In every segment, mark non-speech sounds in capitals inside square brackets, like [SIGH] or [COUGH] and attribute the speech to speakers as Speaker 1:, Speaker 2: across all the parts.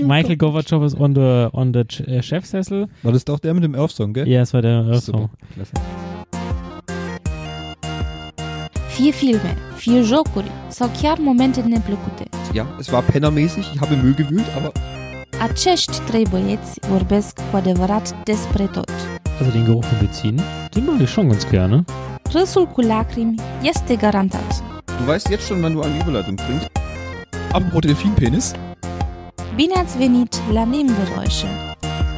Speaker 1: Michael Gorbatschow ist on the, on the Ch- äh, Chefsessel.
Speaker 2: War das doch der mit dem Earth-Song, gell?
Speaker 1: Ja, es war der Song.
Speaker 2: Super, klasse.
Speaker 3: Fie filme, fie jocuri sau chiar momente neplăcute.
Speaker 2: Ja, es war pennermäßig, ich habe Müll gewühlt, aber
Speaker 3: Acești trei băieți vorbesc cu adevărat despre tot.
Speaker 1: Also den Geruch von Benzin, den mag ich schon ganz ne? gerne.
Speaker 3: Râsul cu lacrimi este garantat.
Speaker 2: du weißt jetzt schon, wann du eine Überleitung bringst.
Speaker 4: Apropos Delfinpenis.
Speaker 3: Bine ați venit la Nebengeräusche,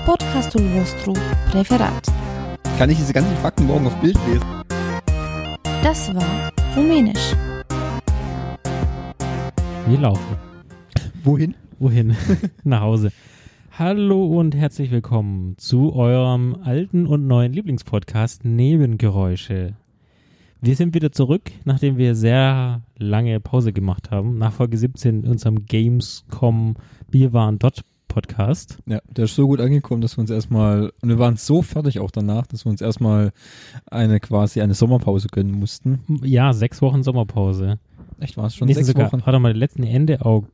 Speaker 3: podcastul vostru preferat.
Speaker 2: Kann ich diese ganzen Fakten morgen auf Bild lesen?
Speaker 3: Das war Rumänisch.
Speaker 1: Wir laufen.
Speaker 2: Wohin?
Speaker 1: Wohin? Nach Hause. Hallo und herzlich willkommen zu eurem alten und neuen Lieblingspodcast Nebengeräusche. Wir sind wieder zurück, nachdem wir sehr lange Pause gemacht haben. Nach Folge 17 in unserem Gamescom Wir waren dort Podcast.
Speaker 4: Ja, der ist so gut angekommen, dass wir uns erstmal, und wir waren so fertig auch danach, dass wir uns erstmal eine quasi eine Sommerpause gönnen mussten.
Speaker 1: Ja, sechs Wochen Sommerpause.
Speaker 4: Echt, war es schon
Speaker 1: Nee,
Speaker 4: sechs
Speaker 1: sind sogar,
Speaker 4: Wochen?
Speaker 1: Warte mal, letzten Ende August.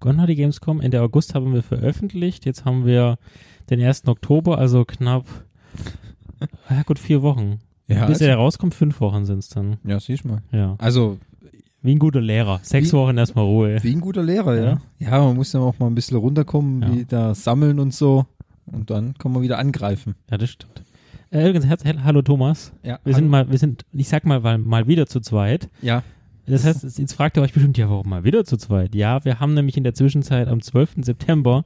Speaker 1: Wann hat die Gamescom? Ende August haben wir veröffentlicht. Jetzt haben wir den 1. Oktober, also knapp, ja gut, vier Wochen.
Speaker 4: Ja,
Speaker 1: Bis
Speaker 4: also,
Speaker 1: er rauskommt, fünf Wochen sind es dann.
Speaker 4: ja, siehst du mal.
Speaker 1: Ja.
Speaker 4: Also,
Speaker 1: Wie ein guter Lehrer. Sechs
Speaker 4: Wie-
Speaker 1: Wochen erstmal Ruhe.
Speaker 4: wie ein guter Lehrer, ja. Ja, man muss dann auch mal ein bisschen runterkommen,
Speaker 1: Ja.
Speaker 4: wieder sammeln und so. Und dann kann man wieder angreifen.
Speaker 1: Ja, das stimmt. Äh, übrigens, herz, hallo Thomas.
Speaker 4: Ja,
Speaker 1: Wir sind mal, wir sind, ich sag mal, weil, mal wieder zu zweit.
Speaker 4: ja,
Speaker 1: Das heißt, es- jetzt fragt ihr euch bestimmt, ja, warum mal wieder zu zweit? Ja, wir haben nämlich in der Zwischenzeit am 12. September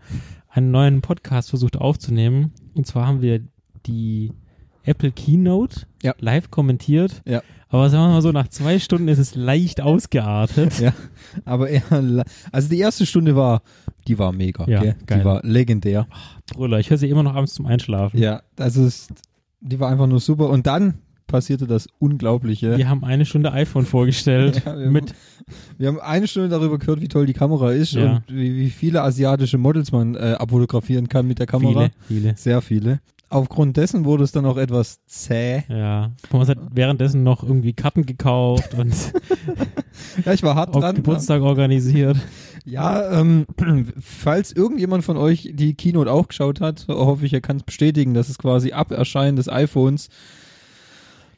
Speaker 1: einen neuen Podcast versucht aufzunehmen. Und zwar haben wir die Apple Keynote
Speaker 4: Ja.
Speaker 1: live kommentiert.
Speaker 4: Ja.
Speaker 1: Aber sagen wir mal so, nach zwei Stunden ist es leicht ausgeartet.
Speaker 4: ja. Aber [LAUGHS] eher, la- also die erste Stunde war, die war mega.
Speaker 1: Ja,
Speaker 4: gell?
Speaker 1: geil.
Speaker 4: Die war legendär.
Speaker 1: Brüller, ich höre sie immer noch abends zum Einschlafen.
Speaker 4: Ja, also es, die war einfach nur super. Und dann passierte das Unglaubliche.
Speaker 1: Wir haben eine Stunde iPhone vorgestellt
Speaker 4: [LAUGHS] Ja, wir-
Speaker 1: mit
Speaker 4: Wir haben eine Stunde darüber gehört, wie toll die Kamera ist
Speaker 1: Ja.
Speaker 4: und wie, wie viele asiatische Models man äh, abfotografieren kann mit der Kamera.
Speaker 1: viele, viele.
Speaker 4: Sehr viele. Aufgrund dessen wurde es dann auch etwas zäh.
Speaker 1: Ja, Thomas hat währenddessen noch irgendwie Karten gekauft und
Speaker 4: [LAUGHS] Ja, ich war hart
Speaker 1: auch
Speaker 4: dran.
Speaker 1: Geburtstag organisiert.
Speaker 4: Ja, ähm, [CLEARS THROAT] falls irgendjemand von euch die Keynote auch geschaut hat, hoffe ich, er kann es bestätigen, dass es quasi ab Erscheinen des iPhones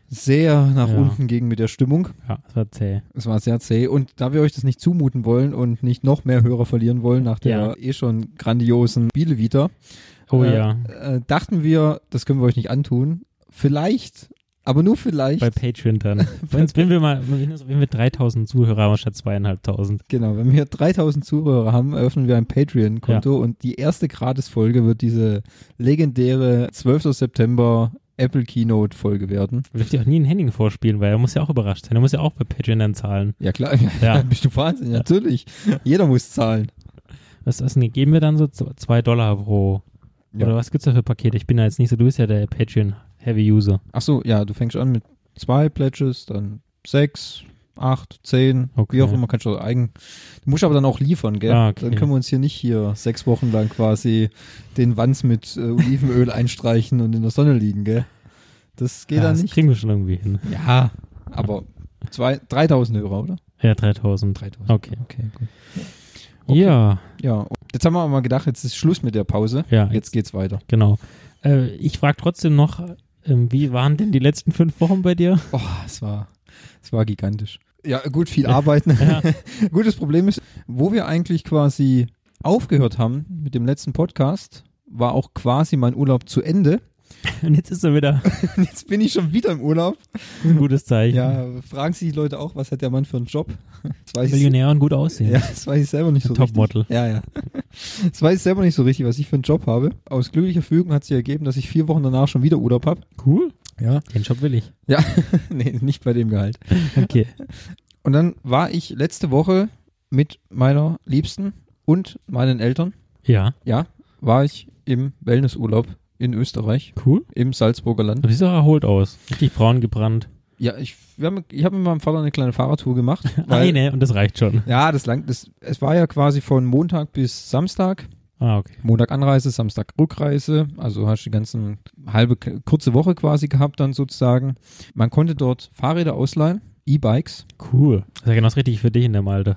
Speaker 4: sehr nach
Speaker 1: Ja.
Speaker 4: unten ging mit der Stimmung.
Speaker 1: Ja, es war zäh.
Speaker 4: Es war sehr zäh. Und da wir euch das nicht zumuten wollen und nicht noch mehr Hörer verlieren wollen nach der
Speaker 1: Ja.
Speaker 4: eh schon grandiosen Bielevita,
Speaker 1: Oh
Speaker 4: Äh,
Speaker 1: ja,
Speaker 4: äh, dachten wir, das können wir euch nicht antun. Vielleicht, aber nur vielleicht.
Speaker 1: bei Patreon
Speaker 4: [LAUGHS]
Speaker 1: dann. wenn, wenn wir mal, wenn wir 3000 Zuhörer haben statt zweieinhalbtausend.
Speaker 4: genau, wenn wir 3000 Zuhörer haben, eröffnen wir ein Patreon-Konto und die erste Gratis-Folge wird diese legendäre 12. September Apple Keynote-Folge werden.
Speaker 1: Wir dürfen ja auch nie einen Henning vorspielen, weil er muss ja auch überrascht sein. Er muss ja auch bei Patreon dann zahlen.
Speaker 4: Ja, klar. [LAUGHS]
Speaker 1: Ja.
Speaker 4: Bist du Wahnsinn? Natürlich. Jeder muss zahlen.
Speaker 1: Was, was denn, geben wir dann so z- zwei Dollar pro?
Speaker 4: Ja.
Speaker 1: Oder was gibt's da für Pakete? Ich bin da jetzt nicht so, du bist ja der Patreon-Heavy-User.
Speaker 4: Ach so, ja, du fängst an mit zwei Pledges, dann sechs, acht, zehn,
Speaker 1: Okay.
Speaker 4: wie auch immer, kannst du eigen. Du musst aber dann auch liefern, gell?
Speaker 1: Ah, okay.
Speaker 4: Dann können wir uns hier nicht hier sechs Wochen lang quasi den Wanz mit äh, Olivenöl [LAUGHS] einstreichen und in der Sonne liegen, gell? Das geht
Speaker 1: ja,
Speaker 4: dann
Speaker 1: das
Speaker 4: nicht.
Speaker 1: kriegen wir schon irgendwie hin.
Speaker 4: Ja, aber zwei, 3000 Euro, oder?
Speaker 1: Ja, 3000.
Speaker 4: 3000.
Speaker 1: Okay.
Speaker 4: Okay, gut. Okay.
Speaker 1: Ja,
Speaker 4: Ja, und jetzt haben wir aber mal gedacht, jetzt ist Schluss mit der Pause.
Speaker 1: ja,
Speaker 4: Jetzt geht's weiter.
Speaker 1: genau. Äh, ich frage trotzdem noch, ähm, wie waren denn die letzten fünf Wochen bei dir? [LAUGHS]
Speaker 4: Oh, es war, es war gigantisch. Ja, gut, viel [LAUGHS] arbeiten.
Speaker 1: Ja.
Speaker 4: Gutes Problem ist, wo wir eigentlich quasi aufgehört haben mit dem letzten Podcast, war auch quasi mein Urlaub zu Ende.
Speaker 1: Und jetzt ist er wieder
Speaker 4: Und Jetzt bin ich schon wieder im Urlaub.
Speaker 1: ein gutes Zeichen.
Speaker 4: Ja, fragen sich die Leute auch, was hat der Mann für einen Job? Das weiß ich,
Speaker 1: Millionär und gut aussehen.
Speaker 4: ja, das weiß ich selber nicht so
Speaker 1: Topmodel.
Speaker 4: richtig. Ja, ja. [LAUGHS] Das weiß ich selber nicht so richtig, was ich für einen Job habe. Aus glücklicher Fügung hat sich ergeben, dass ich vier Wochen danach schon wieder Urlaub habe.
Speaker 1: Cool.
Speaker 4: Ja.
Speaker 1: Den Job will ich.
Speaker 4: Ja, [LAUGHS] nee, nicht bei dem Gehalt.
Speaker 1: Okay.
Speaker 4: [LAUGHS] Und dann war ich letzte Woche mit meiner Liebsten und meinen Eltern,
Speaker 1: Ja,
Speaker 4: ja, war ich im Wellnessurlaub in Österreich,
Speaker 1: cool.
Speaker 4: im Salzburger Land.
Speaker 1: Du siehst auch erholt aus. Richtig braun gebrannt.
Speaker 4: Ja, ich, wir haben, ich habe mit meinem Vater eine kleine Fahrradtour gemacht.
Speaker 1: Ah,
Speaker 4: weil-
Speaker 1: Eine ne? und das reicht schon.
Speaker 4: Ja, das lang, das, es war ja quasi von Montag bis Samstag.
Speaker 1: Ah, okay.
Speaker 4: Montag Anreise, Samstag Rückreise. Also hast du die ganzen halbe, kurze Woche quasi gehabt dann sozusagen. Man konnte dort Fahrräder ausleihen. E-Bikes.
Speaker 1: Cool. Das ist ja genau das Richtige für dich in dem Alter.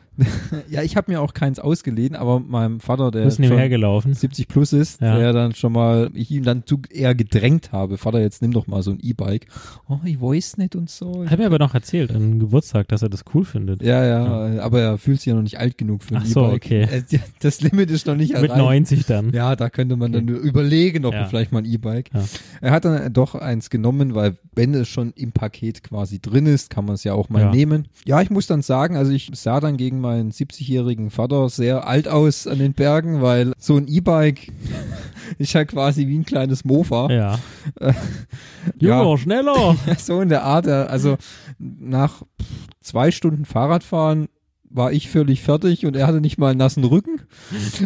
Speaker 4: Ja, ich habe mir auch keins ausgeliehen, aber meinem Vater,
Speaker 1: Du
Speaker 4: der
Speaker 1: bist nebenher
Speaker 4: schon
Speaker 1: gelaufen.
Speaker 4: 70 plus ist,
Speaker 1: Ja.
Speaker 4: der dann schon mal, ich ihm dann zu eher gedrängt habe, Vater, jetzt nimm doch mal so ein E-Bike. Oh, ich weiß nicht und so.
Speaker 1: Hat mir aber noch erzählt an Geburtstag, dass er das cool findet.
Speaker 4: Ja, ja, aber er fühlt sich ja noch nicht alt genug für ein
Speaker 1: Ach
Speaker 4: E-Bike.
Speaker 1: so, okay.
Speaker 4: Äh, [LAUGHS] ja, Das Limit ist noch nicht
Speaker 1: Mit
Speaker 4: erreicht.
Speaker 1: 90 dann.
Speaker 4: Ja, da könnte man dann überlegen, ob
Speaker 1: Ja.
Speaker 4: man vielleicht mal ein E-Bike.
Speaker 1: Ja.
Speaker 4: Er hat dann doch eins genommen, weil wenn es schon im Paket quasi drin ist, kann man es ja auch mal
Speaker 1: Ja.
Speaker 4: nehmen. Ja, ich muss dann sagen, also ich sah dann gegen meinen 70-jährigen Vater sehr alt aus an den Bergen, weil so ein E-Bike [LAUGHS] ist ja quasi wie ein kleines Mofa.
Speaker 1: Ja. [LAUGHS]
Speaker 4: Ja.
Speaker 1: Junge, [LAUGHS] schneller!
Speaker 4: Ja, [LAUGHS] so in der Art. ja. Also nach pff, zwei Stunden Fahrradfahren war ich völlig fertig und er hatte nicht mal einen nassen Rücken.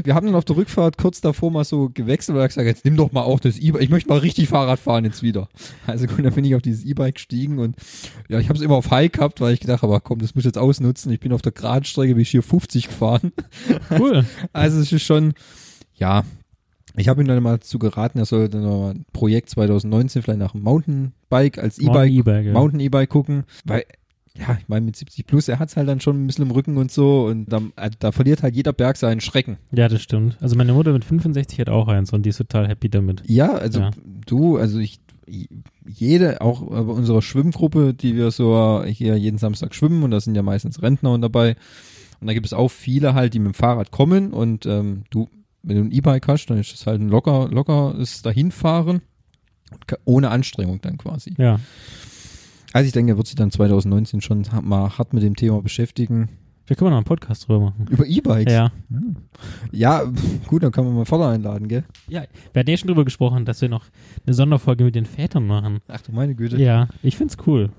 Speaker 4: Wir haben dann auf der Rückfahrt kurz davor mal so gewechselt, weil er gesagt hat, jetzt nimm doch mal auch das E-Bike. Ich möchte mal richtig Fahrrad fahren jetzt wieder. Also gut, dann bin ich auf dieses E-Bike gestiegen und ja, ich habe es immer auf High gehabt, weil ich gedacht habe, komm, das muss ich jetzt ausnutzen. Ich bin auf der geraden Strecke, bin ich hier 50 gefahren. [LAUGHS]
Speaker 1: Cool.
Speaker 4: Also es ist schon, ja, ich habe ihm dann mal zu geraten, er sollte noch mal ein Projekt 2019 vielleicht nach dem Mountainbike als E-Bike
Speaker 1: E-Bike. ja.
Speaker 4: Mountain E-Bike gucken, weil ja, ich meine mit 70 plus, er hat's halt dann schon ein bisschen im Rücken und so und dann, äh, da verliert halt jeder Berg seinen Schrecken.
Speaker 1: Ja, das stimmt. Also meine Mutter mit 65 hat auch eins und die ist total happy damit.
Speaker 4: Ja, also
Speaker 1: Ja.
Speaker 4: du, also ich, jede, auch bei unserer Schwimmgruppe, die wir so äh, hier jeden Samstag schwimmen und da sind ja meistens Rentner und dabei und da gibt es auch viele halt, die mit dem Fahrrad kommen und ähm, du, wenn du ein E-Bike hast, dann ist das halt ein locker, lockeres Dahinfahren und ke- ohne Anstrengung dann quasi.
Speaker 1: Ja.
Speaker 4: Also ich denke, er wird sich dann 2019 schon ha- mal hart mit dem Thema beschäftigen.
Speaker 1: Wir können noch einen Podcast drüber machen.
Speaker 4: Über E-Bikes?
Speaker 1: Ja.
Speaker 4: Ja, pf, gut, dann kann man mal Vater einladen, gell?
Speaker 1: ja. Wir hatten ja schon drüber gesprochen, dass wir noch eine Sonderfolge mit den Vätern machen.
Speaker 4: Ach du meine Güte.
Speaker 1: Ja, ich find's
Speaker 4: [LAUGHS]
Speaker 1: cool.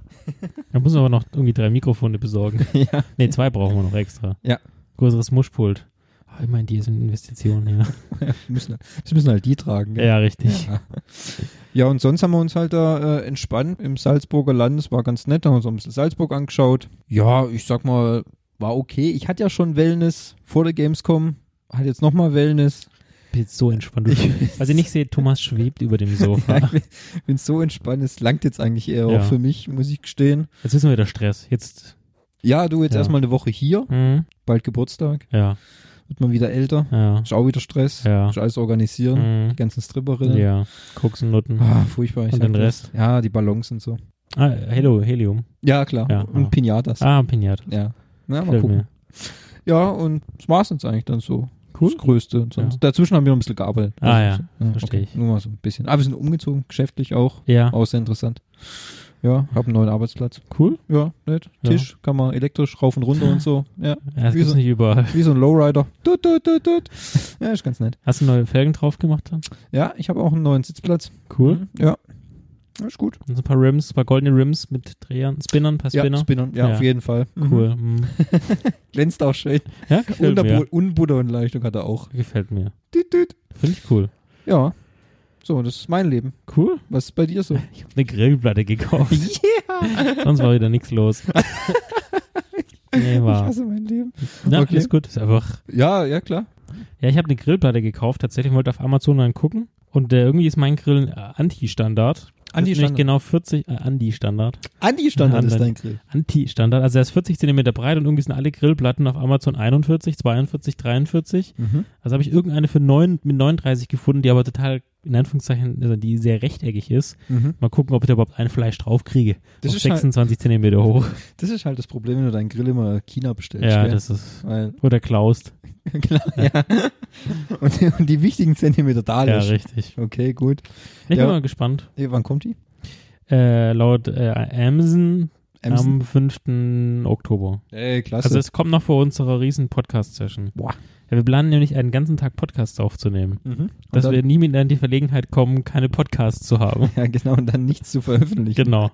Speaker 1: Da müssen wir aber noch irgendwie drei Mikrofone besorgen.
Speaker 4: Ja.
Speaker 1: Nee, zwei brauchen wir noch extra.
Speaker 4: Ja.
Speaker 1: Größeres Muschpult. Ah, ich meine, die sind Investitionen, ja.
Speaker 4: Müssen, das müssen halt die tragen,
Speaker 1: Ja,
Speaker 4: gell?
Speaker 1: richtig.
Speaker 4: Ja. Ja, und sonst haben wir uns halt da äh, entspannt im Salzburger Land. Es war ganz nett, haben uns auch ein bisschen Salzburg angeschaut. Ja, ich sag mal, war okay. Ich hatte ja schon Wellness vor der Gamescom. Hat jetzt nochmal Wellness.
Speaker 1: Bin jetzt so entspannt. Was
Speaker 4: [LAUGHS]
Speaker 1: ihr Also nicht seht, Thomas schwebt über dem Sofa.
Speaker 4: Ich bin so entspannt, es langt jetzt eigentlich eher
Speaker 1: Ja.
Speaker 4: auch für mich, muss ich gestehen.
Speaker 1: Jetzt wissen wir wieder Stress. Jetzt,
Speaker 4: Ja, du jetzt
Speaker 1: Ja.
Speaker 4: erstmal eine Woche hier,
Speaker 1: hm,
Speaker 4: bald Geburtstag,
Speaker 1: ja,
Speaker 4: wird man wieder älter.
Speaker 1: ja,
Speaker 4: Ist auch wieder Stress.
Speaker 1: Ja.
Speaker 4: Ist alles organisieren.
Speaker 1: hm,
Speaker 4: Die ganzen Stripperinnen.
Speaker 1: ja. Koks und Nutten.
Speaker 4: Ah, furchtbar. ich
Speaker 1: Und
Speaker 4: sag
Speaker 1: den
Speaker 4: dir.
Speaker 1: Rest?
Speaker 4: Ja, die Ballons und so.
Speaker 1: Ah, Hello, Helium.
Speaker 4: Ja, klar.
Speaker 1: Ja,
Speaker 4: und
Speaker 1: ja.
Speaker 4: Pinatas.
Speaker 1: Ah, Pinat.
Speaker 4: Ja. Na, mal
Speaker 1: Gefällt
Speaker 4: gucken.
Speaker 1: mir.
Speaker 4: Ja, und das war es uns eigentlich dann so.
Speaker 1: Cool.
Speaker 4: Das Größte. Und sonst.
Speaker 1: Ja.
Speaker 4: Dazwischen haben wir noch ein bisschen gearbeitet.
Speaker 1: Ah,
Speaker 4: Also,
Speaker 1: verstehe ich.
Speaker 4: Nur mal so ein bisschen. Aber wir sind umgezogen, geschäftlich auch.
Speaker 1: Ja,
Speaker 4: Auch sehr interessant. Ja, hab einen neuen Arbeitsplatz.
Speaker 1: cool.
Speaker 4: Ja, nett.
Speaker 1: Ja.
Speaker 4: Tisch kann man elektrisch rauf und runter und so. Ja,
Speaker 1: Ja, das
Speaker 4: Wie
Speaker 1: gibt's
Speaker 4: so-
Speaker 1: nicht überall.
Speaker 4: wie so ein Lowrider. Tut, tut, tut, tut. Ja, ist ganz nett.
Speaker 1: Hast du neue Felgen drauf gemacht dann?
Speaker 4: Ja, ich habe auch einen neuen Sitzplatz.
Speaker 1: Cool.
Speaker 4: Ja. Mhm. Ja, Ist gut.
Speaker 1: Und so ein paar Rims, ein paar goldene Rims mit Drehern, Spinnern, ein paar
Speaker 4: Ja,
Speaker 1: Spinner.
Speaker 4: Spinner. Ja,
Speaker 1: Ja.
Speaker 4: auf jeden Fall. Mhm.
Speaker 1: cool. Mhm.
Speaker 4: Glänzt auch schön. [LAUGHS]
Speaker 1: Ja, gefällt mir.
Speaker 4: Unterbo- Und Buddha und Leichtung hat er auch.
Speaker 1: Gefällt mir.
Speaker 4: Düt, düt.
Speaker 1: Finde ich cool.
Speaker 4: Ja. So, das ist mein Leben.
Speaker 1: Cool.
Speaker 4: Was ist bei dir so?
Speaker 1: Ich habe eine Grillplatte [LAUGHS] gekauft. Sonst war wieder nichts
Speaker 4: [LAUGHS]
Speaker 1: los. nee, [LAUGHS]
Speaker 4: Ich
Speaker 1: war.
Speaker 4: hasse mein Leben.
Speaker 1: Na,
Speaker 4: okay.
Speaker 1: ist gut. Ist einfach.
Speaker 4: Ja, ja, klar.
Speaker 1: Ja, ich habe eine Grillplatte gekauft. Tatsächlich wollte auf Amazon dann gucken. Und äh, irgendwie ist mein Grill äh, Anti-Standard. Das ist nämlich
Speaker 4: Anti-Standard.
Speaker 1: genau 40. Äh, Anti-Standard.
Speaker 4: Anti-Standard ist
Speaker 1: Andi.
Speaker 4: dein Grill.
Speaker 1: Anti-Standard. Also er ist 40 cm breit und irgendwie sind alle Grillplatten auf Amazon 41, 42, 43. Also habe ich irgendeine für 9, mit 39 gefunden, die aber total, in Anführungszeichen, also die sehr rechteckig ist. Mal gucken, ob ich da überhaupt ein Fleisch drauf kriege.
Speaker 4: Mhm. Das
Speaker 1: auf
Speaker 4: ist halt-
Speaker 1: 26 cm hoch.
Speaker 4: Das ist halt das Problem, wenn du deinen Grill immer China bestellst.
Speaker 1: Ja,
Speaker 4: gell?
Speaker 1: das ist.
Speaker 4: Weil, [LAUGHS]
Speaker 1: Oder Klaust.
Speaker 4: klar, ja. [LAUGHS] Und, und die wichtigen Zentimeter da
Speaker 1: Ja,
Speaker 4: lässt.
Speaker 1: richtig.
Speaker 4: Okay, gut.
Speaker 1: Ich
Speaker 4: Ja.
Speaker 1: bin mal gespannt.
Speaker 4: Hey, wann kommt die?
Speaker 1: Äh, laut äh, Amazon,
Speaker 4: Amazon?
Speaker 1: am 5. Oktober.
Speaker 4: Ey, klasse.
Speaker 1: Also es kommt noch vor unserer riesen Podcast-Session.
Speaker 4: Boah.
Speaker 1: Ja, wir planen nämlich einen ganzen Tag Podcasts aufzunehmen.
Speaker 4: mhm. Und
Speaker 1: dass
Speaker 4: dann,
Speaker 1: wir nie mehr in die Verlegenheit kommen, keine Podcasts zu haben.
Speaker 4: [LAUGHS] ja, genau, und dann nichts zu veröffentlichen.
Speaker 1: genau.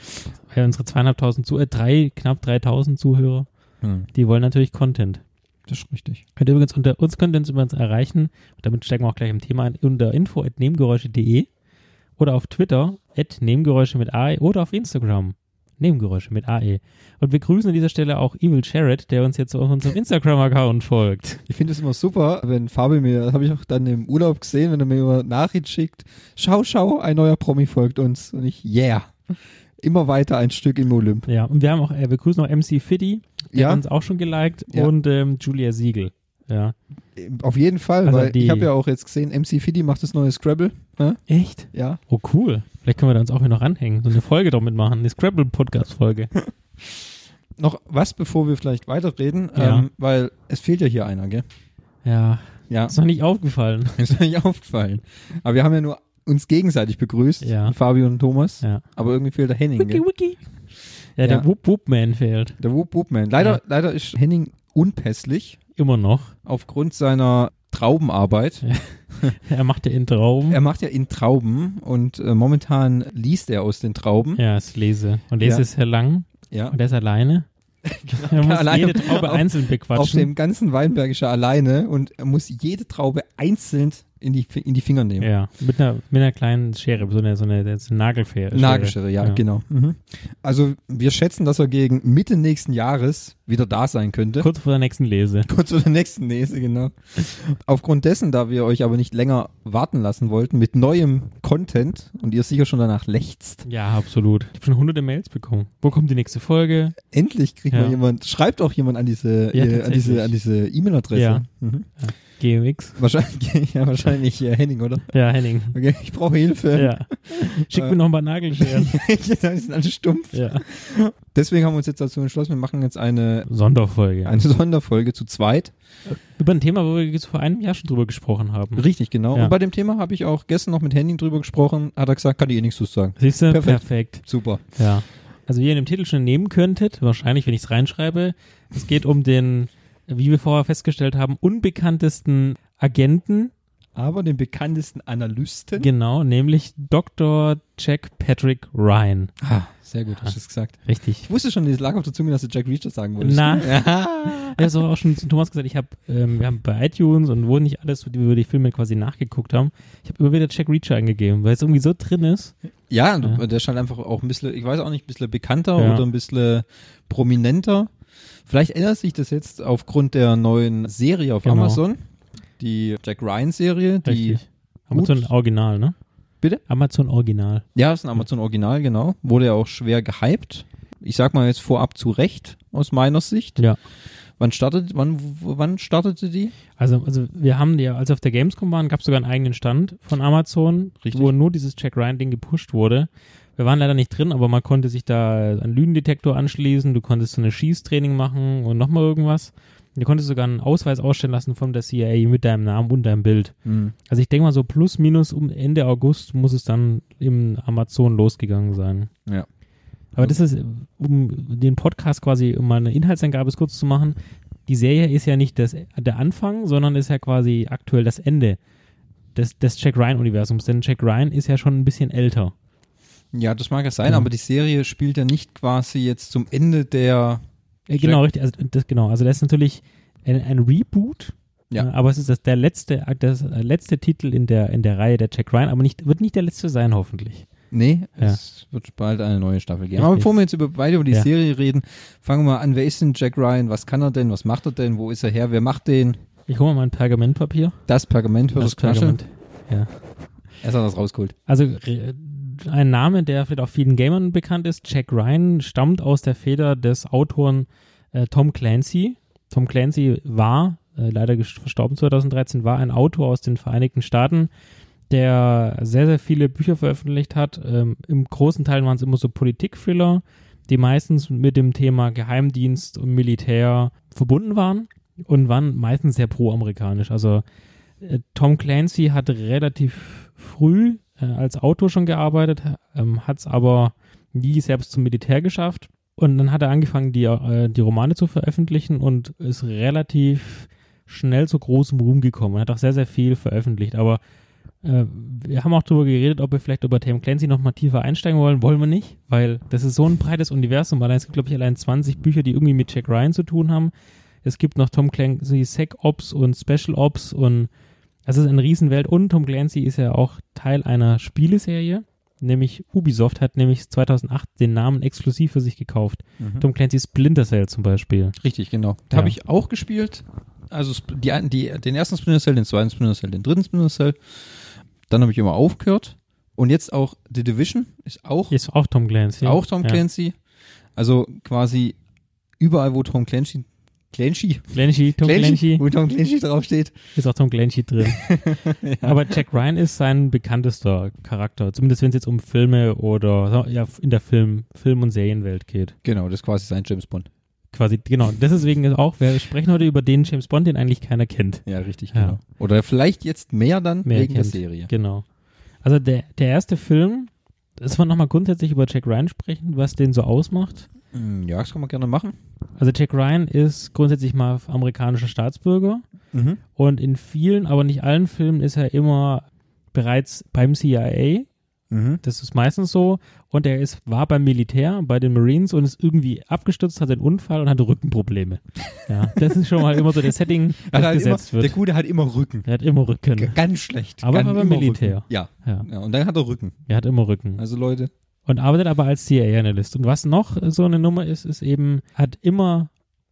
Speaker 1: [LAUGHS] Weil unsere zweieinhalbtausend, Zuh- äh, drei, knapp 3000 Zuhörer,
Speaker 4: Hm,
Speaker 1: die wollen natürlich Content.
Speaker 4: das ist richtig.
Speaker 1: Könnt ihr übrigens unter uns könnt ihr uns übrigens erreichen, und damit steigen wir auch gleich im Thema ein, unter info.nebengeräusche.de oder auf Twitter at Nebengeräusche mit AE oder auf Instagram. Nebengeräusche mit AE. Und wir grüßen an dieser Stelle auch Evil Jared, der uns jetzt auf unserem Instagram-Account folgt.
Speaker 4: Ich finde es immer super, wenn Fabi mir, das habe ich auch dann im Urlaub gesehen, wenn er mir immer Nachricht schickt, schau, schau, ein neuer Promi folgt uns. Und ich, yeah. immer weiter ein Stück im Olymp.
Speaker 1: Ja, und wir haben auch, äh, wir grüßen noch MC Fiddy, der
Speaker 4: Ja.
Speaker 1: hat uns auch schon geliked
Speaker 4: Ja.
Speaker 1: und ähm, Julia Siegel. Ja.
Speaker 4: Auf jeden Fall,
Speaker 1: Also
Speaker 4: weil
Speaker 1: die-
Speaker 4: ich habe ja auch jetzt gesehen, MC Fiddy macht das neue Scrabble. Ja?
Speaker 1: Echt?
Speaker 4: ja.
Speaker 1: Oh, cool. Vielleicht können wir da uns auch hier noch anhängen. So eine Folge doch mitmachen. Eine Scrabble-Podcast-Folge.
Speaker 4: Noch was, bevor wir vielleicht weiterreden,
Speaker 1: Ja.
Speaker 4: ähm, weil es fehlt ja hier einer, gell?
Speaker 1: Ja.
Speaker 4: Ja,
Speaker 1: Ist noch nicht aufgefallen.
Speaker 4: [LAUGHS] ist mir nicht aufgefallen. Aber wir haben ja nur uns gegenseitig begrüßt,
Speaker 1: Ja.
Speaker 4: Fabio und Thomas.
Speaker 1: Ja.
Speaker 4: Aber irgendwie fehlt der Henning, gell?
Speaker 1: wiki. Ja, der
Speaker 4: Ja.
Speaker 1: Whoop-Whoop-Man fehlt.
Speaker 4: Der Whoop Whoop Man. Leider,
Speaker 1: Ja.
Speaker 4: leider ist Henning unpässlich
Speaker 1: Immer noch.
Speaker 4: aufgrund seiner Traubenarbeit.
Speaker 1: Er macht ja in Traum.
Speaker 4: Er macht ja in Trauben und äh, momentan liest er aus den Trauben.
Speaker 1: ja, ist Lese. Und Lese
Speaker 4: Ja.
Speaker 1: ist Herr Lang.
Speaker 4: Ja.
Speaker 1: Und er ist
Speaker 4: [LAUGHS]
Speaker 1: alleine. [LAUGHS] er muss
Speaker 4: alleine
Speaker 1: jede Traube
Speaker 4: auf-
Speaker 1: einzeln
Speaker 4: Auf
Speaker 1: bequatschen.
Speaker 4: dem ganzen Weinbergischer alleine und er muss jede Traube einzeln in die, Fi- in die Finger nehmen.
Speaker 1: ja, mit einer, mit einer kleinen Schere, so eine, so eine, das ist eine Nagelschere.
Speaker 4: Nagelschere, ja, genau. Mhm. Also wir schätzen, dass er gegen Mitte nächsten Jahres wieder da sein könnte.
Speaker 1: Kurz vor der nächsten Lese.
Speaker 4: Kurz zu der nächsten Lese, genau. Aufgrund dessen, da wir euch aber nicht länger warten lassen wollten mit neuem Content und ihr sicher schon danach lechzt,
Speaker 1: Ja, absolut. Ich habe schon hunderte Mails bekommen. Wo kommt die nächste Folge?
Speaker 4: endlich kriegt
Speaker 1: Ja.
Speaker 4: mal jemand, schreibt auch jemand an diese
Speaker 1: Ja,
Speaker 4: äh, an diese
Speaker 1: tatsächlich.
Speaker 4: an diese E-Mail-Adresse.
Speaker 1: Ja.
Speaker 4: Mhm.
Speaker 1: GMX.
Speaker 4: Wahrscheinlich, [LAUGHS] ja, wahrscheinlich äh, Henning, oder?
Speaker 1: Ja, Henning.
Speaker 4: [LAUGHS] Okay, ich brauche Hilfe.
Speaker 1: Ja. Schick mir noch ein paar Nagelscheren.
Speaker 4: [LAUGHS] die sind alle stumpf.
Speaker 1: ja.
Speaker 4: Deswegen haben wir uns jetzt dazu entschlossen, wir machen jetzt eine,
Speaker 1: [LAUGHS] Sonderfolge.
Speaker 4: eine Sonderfolge zu zweit.
Speaker 1: Über ein Thema, wo wir jetzt vor einem Jahr schon drüber gesprochen haben.
Speaker 4: Richtig, genau.
Speaker 1: Mhm. Ja.
Speaker 4: Und bei dem Thema habe ich auch gestern noch mit Henning drüber gesprochen, hat er gesagt, kann ich eh nichts zu sagen.
Speaker 1: Siehst du?
Speaker 4: Perfekt.
Speaker 1: Perfekt.
Speaker 4: Super.
Speaker 1: Ja. Also wie ihr in dem Titel schon nehmen könntet, wahrscheinlich, wenn ich es reinschreibe, es geht um den, wie wir vorher festgestellt haben, unbekanntesten Agenten,
Speaker 4: Aber den bekanntesten Analysten.
Speaker 1: genau, nämlich Dr. Jack Patrick Ryan.
Speaker 4: Ah, sehr gut, hast du es gesagt.
Speaker 1: Richtig.
Speaker 4: Ich wusste schon, es lag auf der Zunge, dass du Jack Reacher sagen wolltest.
Speaker 1: [LAUGHS] Na,
Speaker 4: Ja.
Speaker 1: ich habe auch schon zu Thomas gesagt, ich habe, ähm, wir haben bei iTunes und wo nicht alles, über die Filme quasi nachgeguckt haben, ich habe immer wieder Jack Reacher eingegeben, weil es irgendwie so drin ist.
Speaker 4: Ja, du-
Speaker 1: Ja.
Speaker 4: der scheint einfach auch ein bisschen, ich weiß auch nicht, ein bisschen bekannter
Speaker 1: Ja.
Speaker 4: oder ein bisschen prominenter. Vielleicht ändert sich das jetzt aufgrund der neuen Serie auf
Speaker 1: Genau.
Speaker 4: Amazon. Die Jack Ryan-Serie, die.
Speaker 1: Richtig. Amazon Original, ne?
Speaker 4: Bitte?
Speaker 1: Amazon Original.
Speaker 4: Ja, ist ein Amazon-Original, genau. Wurde ja auch schwer gehypt. Ich sag mal jetzt vorab zu Recht, aus meiner Sicht.
Speaker 1: Ja.
Speaker 4: Wann startet, wann, w- wann startete die?
Speaker 1: Also, also wir haben ja, als wir auf der Gamescom waren, gab es sogar einen eigenen Stand von Amazon,
Speaker 4: Richtig.
Speaker 1: wo nur dieses Jack Ryan-Ding gepusht wurde. Wir waren leider nicht drin, aber man konnte sich da einen Lügendetektor anschließen, du konntest so eine Schießtraining machen und nochmal irgendwas. Du konntest sogar einen Ausweis ausstellen lassen von der CIA mit deinem Namen und deinem Bild.
Speaker 4: Hm.
Speaker 1: Also ich denke mal so plus minus um Ende August muss es dann im Amazon losgegangen sein.
Speaker 4: Ja.
Speaker 1: Aber das ist, um den Podcast quasi, um mal eine Inhaltsangabe kurz zu machen, die Serie ist ja nicht das, der Anfang, sondern ist ja quasi aktuell das Ende des, des Jack Ryan-Universums. Denn Jack Ryan ist ja schon ein bisschen älter.
Speaker 4: Ja, das mag ja sein,
Speaker 1: Ja.
Speaker 4: aber die Serie spielt ja nicht quasi jetzt zum Ende der.
Speaker 1: Äh, genau, richtig. Also das, genau, also das ist natürlich ein, ein Reboot. äh,
Speaker 4: Ja.
Speaker 1: Aber es ist das, der letzte, das äh, letzte Titel in der, in der Reihe der Jack Ryan, aber nicht, wird nicht der letzte sein, hoffentlich.
Speaker 4: Nee, es wird bald eine neue Staffel geben. Aber
Speaker 1: Richtig.
Speaker 4: bevor wir jetzt über, weiter über die
Speaker 1: Ja.
Speaker 4: Serie reden, fangen wir mal an. Wer ist denn Jack Ryan? Was kann er denn? Was macht er denn? Wo ist er her? Wer macht den?
Speaker 1: Ich hole mal mein Pergamentpapier.
Speaker 4: Das Pergament hört das Pergament.
Speaker 1: Pergament.
Speaker 4: Er hat das rausgeholt.
Speaker 1: Also re- ein Name, der vielleicht auch vielen Gamern bekannt ist, Jack Ryan, stammt aus der Feder des Autoren äh, Tom Clancy. Tom Clancy war, äh, leider gest- verstorben 2013, war ein Autor aus den Vereinigten Staaten, der sehr, sehr viele Bücher veröffentlicht hat. Ähm, Im großen Teil waren es immer so Politik-Thriller, die meistens mit dem Thema Geheimdienst und Militär verbunden waren und waren meistens sehr pro-amerikanisch. Also äh, Tom Clancy hat relativ früh äh, als Autor schon gearbeitet, ähm, hat es aber nie selbst zum Militär geschafft. Und dann hat er angefangen, die, äh, die Romane zu veröffentlichen und ist relativ schnell zu großem Ruhm gekommen. Er hat auch sehr, sehr viel veröffentlicht. Aber äh, wir haben auch darüber geredet, ob wir vielleicht über Tom Clancy nochmal tiefer einsteigen wollen. Wollen wir nicht, weil das ist so ein breites Universum. Allein es gibt, glaube ich, allein 20 Bücher, die irgendwie mit Jack Ryan zu tun haben. Es gibt noch Tom Clancy Sec Ops und Special Ops und das ist eine Riesenwelt. Und Tom Clancy ist ja auch Teil einer Spieleserie, nämlich Ubisoft hat nämlich 2008 den Namen exklusiv für sich gekauft.
Speaker 4: Mhm.
Speaker 1: Tom Clancy Splinter Cell zum Beispiel.
Speaker 4: Richtig, genau. Da
Speaker 1: Ja.
Speaker 4: habe ich auch gespielt. Also Sp- die, ein- die, den ersten Splinter Cell, den zweiten Splinter Cell, den dritten Splinter Cell. Dann habe ich immer aufgehört Und jetzt auch The Division ist auch,
Speaker 1: Ist auch Tom Clancy.
Speaker 4: auch Tom
Speaker 1: ja.
Speaker 4: Clancy. Also quasi überall, wo Tom Clancy, Clancy,
Speaker 1: Clancy, Tom Clancy.
Speaker 4: wo Tom Clancy draufsteht.
Speaker 1: Ist auch Tom Clancy
Speaker 4: [LAUGHS]
Speaker 1: drin. Aber Jack Ryan ist sein bekanntester Charakter. Zumindest wenn es jetzt um Filme oder sagen wir, ja, in der Film, Film- und Serienwelt geht.
Speaker 4: Genau, das ist quasi sein James Bond.
Speaker 1: Quasi, genau. Deswegen ist auch, wir sprechen heute über den James Bond, den eigentlich keiner kennt.
Speaker 4: Ja, richtig,
Speaker 1: Ja.
Speaker 4: genau. Oder vielleicht jetzt mehr dann
Speaker 1: Mehr
Speaker 4: wegen
Speaker 1: kennt.
Speaker 4: der Serie.
Speaker 1: Genau. Also der, der erste Film, dass wir nochmal grundsätzlich über Jack Ryan sprechen, was den so ausmacht.
Speaker 4: Hm, Ja, das kann man gerne machen.
Speaker 1: Also Jack Ryan ist grundsätzlich mal amerikanischer Staatsbürger
Speaker 4: Mhm.
Speaker 1: und in vielen, aber nicht allen Filmen ist er immer bereits beim CIA
Speaker 4: Mhm.
Speaker 1: Das ist meistens so. Und er ist, war beim Militär, bei den Marines und ist irgendwie abgestürzt, hatte einen Unfall und hatte Rückenprobleme. Ja, das ist schon mal immer so das
Speaker 4: [LAUGHS]
Speaker 1: Setting, das
Speaker 4: Hat halt immer,
Speaker 1: gesetzt
Speaker 4: der
Speaker 1: wird.
Speaker 4: Gute hat immer Rücken.
Speaker 1: Er hat immer Rücken.
Speaker 4: Ganz schlecht.
Speaker 1: Aber
Speaker 4: Ganz
Speaker 1: beim
Speaker 4: immer
Speaker 1: Militär.
Speaker 4: Rücken. Ja.
Speaker 1: Ja,
Speaker 4: ja. Und dann hat er Rücken.
Speaker 1: er hat immer Rücken.
Speaker 4: Also Leute.
Speaker 1: Und arbeitet aber als CIA-Analyst. Und was noch so eine Nummer ist, ist eben, hat immer,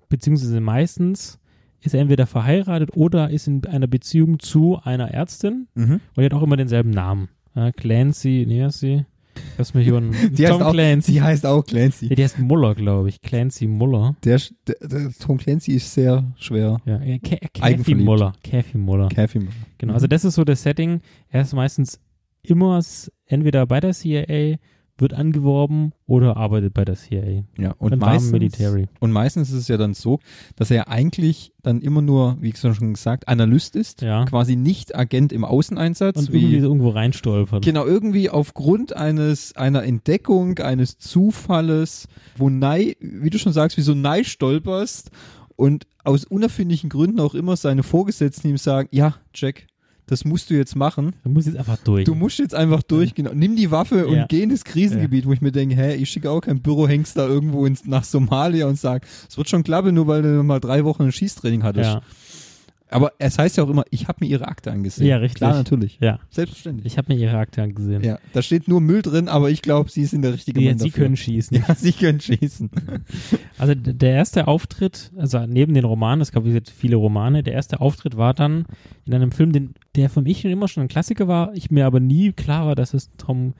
Speaker 1: beziehungsweise meistens, ist er entweder verheiratet oder ist in einer Beziehung zu einer Ärztin
Speaker 4: Mhm.
Speaker 1: und die hat auch immer denselben Namen. Ja, Clancy, nee, was ist sie? Lass mich über einen
Speaker 4: [LAUGHS] Die heißt
Speaker 1: Tom
Speaker 4: auch-
Speaker 1: Clancy.
Speaker 4: Sie heißt auch
Speaker 1: Ja,
Speaker 4: Clancy.
Speaker 1: die heißt Muller, glaube ich. Clancy Muller.
Speaker 4: Der, der, der Tom Clancy ist sehr schwer.
Speaker 1: Ja, äh, Ca- äh, Kathy
Speaker 4: Eigenverliebt. mhm.
Speaker 1: Muller. Kathy Muller.
Speaker 4: Caffeine.
Speaker 1: Genau, also das ist so das Setting. Er ist meistens immer s- entweder bei der CIA, wird angeworben oder arbeitet bei der CIA.
Speaker 4: Ja, und
Speaker 1: Beim warmen
Speaker 4: meistens,
Speaker 1: Military.
Speaker 4: und meistens ist es ja dann so, dass er eigentlich dann immer nur, wie schon gesagt, Analyst ist,
Speaker 1: Ja.
Speaker 4: quasi nicht Agent im Außeneinsatz,
Speaker 1: Und irgendwie
Speaker 4: wie
Speaker 1: so irgendwo reinstolpert.
Speaker 4: Genau, irgendwie aufgrund eines, einer Entdeckung, eines Zufalles, wo Nei, wie du schon sagst, wie so Nei stolperst und aus unerfindlichen Gründen auch immer seine Vorgesetzten ihm sagen, ja, Jack, das musst du jetzt machen.
Speaker 1: Du musst jetzt einfach durch.
Speaker 4: Du musst jetzt einfach durch, genau. Nimm die Waffe und
Speaker 1: Ja.
Speaker 4: geh in das Krisengebiet, wo ich mir denke, hä, ich schicke auch kein Bürohengst da irgendwo ins, nach Somalia und sag, es wird schon klappen, nur weil du mal drei Wochen ein Schießtraining hattest.
Speaker 1: ja.
Speaker 4: Aber es heißt ja auch immer, ich habe mir ihre Akte angesehen.
Speaker 1: Ja, richtig.
Speaker 4: Klar, natürlich.
Speaker 1: ja,
Speaker 4: Selbstverständlich.
Speaker 1: ich habe mir ihre Akte angesehen.
Speaker 4: Ja, da steht nur Müll drin, aber ich glaube, sie sind der richtige
Speaker 1: Die,
Speaker 4: Mann
Speaker 1: sie
Speaker 4: dafür. [LAUGHS]
Speaker 1: können schießen.
Speaker 4: Ja, sie können schießen.
Speaker 1: Also d- der erste Auftritt, also neben den Romanen, es gab wie gesagt viele Romane, der erste Auftritt war dann in einem Film, den, der für mich schon immer schon ein Klassiker war, ich mir aber nie klar war, dass es Tom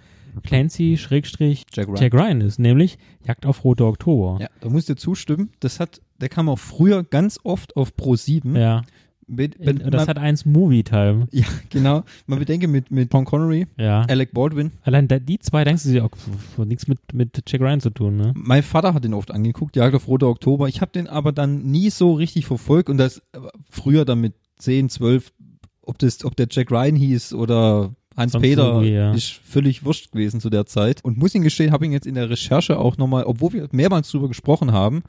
Speaker 1: Clancy Schrägstrich
Speaker 4: Jack Ryan.
Speaker 1: Jack Ryan ist, nämlich Jagd auf Rote Oktober.
Speaker 4: Ja, da musst du zustimmen. Das hat, der kam auch früher ganz oft auf Pro 7.
Speaker 1: Ja.
Speaker 4: Mit,
Speaker 1: In-
Speaker 4: mit-
Speaker 1: das
Speaker 4: man,
Speaker 1: hat eins Movie-Time.
Speaker 4: ja, [LAUGHS] genau. Man bedenke mit, mit Tom Connery,
Speaker 1: Ja.
Speaker 4: Alec Baldwin.
Speaker 1: Allein da, die zwei denkst du dir, oh, auch, pff, hat nichts mit, mit Jack Ryan zu tun, ne?
Speaker 4: Mein Vater hat den oft angeguckt, Jagd auf Roter Oktober. Ich habe den aber dann nie so richtig verfolgt und das äh, früher dann mit 10, 12, ob, das, ob der Jack Ryan hieß oder
Speaker 1: Sonst
Speaker 4: Hans-Peter,
Speaker 1: irgendwie, ja.
Speaker 4: ist völlig wurscht gewesen zu der Zeit. Und muss Ihnen gestehen, habe ihn jetzt in der Recherche auch nochmal, obwohl wir mehrmals drüber gesprochen haben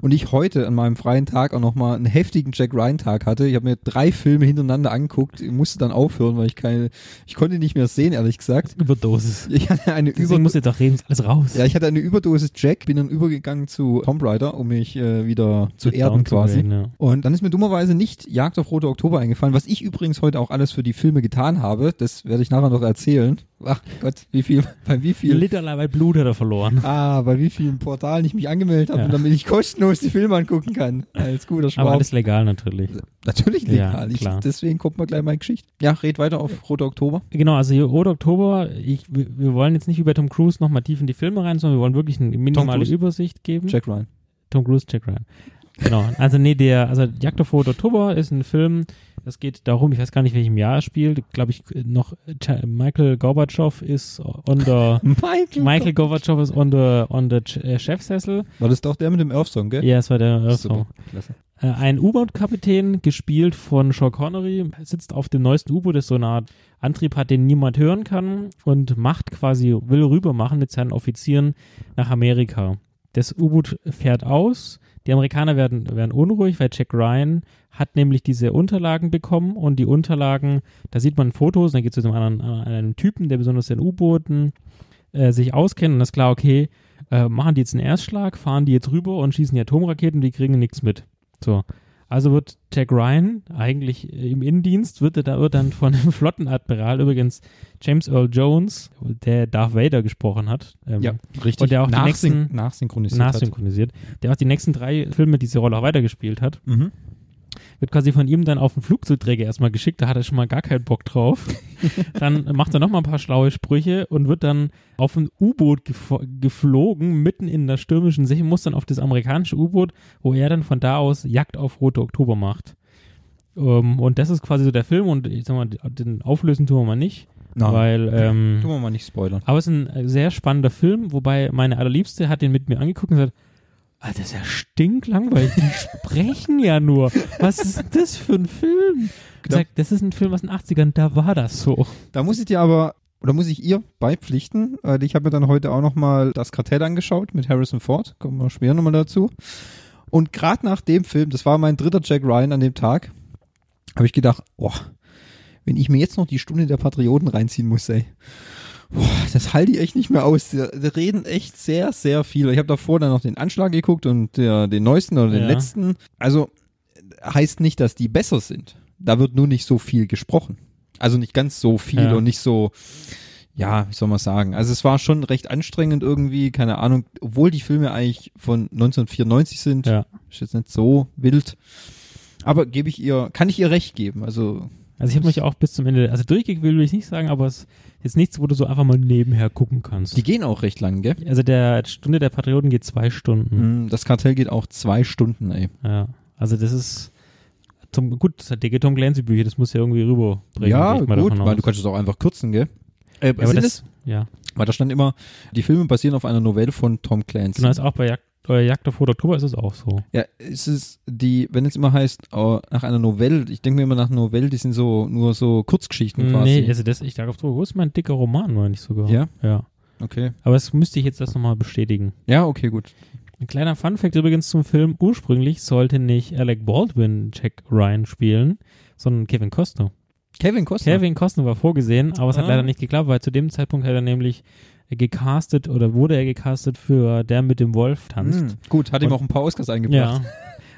Speaker 4: und ich heute an meinem freien Tag auch nochmal einen heftigen Jack Ryan-Tag hatte. Ich habe mir drei Filme hintereinander angeguckt, musste dann aufhören, weil ich keine, ich konnte nicht mehr sehen, ehrlich gesagt.
Speaker 1: Überdosis.
Speaker 4: Ich hatte eine Über
Speaker 1: Deswegen muss jetzt auch reden, ist alles raus.
Speaker 4: ja, ich hatte eine Überdosis Jack, bin dann übergegangen zu Tomb Raider, um mich äh, wieder zu
Speaker 1: Mit
Speaker 4: erden
Speaker 1: Down
Speaker 4: quasi.
Speaker 1: Syndrome, ja.
Speaker 4: Und dann ist mir dummerweise nicht Jagd auf Rote Oktober eingefallen, was ich übrigens heute auch alles für die Filme getan habe. Das werde ich nachher noch erzählen. Ach Gott, wie viel, [LAUGHS] bei wie viel,
Speaker 1: Literlei Blut hat er verloren.
Speaker 4: ah, bei wie vielen Portalen ich mich angemeldet habe,
Speaker 1: Ja.
Speaker 4: damit ich kostenlos die Filme angucken kann. Als guter
Speaker 1: Aber
Speaker 4: Schwab.
Speaker 1: alles legal natürlich.
Speaker 4: Natürlich
Speaker 1: Ja,
Speaker 4: legal.
Speaker 1: klar.
Speaker 4: ich, deswegen kommt mal gleich meine Geschichte. Ja, red weiter auf Rote Oktober.
Speaker 1: Genau, also hier Rot Oktober, ich, wir wir wollen jetzt nicht über Tom Cruise nochmal tief in die Filme rein, sondern wir wollen wirklich eine minimale
Speaker 4: Cruise?
Speaker 1: Übersicht geben.
Speaker 4: Jack Ryan.
Speaker 1: Tom Cruise, Jack Ryan. Genau, also nee, der, also Jagd auf Rot Oktober ist ein Film, das geht darum, ich weiß gar nicht, welchem Jahr er spielt, glaube ich noch, äh, Cha- Michael Gorbatschow ist on the,
Speaker 4: [LAUGHS] Michael.
Speaker 1: Michael Gorbatschow ist on the, on the Ch- äh, Chefsessel.
Speaker 4: War das doch der mit dem Earth Song, gell?
Speaker 1: Ja, es war der äh, so.
Speaker 4: Super. Klasse.
Speaker 1: Äh, Ein U-Boot-Kapitän, gespielt von Sean Connery, sitzt auf dem neuesten U-Boot, das so eine Art Antrieb hat, den niemand hören kann und macht quasi, will rüber machen mit seinen Offizieren nach Amerika. Das U-Boot fährt aus, die Amerikaner werden, werden unruhig, weil Jack Ryan hat nämlich diese Unterlagen bekommen und die Unterlagen, da sieht man Fotos, und dann geht es zu einem anderen an einem Typen, der besonders in U-Booten äh, sich auskennt und das ist klar, okay, äh, machen die jetzt einen Erstschlag, fahren die jetzt rüber und schießen die Atomraketen, die kriegen nichts mit. So. Also wird Jack Ryan eigentlich äh, im Innendienst, wird er da wird dann von einem [LAUGHS] Flottenadmiral, übrigens James Earl Jones, der Darth Vader gesprochen hat, ähm,
Speaker 4: Ja, richtig.
Speaker 1: Und der auch die
Speaker 4: Nachsyn-
Speaker 1: nächsten-
Speaker 4: nachsynchronisiert hat.
Speaker 1: nachsynchronisiert, der auch die nächsten drei Filme diese Rolle auch weitergespielt hat,
Speaker 4: Mhm.
Speaker 1: wird quasi von ihm dann auf den Flugzeugträger erstmal geschickt, da hat er schon mal gar keinen Bock drauf. Dann macht er nochmal ein paar schlaue Sprüche und wird dann auf ein U-Boot gefo- geflogen, mitten in der stürmischen See, muss dann auf das amerikanische U-Boot, wo er dann von da aus Jagd auf Rote Oktober macht. Ähm, und das ist quasi so der Film und ich sag mal, den Auflösen tun wir mal nicht, weil ähm,
Speaker 4: Tun wir mal nicht spoilern.
Speaker 1: aber es ist ein äh, sehr spannender Film, wobei meine allerliebste hat den mit mir angeguckt und gesagt, Alter, das ist ja stinklangweilig. Die [LAUGHS] sprechen ja nur. Was ist denn das für ein Film? Ich
Speaker 4: Da-
Speaker 1: Sag, das ist ein Film aus den 80ern, da war das so.
Speaker 4: Da muss ich dir aber, oder muss ich ihr beipflichten, äh, ich habe mir dann heute auch nochmal das Kartell angeschaut mit Harrison Ford, kommen wir später nochmal dazu. Und gerade nach dem Film, das war mein dritter Jack Ryan an dem Tag, habe ich gedacht, boah, wenn ich mir jetzt noch die Stunde der Patrioten reinziehen muss, ey. Boah, das halte ich echt nicht mehr aus. Die, die reden echt sehr, sehr viel. Ich habe davor dann noch den Anschlag geguckt und der, den neuesten oder den
Speaker 1: Ja.
Speaker 4: letzten. Also heißt nicht, dass die besser sind. Da wird nur nicht so viel gesprochen. Also nicht ganz so viel
Speaker 1: Ja.
Speaker 4: und nicht so, ja, wie soll man sagen. Also es war schon recht anstrengend irgendwie, keine Ahnung, obwohl die Filme eigentlich von 1994 sind,
Speaker 1: Ja.
Speaker 4: ist jetzt nicht so wild. Aber gebe ich ihr, kann ich ihr recht geben. Also
Speaker 1: Also ich habe mich auch bis zum Ende, also durchgequält will ich nicht sagen, aber es ist jetzt nichts, wo du so einfach mal nebenher gucken kannst.
Speaker 4: die gehen auch recht lang, gell?
Speaker 1: also der Stunde der Patrioten geht zwei Stunden.
Speaker 4: Mm, Das Kartell geht auch zwei Stunden, ey.
Speaker 1: Ja. Also das ist zum, gut, das hat dicke Tom Clancy Bücher, das muss ja irgendwie rüberbringen.
Speaker 4: ja,
Speaker 1: gehe ich mal
Speaker 4: gut,
Speaker 1: davon
Speaker 4: weil
Speaker 1: aus.
Speaker 4: du kannst es auch einfach kürzen, gell? Äh,
Speaker 1: ja, aber
Speaker 4: sind
Speaker 1: das,
Speaker 4: es-
Speaker 1: ja.
Speaker 4: weil da stand immer, die Filme basieren auf einer Novelle von Tom Clancy.
Speaker 1: Genau, ist auch bei Jagd, äh, Jagd auf Rot Oktober ist es auch so.
Speaker 4: Ja, es ist die, wenn es immer heißt, äh, nach einer Novelle, ich denke mir immer nach Novelle, die sind so nur so Kurzgeschichten Hm, quasi.
Speaker 1: Nee, also das, ich sage auf Druck, wo ist mein dicker Roman, meine ich sogar.
Speaker 4: Ja?
Speaker 1: Ja.
Speaker 4: okay.
Speaker 1: Aber das müsste ich jetzt das nochmal bestätigen.
Speaker 4: Ja, okay, gut.
Speaker 1: Ein kleiner Funfact übrigens zum Film. Ursprünglich sollte nicht Alec Baldwin Jack Ryan spielen, sondern Kevin Costner.
Speaker 4: Kevin Costner.
Speaker 1: Kevin Costner war vorgesehen, aber es hat
Speaker 4: Ah.
Speaker 1: leider nicht geklappt, weil zu dem Zeitpunkt hat er nämlich gecastet oder wurde er gecastet für Der mit dem Wolf tanzt.
Speaker 4: Mm, gut, hat ihm
Speaker 1: Und-
Speaker 4: auch ein paar Oscars eingebracht.
Speaker 1: Ja.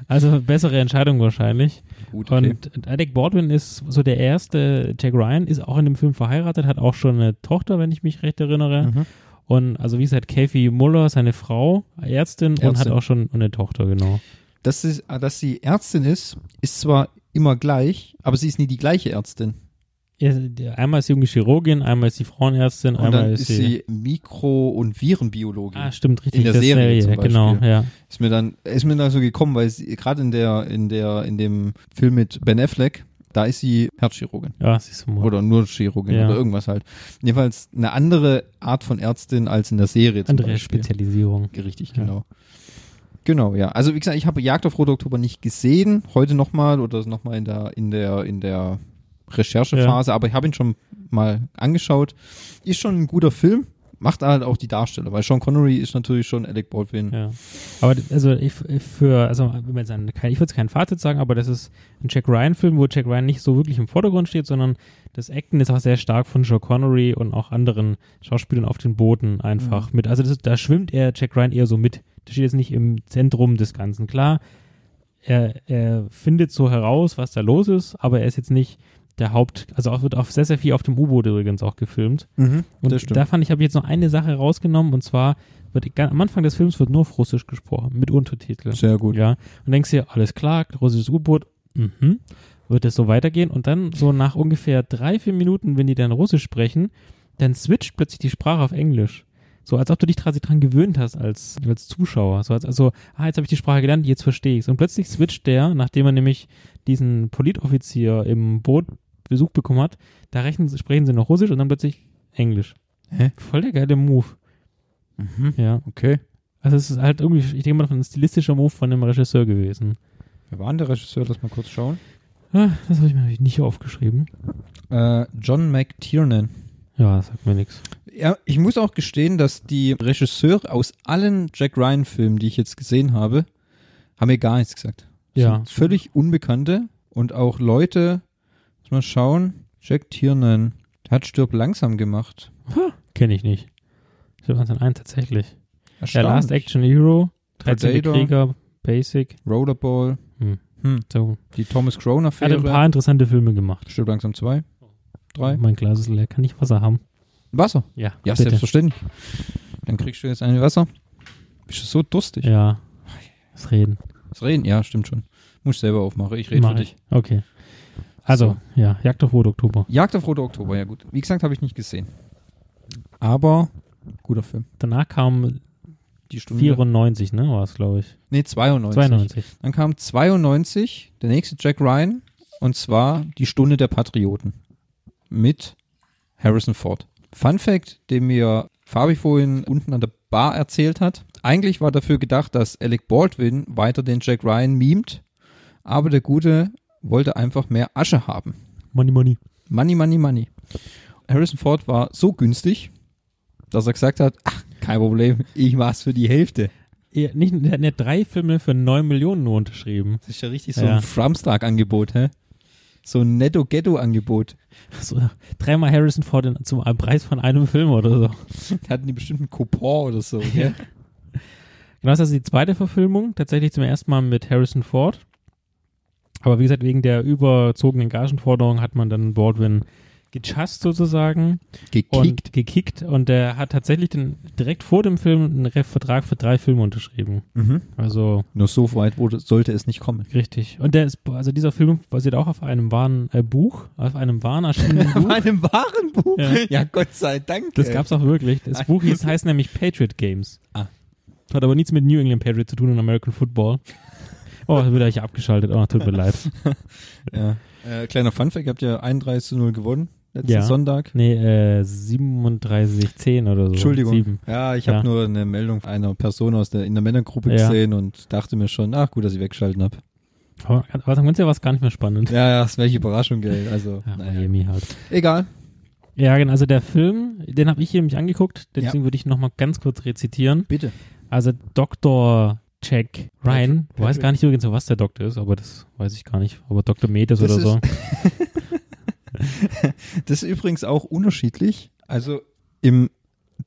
Speaker 1: Also bessere Entscheidung wahrscheinlich.
Speaker 4: Gut,
Speaker 1: Und Alec Baldwin ist so der erste, Jack Ryan ist auch in dem Film verheiratet, hat auch schon eine Tochter, wenn ich mich recht erinnere.
Speaker 4: Mhm.
Speaker 1: Und also wie gesagt, Kathy Muller, seine Frau, Ärztin, und hat
Speaker 4: Ärztin.
Speaker 1: auch schon eine Tochter, genau.
Speaker 4: Dass, sie, ah, dass sie Ärztin ist, ist zwar immer gleich, aber sie ist nie die gleiche Ärztin.
Speaker 1: Ihr- Einmal ist sie junge Chirurgin, einmal ist sie Frauenärztin,
Speaker 4: Und
Speaker 1: einmal
Speaker 4: dann ist sie Mikro- und Virenbiologin.
Speaker 1: Ah, stimmt, richtig.
Speaker 4: In der
Speaker 1: das
Speaker 4: Serie zum Beispiel.
Speaker 1: genau, ja.
Speaker 4: Ist mir dann, ist mir dann so gekommen, weil sie gerade in der, in der, in dem Film mit Ben Affleck, da ist sie Herzchirurgin.
Speaker 1: Ja, siehst du mal.
Speaker 4: Oder nur Chirurgin
Speaker 1: Ja.
Speaker 4: oder irgendwas halt. Jedenfalls eine andere Art von Ärztin als in der Serie zum
Speaker 1: Andere
Speaker 4: Beispiel.
Speaker 1: Spezialisierung.
Speaker 4: Richtig,
Speaker 1: Ja.
Speaker 4: genau. Genau, ja. Also wie gesagt, ich habe Jagd auf Rot Oktober nicht gesehen, heute nochmal oder nochmal in der, in der, in der Recherchephase, aber ich habe ihn schon mal angeschaut. Ist schon ein guter Film, macht halt auch die Darsteller, weil Sean Connery ist natürlich schon Alec Baldwin.
Speaker 1: Ja. Aber d- also ich, ich für, also wenn man jetzt ein, kein, ich würde es kein Fazit sagen, aber das ist ein Jack Ryan-Film, wo Jack Ryan nicht so wirklich im Vordergrund steht, sondern das Acten ist auch sehr stark von Joe Connery und auch anderen Schauspielern auf den Booten einfach mit. Also das ist, da schwimmt er Jack Ryan eher so mit. Der steht jetzt nicht im Zentrum des Ganzen. Klar, er, er findet so heraus, was da los ist, aber er ist jetzt nicht der Haupt, also auch wird auch sehr, sehr viel auf dem U-Boot übrigens auch gefilmt.
Speaker 4: Mhm,
Speaker 1: Und da fand ich, habe ich jetzt noch eine Sache rausgenommen und zwar wird ga- am Anfang des Films wird nur auf Russisch gesprochen, mit Untertiteln.
Speaker 4: Sehr gut.
Speaker 1: Ja. Und denkst dir, alles klar, russisches U-Boot, mhm. Wird das so weitergehen? Und dann so nach ungefähr drei, vier Minuten, wenn die dann Russisch sprechen, dann switcht plötzlich die Sprache auf Englisch. So, als ob du dich quasi dran gewöhnt hast als, als Zuschauer. So, als, also, ah, jetzt habe ich die Sprache gelernt, jetzt verstehe ich's. Und plötzlich switcht der, nachdem er nämlich diesen Politoffizier im Boot Besuch bekommen hat, da rechnen, sie- sprechen sie noch Russisch und dann plötzlich Englisch.
Speaker 4: Hä?
Speaker 1: Voll der geile Move.
Speaker 4: Mhm.
Speaker 1: Ja.
Speaker 4: Okay.
Speaker 1: Also es ist halt irgendwie, ich denke mal, ein stilistischer Move von dem Regisseur gewesen.
Speaker 4: Wer war denn der Regisseur? Lass mal kurz schauen.
Speaker 1: Ah, Das habe ich mir natürlich nicht aufgeschrieben.
Speaker 4: Äh, John McTiernan.
Speaker 1: Ja, das sagt mir nichts.
Speaker 4: Ja, ich muss auch gestehen, dass die Regisseure aus allen Jack Ryan-Filmen, die ich jetzt gesehen habe, haben mir gar nichts gesagt. Das
Speaker 1: Ja.
Speaker 4: Sind völlig Unbekannte und auch Leute, muss mal schauen, Jack Tiernan, der hat Stirb langsam gemacht.
Speaker 1: Kenne ich nicht. Ich habe eins tatsächlich. Ja,
Speaker 4: Erstaunlich.
Speaker 1: Last Action Hero, 13.
Speaker 4: Predator.
Speaker 1: Krieger, Basic.
Speaker 4: Rollerball,
Speaker 1: Hm.
Speaker 4: Hm.
Speaker 1: So.
Speaker 4: die Thomas Croner
Speaker 1: Er hat ein
Speaker 4: Fähre,
Speaker 1: paar interessante Filme gemacht.
Speaker 4: Stirb langsam 2, 3.
Speaker 1: Mein Glas ist leer. Kann ich Wasser haben?
Speaker 4: Wasser.
Speaker 1: Ja,
Speaker 4: Ja,
Speaker 1: bitte.
Speaker 4: selbstverständlich. Dann kriegst du jetzt ein Wasser. Bist du so durstig?
Speaker 1: Ja. Das Reden.
Speaker 4: Das Reden, ja, stimmt schon. Muss ich selber aufmachen, ich rede
Speaker 1: Mach
Speaker 4: für dich.
Speaker 1: ich. Okay. Also, ja, Jagd auf Rot Oktober.
Speaker 4: Jagd auf Rote Oktober, ja gut. Wie gesagt, habe ich nicht gesehen. Aber guter Film.
Speaker 1: Danach kam
Speaker 4: Die Stunde.
Speaker 1: 94, ne, war es, glaube ich.
Speaker 4: nee, 92.
Speaker 1: 92.
Speaker 4: Dann kam 92, der nächste Jack Ryan, und zwar Die Stunde der Patrioten mit Harrison Ford. Fun Fact, den mir Fabi vorhin unten an der Bar erzählt hat. Eigentlich war dafür gedacht, dass Alec Baldwin weiter den Jack Ryan mimt, aber der Gute wollte einfach mehr Asche haben.
Speaker 1: Money, money.
Speaker 4: Money, money, money. Harrison Ford war so günstig, dass er gesagt hat, ach, kein Problem, ich mach's für die Hälfte.
Speaker 1: Ja, nicht, der hat ja drei Filme für 9 Millionen nur unterschrieben.
Speaker 4: Das ist ja richtig so
Speaker 1: Ja.
Speaker 4: ein Framstag-Angebot, hä? So ein Netto-Ghetto-Angebot.
Speaker 1: So, dreimal Harrison Ford in, zum Preis von einem Film oder so.
Speaker 4: Da hatten die bestimmt einen Coupon oder so, gell?
Speaker 1: Genau, das ist die zweite Verfilmung, tatsächlich zum ersten Mal mit Harrison Ford. Aber wie gesagt, wegen der überzogenen Gagenforderung hat man dann Baldwin gechast sozusagen
Speaker 4: Gekickt.
Speaker 1: und gekickt und der hat tatsächlich den, direkt vor dem Film einen Re- Vertrag für drei Filme unterschrieben.
Speaker 4: Mhm.
Speaker 1: Also
Speaker 4: Nur so weit wurde, sollte es nicht [LAUGHS] kommen.
Speaker 1: richtig. Und der ist, also dieser Film basiert auch auf einem wahren äh, Buch, auf einem wahren erschienenen Buch.
Speaker 4: einem Warenbuch?
Speaker 1: Ja.
Speaker 4: Ja. Gott sei Dank.
Speaker 1: Das
Speaker 4: ey.
Speaker 1: gab's auch wirklich. Das Buch hieß, heißt nämlich Patriot Games.
Speaker 4: Ah.
Speaker 1: Hat aber nichts mit New England Patriot zu tun und American Football. Oh, da wird euch abgeschaltet. Oh, tut mir leid.
Speaker 4: Ja. Äh, kleiner Funfact, ihr habt ja 31 zu 0 gewonnen, letzten
Speaker 1: Ja.
Speaker 4: Sonntag.
Speaker 1: Nee, äh, 3710 oder so.
Speaker 4: Entschuldigung.
Speaker 1: Sieben.
Speaker 4: Ja, ich habe
Speaker 1: Ja.
Speaker 4: nur eine Meldung einer Person aus der, in der Männergruppe
Speaker 1: Ja.
Speaker 4: gesehen und dachte mir schon, ach gut, dass ich weggeschalten habe.
Speaker 1: Aber was ganz ja was gar nicht mehr spannend.
Speaker 4: Ja, ja, das welche Überraschung, gell. Also,
Speaker 1: Ja,
Speaker 4: naja.
Speaker 1: Miami halt.
Speaker 4: Egal.
Speaker 1: Ja, genau. Also der Film, den habe ich hier nämlich angeguckt. Deswegen würde ich nochmal ganz kurz rezitieren.
Speaker 4: Bitte.
Speaker 1: Also Dr. Jack Ryan,
Speaker 4: Patrick-
Speaker 1: weiß gar nicht übrigens, was der Doktor ist, aber das weiß ich gar nicht. Aber Dr. Medes
Speaker 4: Das
Speaker 1: oder so.
Speaker 4: Das ist übrigens auch unterschiedlich. Also im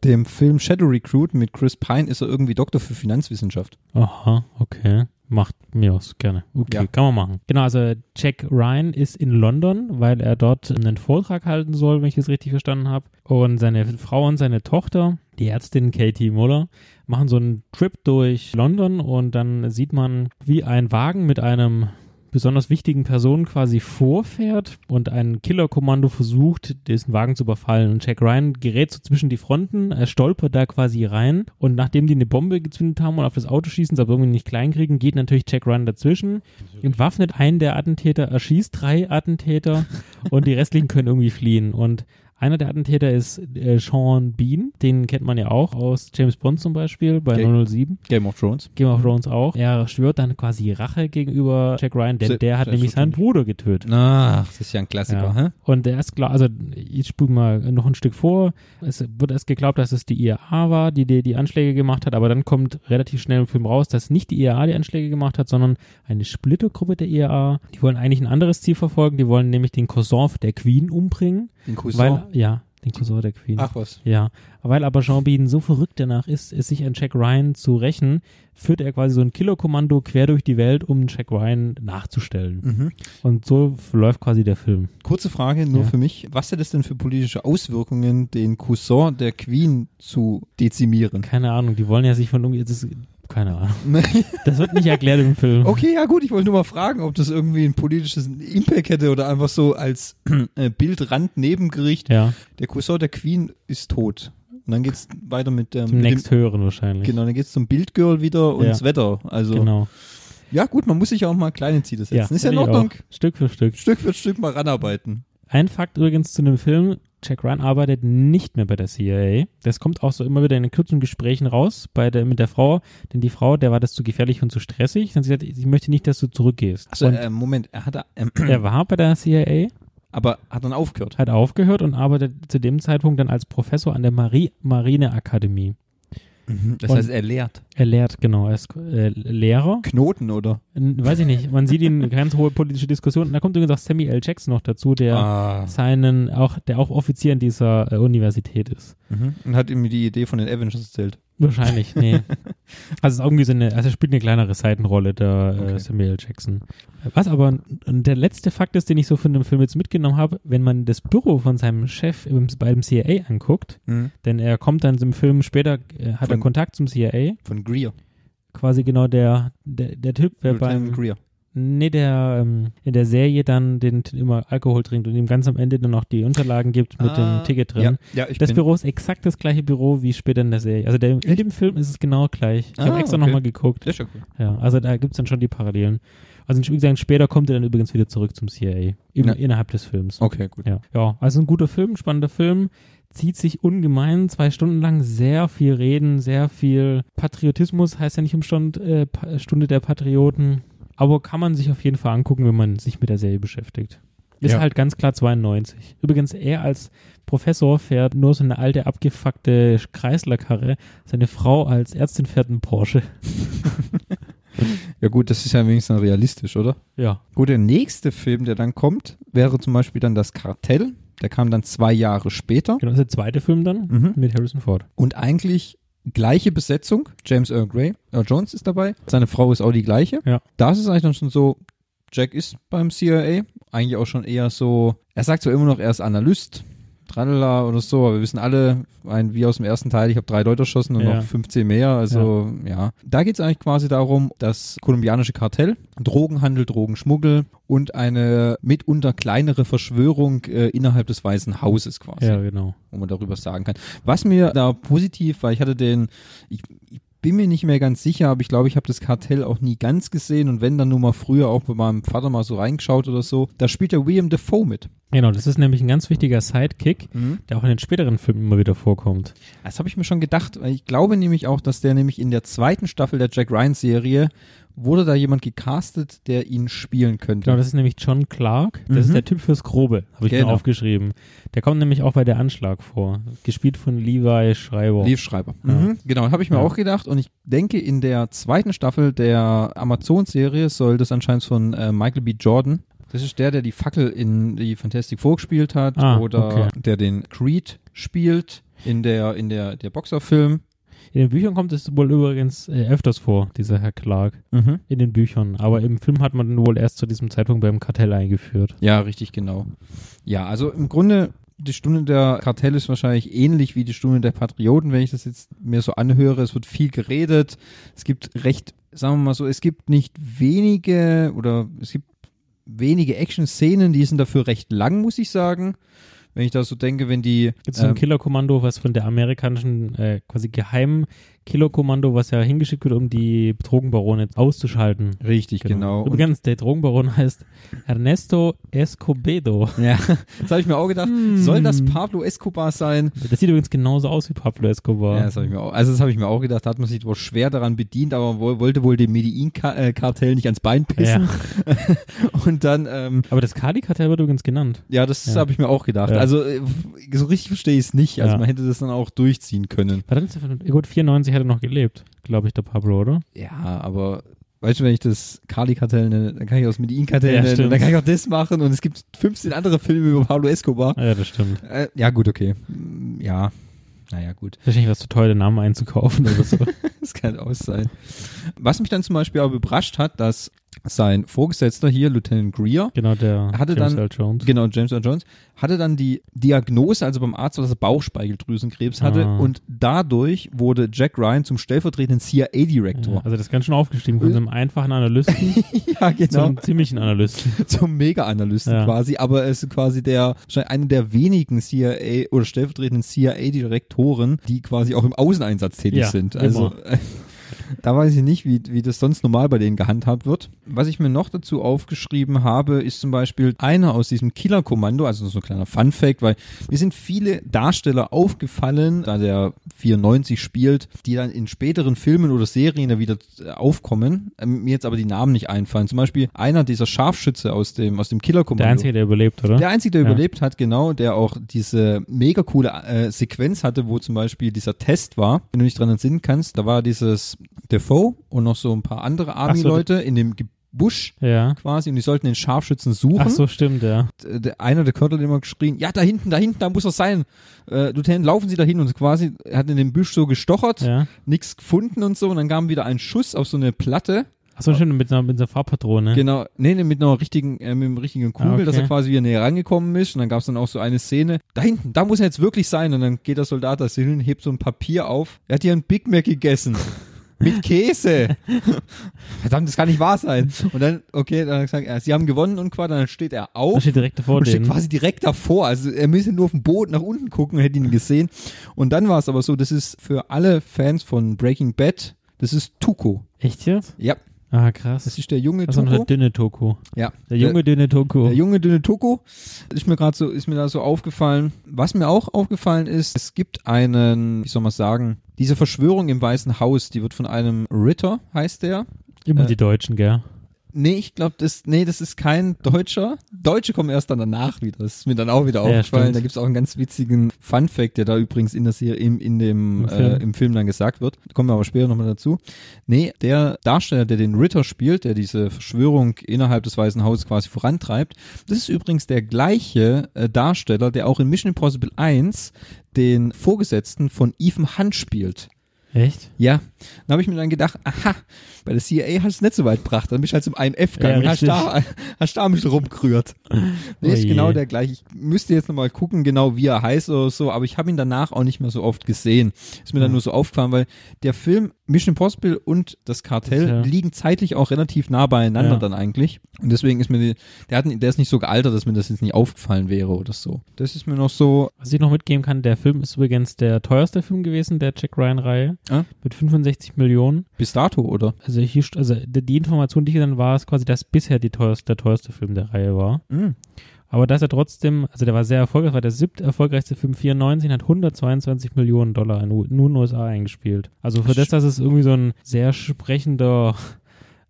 Speaker 4: dem Film Shadow Recruit mit Chris Pine ist er irgendwie Doktor für Finanzwissenschaft.
Speaker 1: Aha, okay. Macht mir aus, gerne. Okay,
Speaker 4: Ja.
Speaker 1: kann man machen. Genau, also Jack Ryan ist in London, weil er dort einen Vortrag halten soll, wenn ich das richtig verstanden habe. Und seine Frau und seine Tochter, die Ärztin Katie Muller, machen so einen Trip durch London und dann sieht man, wie ein Wagen mit einem besonders wichtigen Person quasi vorfährt und ein Killerkommando versucht, diesen Wagen zu überfallen. Und Jack Ryan gerät so zwischen die Fronten, er stolpert da quasi rein und nachdem die eine Bombe gezündet haben und auf das Auto schießen, es aber irgendwie nicht klein kriegen, geht natürlich Jack Ryan dazwischen, entwaffnet einen der Attentäter, erschießt drei Attentäter und die restlichen können irgendwie fliehen. Und einer der Attentäter ist äh, Sean Bean, den kennt man ja auch aus James Bond zum Beispiel bei
Speaker 4: Okay.
Speaker 1: 007.
Speaker 4: Game of Thrones.
Speaker 1: Game of Thrones auch. Er schwört dann quasi Rache gegenüber Jack Ryan, denn
Speaker 4: Se-
Speaker 1: der hat nämlich seinen
Speaker 4: selbstverständlich.
Speaker 1: Bruder getötet.
Speaker 4: Ach, das ist ja ein Klassiker,
Speaker 1: Ja.
Speaker 4: hä?
Speaker 1: Und er ist klar, also ich spule mal noch ein Stück vor. Es wird erst geglaubt, dass es die IAA war, die die, die Anschläge gemacht hat, aber dann kommt relativ schnell im Film raus, dass nicht die IAA die Anschläge gemacht hat, sondern eine Splittergruppe der IAA. Die wollen eigentlich ein anderes Ziel verfolgen, die wollen nämlich den Cousin der Queen umbringen.
Speaker 4: Den Cousin.
Speaker 1: Weil, ja, den Cousin der Queen.
Speaker 4: Ach was.
Speaker 1: Ja, weil aber Sean Bean so verrückt danach ist, es sich an Jack Ryan zu rächen, führt er quasi so ein Killerkommando quer durch die Welt, um Jack Ryan nachzustellen.
Speaker 4: Mhm.
Speaker 1: Und so läuft quasi der Film.
Speaker 4: Kurze Frage nur
Speaker 1: Ja.
Speaker 4: für mich. Was hat es denn für politische Auswirkungen, den Cousin der Queen zu dezimieren?
Speaker 1: Keine Ahnung, die wollen ja sich von irgendwie, das ist, keine Ahnung.
Speaker 4: [LAUGHS]
Speaker 1: Das wird nicht erklärt im Film.
Speaker 4: Okay, ja gut, ich wollte nur mal fragen, ob das irgendwie einen politischen Impact hätte oder einfach so als äh, Bildrand-Nebengericht.
Speaker 1: Ja,
Speaker 4: Der Cousin der Queen ist tot. Und dann geht's weiter mit, ähm,
Speaker 1: zum
Speaker 4: mit dem
Speaker 1: nächsthöheren wahrscheinlich.
Speaker 4: Genau, dann geht's zum Bildgirl wieder und
Speaker 1: Ja.
Speaker 4: das Wetter. Also
Speaker 1: Genau.
Speaker 4: ja gut, man muss sich ja auch mal kleine Ziele setzen. ist ja in
Speaker 1: finde ich
Speaker 4: Ordnung.
Speaker 1: auch. Stück für Stück.
Speaker 4: Stück für Stück mal ranarbeiten.
Speaker 1: Ein Fakt übrigens zu dem Film, Jack Ryan arbeitet nicht mehr bei der CIA. Das kommt auch so immer wieder in den kurzen Gesprächen raus bei der, mit der Frau, denn die Frau, der war das zu gefährlich und zu stressig. Dann hat sie gesagt, ich möchte nicht, dass du zurückgehst.
Speaker 4: Also
Speaker 1: und
Speaker 4: äh, Moment, er hat er, ähm, [CLEARS THROAT]
Speaker 1: er war bei der CIA,
Speaker 4: aber hat dann aufgehört.
Speaker 1: hat aufgehört und arbeitet zu dem Zeitpunkt dann als Professor an der Marie Marineakademie.
Speaker 4: Das
Speaker 1: Und-
Speaker 4: heißt, er lehrt.
Speaker 1: Er lehrt, genau, er ist äh, Lehrer.
Speaker 4: Knoten, oder?
Speaker 1: N- Weiß ich nicht, man sieht ihn, [LAUGHS] ganz hohe politische Diskussionen. Da kommt übrigens auch Samuel L. Jackson noch dazu, der
Speaker 4: Ah.
Speaker 1: seinen, auch, der auch Offizier in dieser äh, Universität ist.
Speaker 4: Mhm. Und hat ihm die Idee von den Avengers erzählt.
Speaker 1: Wahrscheinlich, nee. also es ist irgendwie so eine, also er spielt eine kleinere Seitenrolle, der äh,
Speaker 4: Okay.
Speaker 1: Samuel L. Jackson. Was aber n- der letzte Fakt ist, den ich so von dem Film jetzt mitgenommen habe, wenn man das Büro von seinem Chef im, beim CIA anguckt,
Speaker 4: Mhm.
Speaker 1: denn er kommt dann im Film später, äh, hat er
Speaker 4: Von-
Speaker 1: Kontakt zum CIA,
Speaker 4: Von Greer.
Speaker 1: quasi genau der, der, der Typ, der
Speaker 4: Lieutenant
Speaker 1: beim,
Speaker 4: Greer.
Speaker 1: nee, der ähm, in der Serie dann den t- immer Alkohol trinkt und ihm ganz am Ende dann noch die Unterlagen gibt mit
Speaker 2: Ah,
Speaker 1: dem Ticket drin.
Speaker 2: Ja, ja ich
Speaker 1: das
Speaker 2: bin.
Speaker 1: Büro ist exakt das gleiche Büro wie später in der Serie. Also der, in
Speaker 2: Echt?
Speaker 1: dem Film ist es genau gleich. Ich habe
Speaker 2: Ah,
Speaker 1: extra
Speaker 2: okay.
Speaker 1: nochmal geguckt.
Speaker 2: Das ist ja cool.
Speaker 1: Ja, also da gibt es dann schon die Parallelen. Also wie gesagt, später kommt er dann übrigens wieder zurück zum CIA. Im,
Speaker 2: Ja.
Speaker 1: Innerhalb des Films.
Speaker 2: Okay, gut.
Speaker 1: Ja. ja, also ein guter Film, spannender Film. Zieht sich ungemein zwei Stunden lang sehr viel Reden, sehr viel Patriotismus, heißt ja nicht im Stand, äh, Pa- Stunde der Patrioten. Aber kann man sich auf jeden Fall angucken, wenn man sich mit der Serie beschäftigt. Ist
Speaker 4: Ja.
Speaker 1: halt ganz klar 92. Übrigens, er als Professor fährt nur so eine alte, abgefuckte Kreislerkarre. Seine Frau als Ärztin fährt einen Porsche.
Speaker 4: Ja gut, das ist ja wenigstens realistisch, oder?
Speaker 1: Ja.
Speaker 4: Gut, der nächste Film, der dann kommt, wäre zum Beispiel dann Das Kartell. Der kam dann zwei Jahre später.
Speaker 1: Genau, das ist der zweite Film dann
Speaker 4: Mhm.
Speaker 1: mit Harrison Ford.
Speaker 4: Und eigentlich gleiche Besetzung. James Earl Grey, Earl Jones ist dabei. Seine Frau ist auch die gleiche.
Speaker 1: Ja.
Speaker 4: Da ist es eigentlich dann schon so, Jack ist beim CIA. Eigentlich auch schon eher so, er sagt zwar immer noch, er ist Analyst. Tralala oder so, aber wir wissen alle, ein, wie aus dem ersten Teil, ich habe drei Leute erschossen und
Speaker 1: Ja.
Speaker 4: noch 15 mehr, also ja. Da geht es eigentlich quasi darum, das kolumbianische Kartell, Drogenhandel, Drogenschmuggel und eine mitunter kleinere Verschwörung äh, innerhalb des Weißen Hauses quasi
Speaker 1: Ja, genau.
Speaker 4: wo man darüber sagen kann. Was mir da positiv, weil ich hatte den, ich, ich bin mir nicht mehr ganz sicher, aber ich glaube, ich habe das Kartell auch nie ganz gesehen und wenn dann nur mal früher auch bei meinem Vater mal so reingeschaut oder so, da spielt der William Defoe mit.
Speaker 1: Genau, das ist nämlich ein ganz wichtiger Sidekick, der auch in den späteren Filmen immer wieder vorkommt.
Speaker 4: Das habe ich mir schon gedacht, weil ich glaube nämlich auch, dass der nämlich in der zweiten Staffel der Jack Ryan Serie wurde da jemand gecastet, der ihn spielen könnte.
Speaker 1: Genau, das ist nämlich John Clark. Das
Speaker 4: Mhm.
Speaker 1: ist der Typ fürs Grobe, habe ich mir
Speaker 4: Genau.
Speaker 1: aufgeschrieben. Der kommt nämlich auch bei der Anschlag vor. Gespielt von Levi Schreiber.
Speaker 4: Liefschreiber.
Speaker 1: Ja.
Speaker 4: Mhm. Genau, habe ich mir
Speaker 1: Ja.
Speaker 4: auch gedacht. Und ich denke, in der zweiten Staffel der Amazon-Serie soll das anscheinend von äh, Michael B. Jordan. Das ist der, der die Fackel in die Fantastic Four gespielt hat
Speaker 1: Ah,
Speaker 4: oder
Speaker 1: okay.
Speaker 4: der den Creed spielt in der in der der Boxerfilm.
Speaker 1: in den Büchern kommt es wohl übrigens äh, öfters vor, dieser Herr Clark.
Speaker 4: Mhm.
Speaker 1: In den Büchern. Aber im Film hat man ihn wohl erst zu diesem Zeitpunkt beim Kartell eingeführt.
Speaker 4: Ja, richtig genau. Ja, also im Grunde die Stunde der Kartelle ist wahrscheinlich ähnlich wie die Stunde der Patrioten, wenn ich das jetzt mir so anhöre. Es wird viel geredet. Es gibt recht, sagen wir mal so, es gibt nicht wenige oder es gibt wenige Action-Szenen, die sind dafür recht lang, muss ich sagen. Wenn ich da so denke, wenn die
Speaker 1: Jetzt so ein
Speaker 4: ähm,
Speaker 1: Killerkommando, was von der amerikanischen, äh, quasi geheimen Killerkommando, was ja hingeschickt wird, um die Drogenbarone auszuschalten.
Speaker 4: Richtig, genau. Und-
Speaker 1: Übrigens, der Drogenbaron heißt Ernesto Escobedo.
Speaker 4: Ja, das habe ich mir auch gedacht.
Speaker 1: Hm.
Speaker 4: Soll das Pablo Escobar sein?
Speaker 1: Das sieht übrigens genauso aus wie Pablo Escobar.
Speaker 4: Ja, das habe ich mir auch. Also das habe ich mir auch gedacht. Da hat man sich wohl schwer daran bedient, aber wohl, wollte wohl dem Medellin-Kartell nicht ans Bein pissen. Und dann, ähm,
Speaker 1: Aber das Kali-Kartell wird übrigens genannt.
Speaker 4: ja, das
Speaker 1: Ja.
Speaker 4: habe ich mir auch gedacht.
Speaker 1: Ja.
Speaker 4: Also äh, so richtig verstehe ich es nicht. Also
Speaker 1: Ja.
Speaker 4: man hätte das dann auch durchziehen können.
Speaker 1: War das nicht- gut, 94 hat er noch gelebt, glaube ich, der Pablo, oder?
Speaker 4: Ja, aber weißt du, wenn ich das Kali-Kartell nenne, dann kann ich auch das Medellin-Kartell
Speaker 1: Ja,
Speaker 4: nennen
Speaker 1: stimmt.
Speaker 4: und dann kann ich auch das machen. Und es gibt 15 andere Filme über Pablo Escobar.
Speaker 1: Ja, das stimmt.
Speaker 4: Äh, ja, gut, okay. Mm, Ja, naja, gut. [LAUGHS]
Speaker 1: Wahrscheinlich war es zu teuer, den Namen einzukaufen oder so.
Speaker 4: Das kann auch sein. Was mich dann zum Beispiel auch überrascht hat, dass sein Vorgesetzter hier, Lieutenant Greer,
Speaker 1: genau, der
Speaker 4: Hatte
Speaker 1: James
Speaker 4: dann-
Speaker 1: Earl Jones.
Speaker 4: genau, James Earl Jones, hatte dann die Diagnose, also beim Arzt, dass er Bauchspeicheldrüsenkrebs hatte
Speaker 1: Ah.
Speaker 4: und dadurch wurde Jack Ryan zum stellvertretenden
Speaker 1: Ja,
Speaker 4: CIA-Direktor.
Speaker 1: also das ist ganz schön aufgestiegen von so einem einfachen
Speaker 4: [LAUGHS]
Speaker 1: Analysten
Speaker 4: Ja,
Speaker 1: zu einem ziemlichen Analysten.
Speaker 4: [LAUGHS] Zum Mega-Analysten
Speaker 1: genau. Ja.
Speaker 4: quasi, aber er ist quasi der, wahrscheinlich einer der wenigen CIA oder stellvertretenden CIA-Direktoren, die quasi auch im Außeneinsatz tätig
Speaker 1: Ja, genau.
Speaker 4: sind.
Speaker 1: immer.
Speaker 4: Also da weiß ich nicht, wie, wie das sonst normal bei denen gehandhabt wird. Was ich mir noch dazu aufgeschrieben habe, ist zum Beispiel einer aus diesem Killer-Kommando, also so ein kleiner Fun-Fact, weil mir sind viele Darsteller aufgefallen, da der 94 spielt, die dann in späteren Filmen oder Serien da wieder äh, aufkommen, ähm, mir jetzt aber die Namen nicht einfallen. Zum Beispiel einer dieser Scharfschütze aus dem, aus dem Killer-Kommando.
Speaker 1: Der Einzige, der überlebt, oder?
Speaker 4: Der Einzige, der
Speaker 1: Hm? Ja.
Speaker 4: überlebt hat, genau, der auch diese mega coole äh, Sequenz hatte, wo zum Beispiel dieser Test war, wenn du dich dran entsinnen kannst, da war dieses Defoe und noch so ein paar andere Army-Leute in dem Ge- Busch
Speaker 1: Ja.
Speaker 4: quasi und die sollten den Scharfschützen suchen.
Speaker 1: Ach so, stimmt, ja.
Speaker 4: D- Der, einer der Körtel hat immer geschrien, ja, da hinten, da hinten, da muss er sein. Äh, Lieutenant, laufen Sie da hin und quasi hat in dem Busch so gestochert,
Speaker 1: ja.
Speaker 4: nichts gefunden und so und dann kam wieder ein Schuss auf so eine Platte
Speaker 1: Ach so, stimmt, mit einer, mit einer Farbpatrone.
Speaker 4: Genau, nee, nee, mit einer richtigen, äh, mit einem richtigen Kugel,
Speaker 1: Ah, okay.
Speaker 4: dass er quasi wieder näher rangekommen ist. Und dann gab es dann auch so eine Szene. Da hinten, da muss er
Speaker 1: [LAUGHS]
Speaker 4: jetzt wirklich sein. Und dann geht der Soldat da hin und hebt so ein Papier auf. Er hat hier ein Big Mac gegessen. mit Käse. Verdammt, das kann nicht wahr sein. Und dann, okay, dann hat er gesagt, ja, sie haben gewonnen und quasi, dann steht er
Speaker 1: Das
Speaker 4: auf
Speaker 1: steht direkt vor
Speaker 4: und steht
Speaker 1: denen.
Speaker 4: quasi direkt davor. Also er müsste nur auf dem Boot nach unten gucken, hätte ihn gesehen. Und dann war es aber so, das ist für alle Fans von Breaking Bad, das ist Tuco.
Speaker 1: Echt jetzt?
Speaker 4: Ja,
Speaker 1: Ah, krass.
Speaker 4: das ist der junge
Speaker 1: Das ist noch der
Speaker 4: Tuco.
Speaker 1: dünne Toko.
Speaker 4: Ja,
Speaker 1: Der junge, dünne Toko.
Speaker 4: Der junge dünne Toko ist mir gerade so ist mir da so aufgefallen. Was mir auch aufgefallen ist, es gibt einen, wie soll man sagen, diese Verschwörung im Weißen Haus, die wird von einem Ritter, heißt der.
Speaker 1: Immer
Speaker 4: äh,
Speaker 1: die Deutschen, gell?
Speaker 4: Nee, ich glaube, das nee, das ist kein Deutscher. Deutsche kommen erst dann danach wieder. Das ist mir dann auch wieder
Speaker 1: Ja,
Speaker 4: aufgefallen.
Speaker 1: stimmt.
Speaker 4: Da gibt's auch einen ganz witzigen Fun Fact, der da übrigens in der Serie im in
Speaker 1: Im
Speaker 4: dem im
Speaker 1: Film.
Speaker 4: Film, äh, im Film dann gesagt wird. Da kommen wir aber später nochmal dazu. Nee, der Darsteller, der den Ritter spielt, der diese Verschwörung innerhalb des Weißen Hauses quasi vorantreibt, das ist übrigens der gleiche äh, Darsteller, der auch in Mission Impossible 1 den Vorgesetzten von Ethan Hunt spielt.
Speaker 1: Echt?
Speaker 4: Ja, dann habe ich mir dann gedacht, aha, bei der CIA hast du es nicht so weit gebracht, dann bist du halt zum IMF
Speaker 1: Ja,
Speaker 4: gegangen und hast da, hast da mich rumgerührt. Nee, ist
Speaker 1: Oje.
Speaker 4: genau der gleiche. Ich müsste jetzt nochmal gucken, genau wie er heißt oder so, aber ich habe ihn danach auch nicht mehr so oft gesehen. Ist mir dann nur so aufgefallen, weil der Film Mission Impossible und das Kartell
Speaker 1: Das, ja.
Speaker 4: liegen zeitlich auch relativ nah beieinander
Speaker 1: Ja.
Speaker 4: dann eigentlich. Und deswegen ist mir, die, der, hat, der ist nicht so gealtert, dass mir das jetzt nicht aufgefallen wäre oder so. Das ist mir noch so,
Speaker 1: Was ich noch mitgeben kann, der Film ist übrigens der teuerste Film gewesen, der Jack Ryan-Reihe.
Speaker 4: Ah.
Speaker 1: Mit 65 Millionen.
Speaker 4: bis dato, oder?
Speaker 1: Also, hier, st- also die die Information, die hier dann war, ist quasi, dass bisher die teuerste, der teuerste Film der Reihe war.
Speaker 4: Mhm.
Speaker 1: Aber dass er trotzdem, also der war sehr erfolgreich, war der siebte erfolgreichste Film 94 und hat 122 Millionen Dollar in U- nur in den USA eingespielt. Also für das, dass es irgendwie so ein sehr sprechender,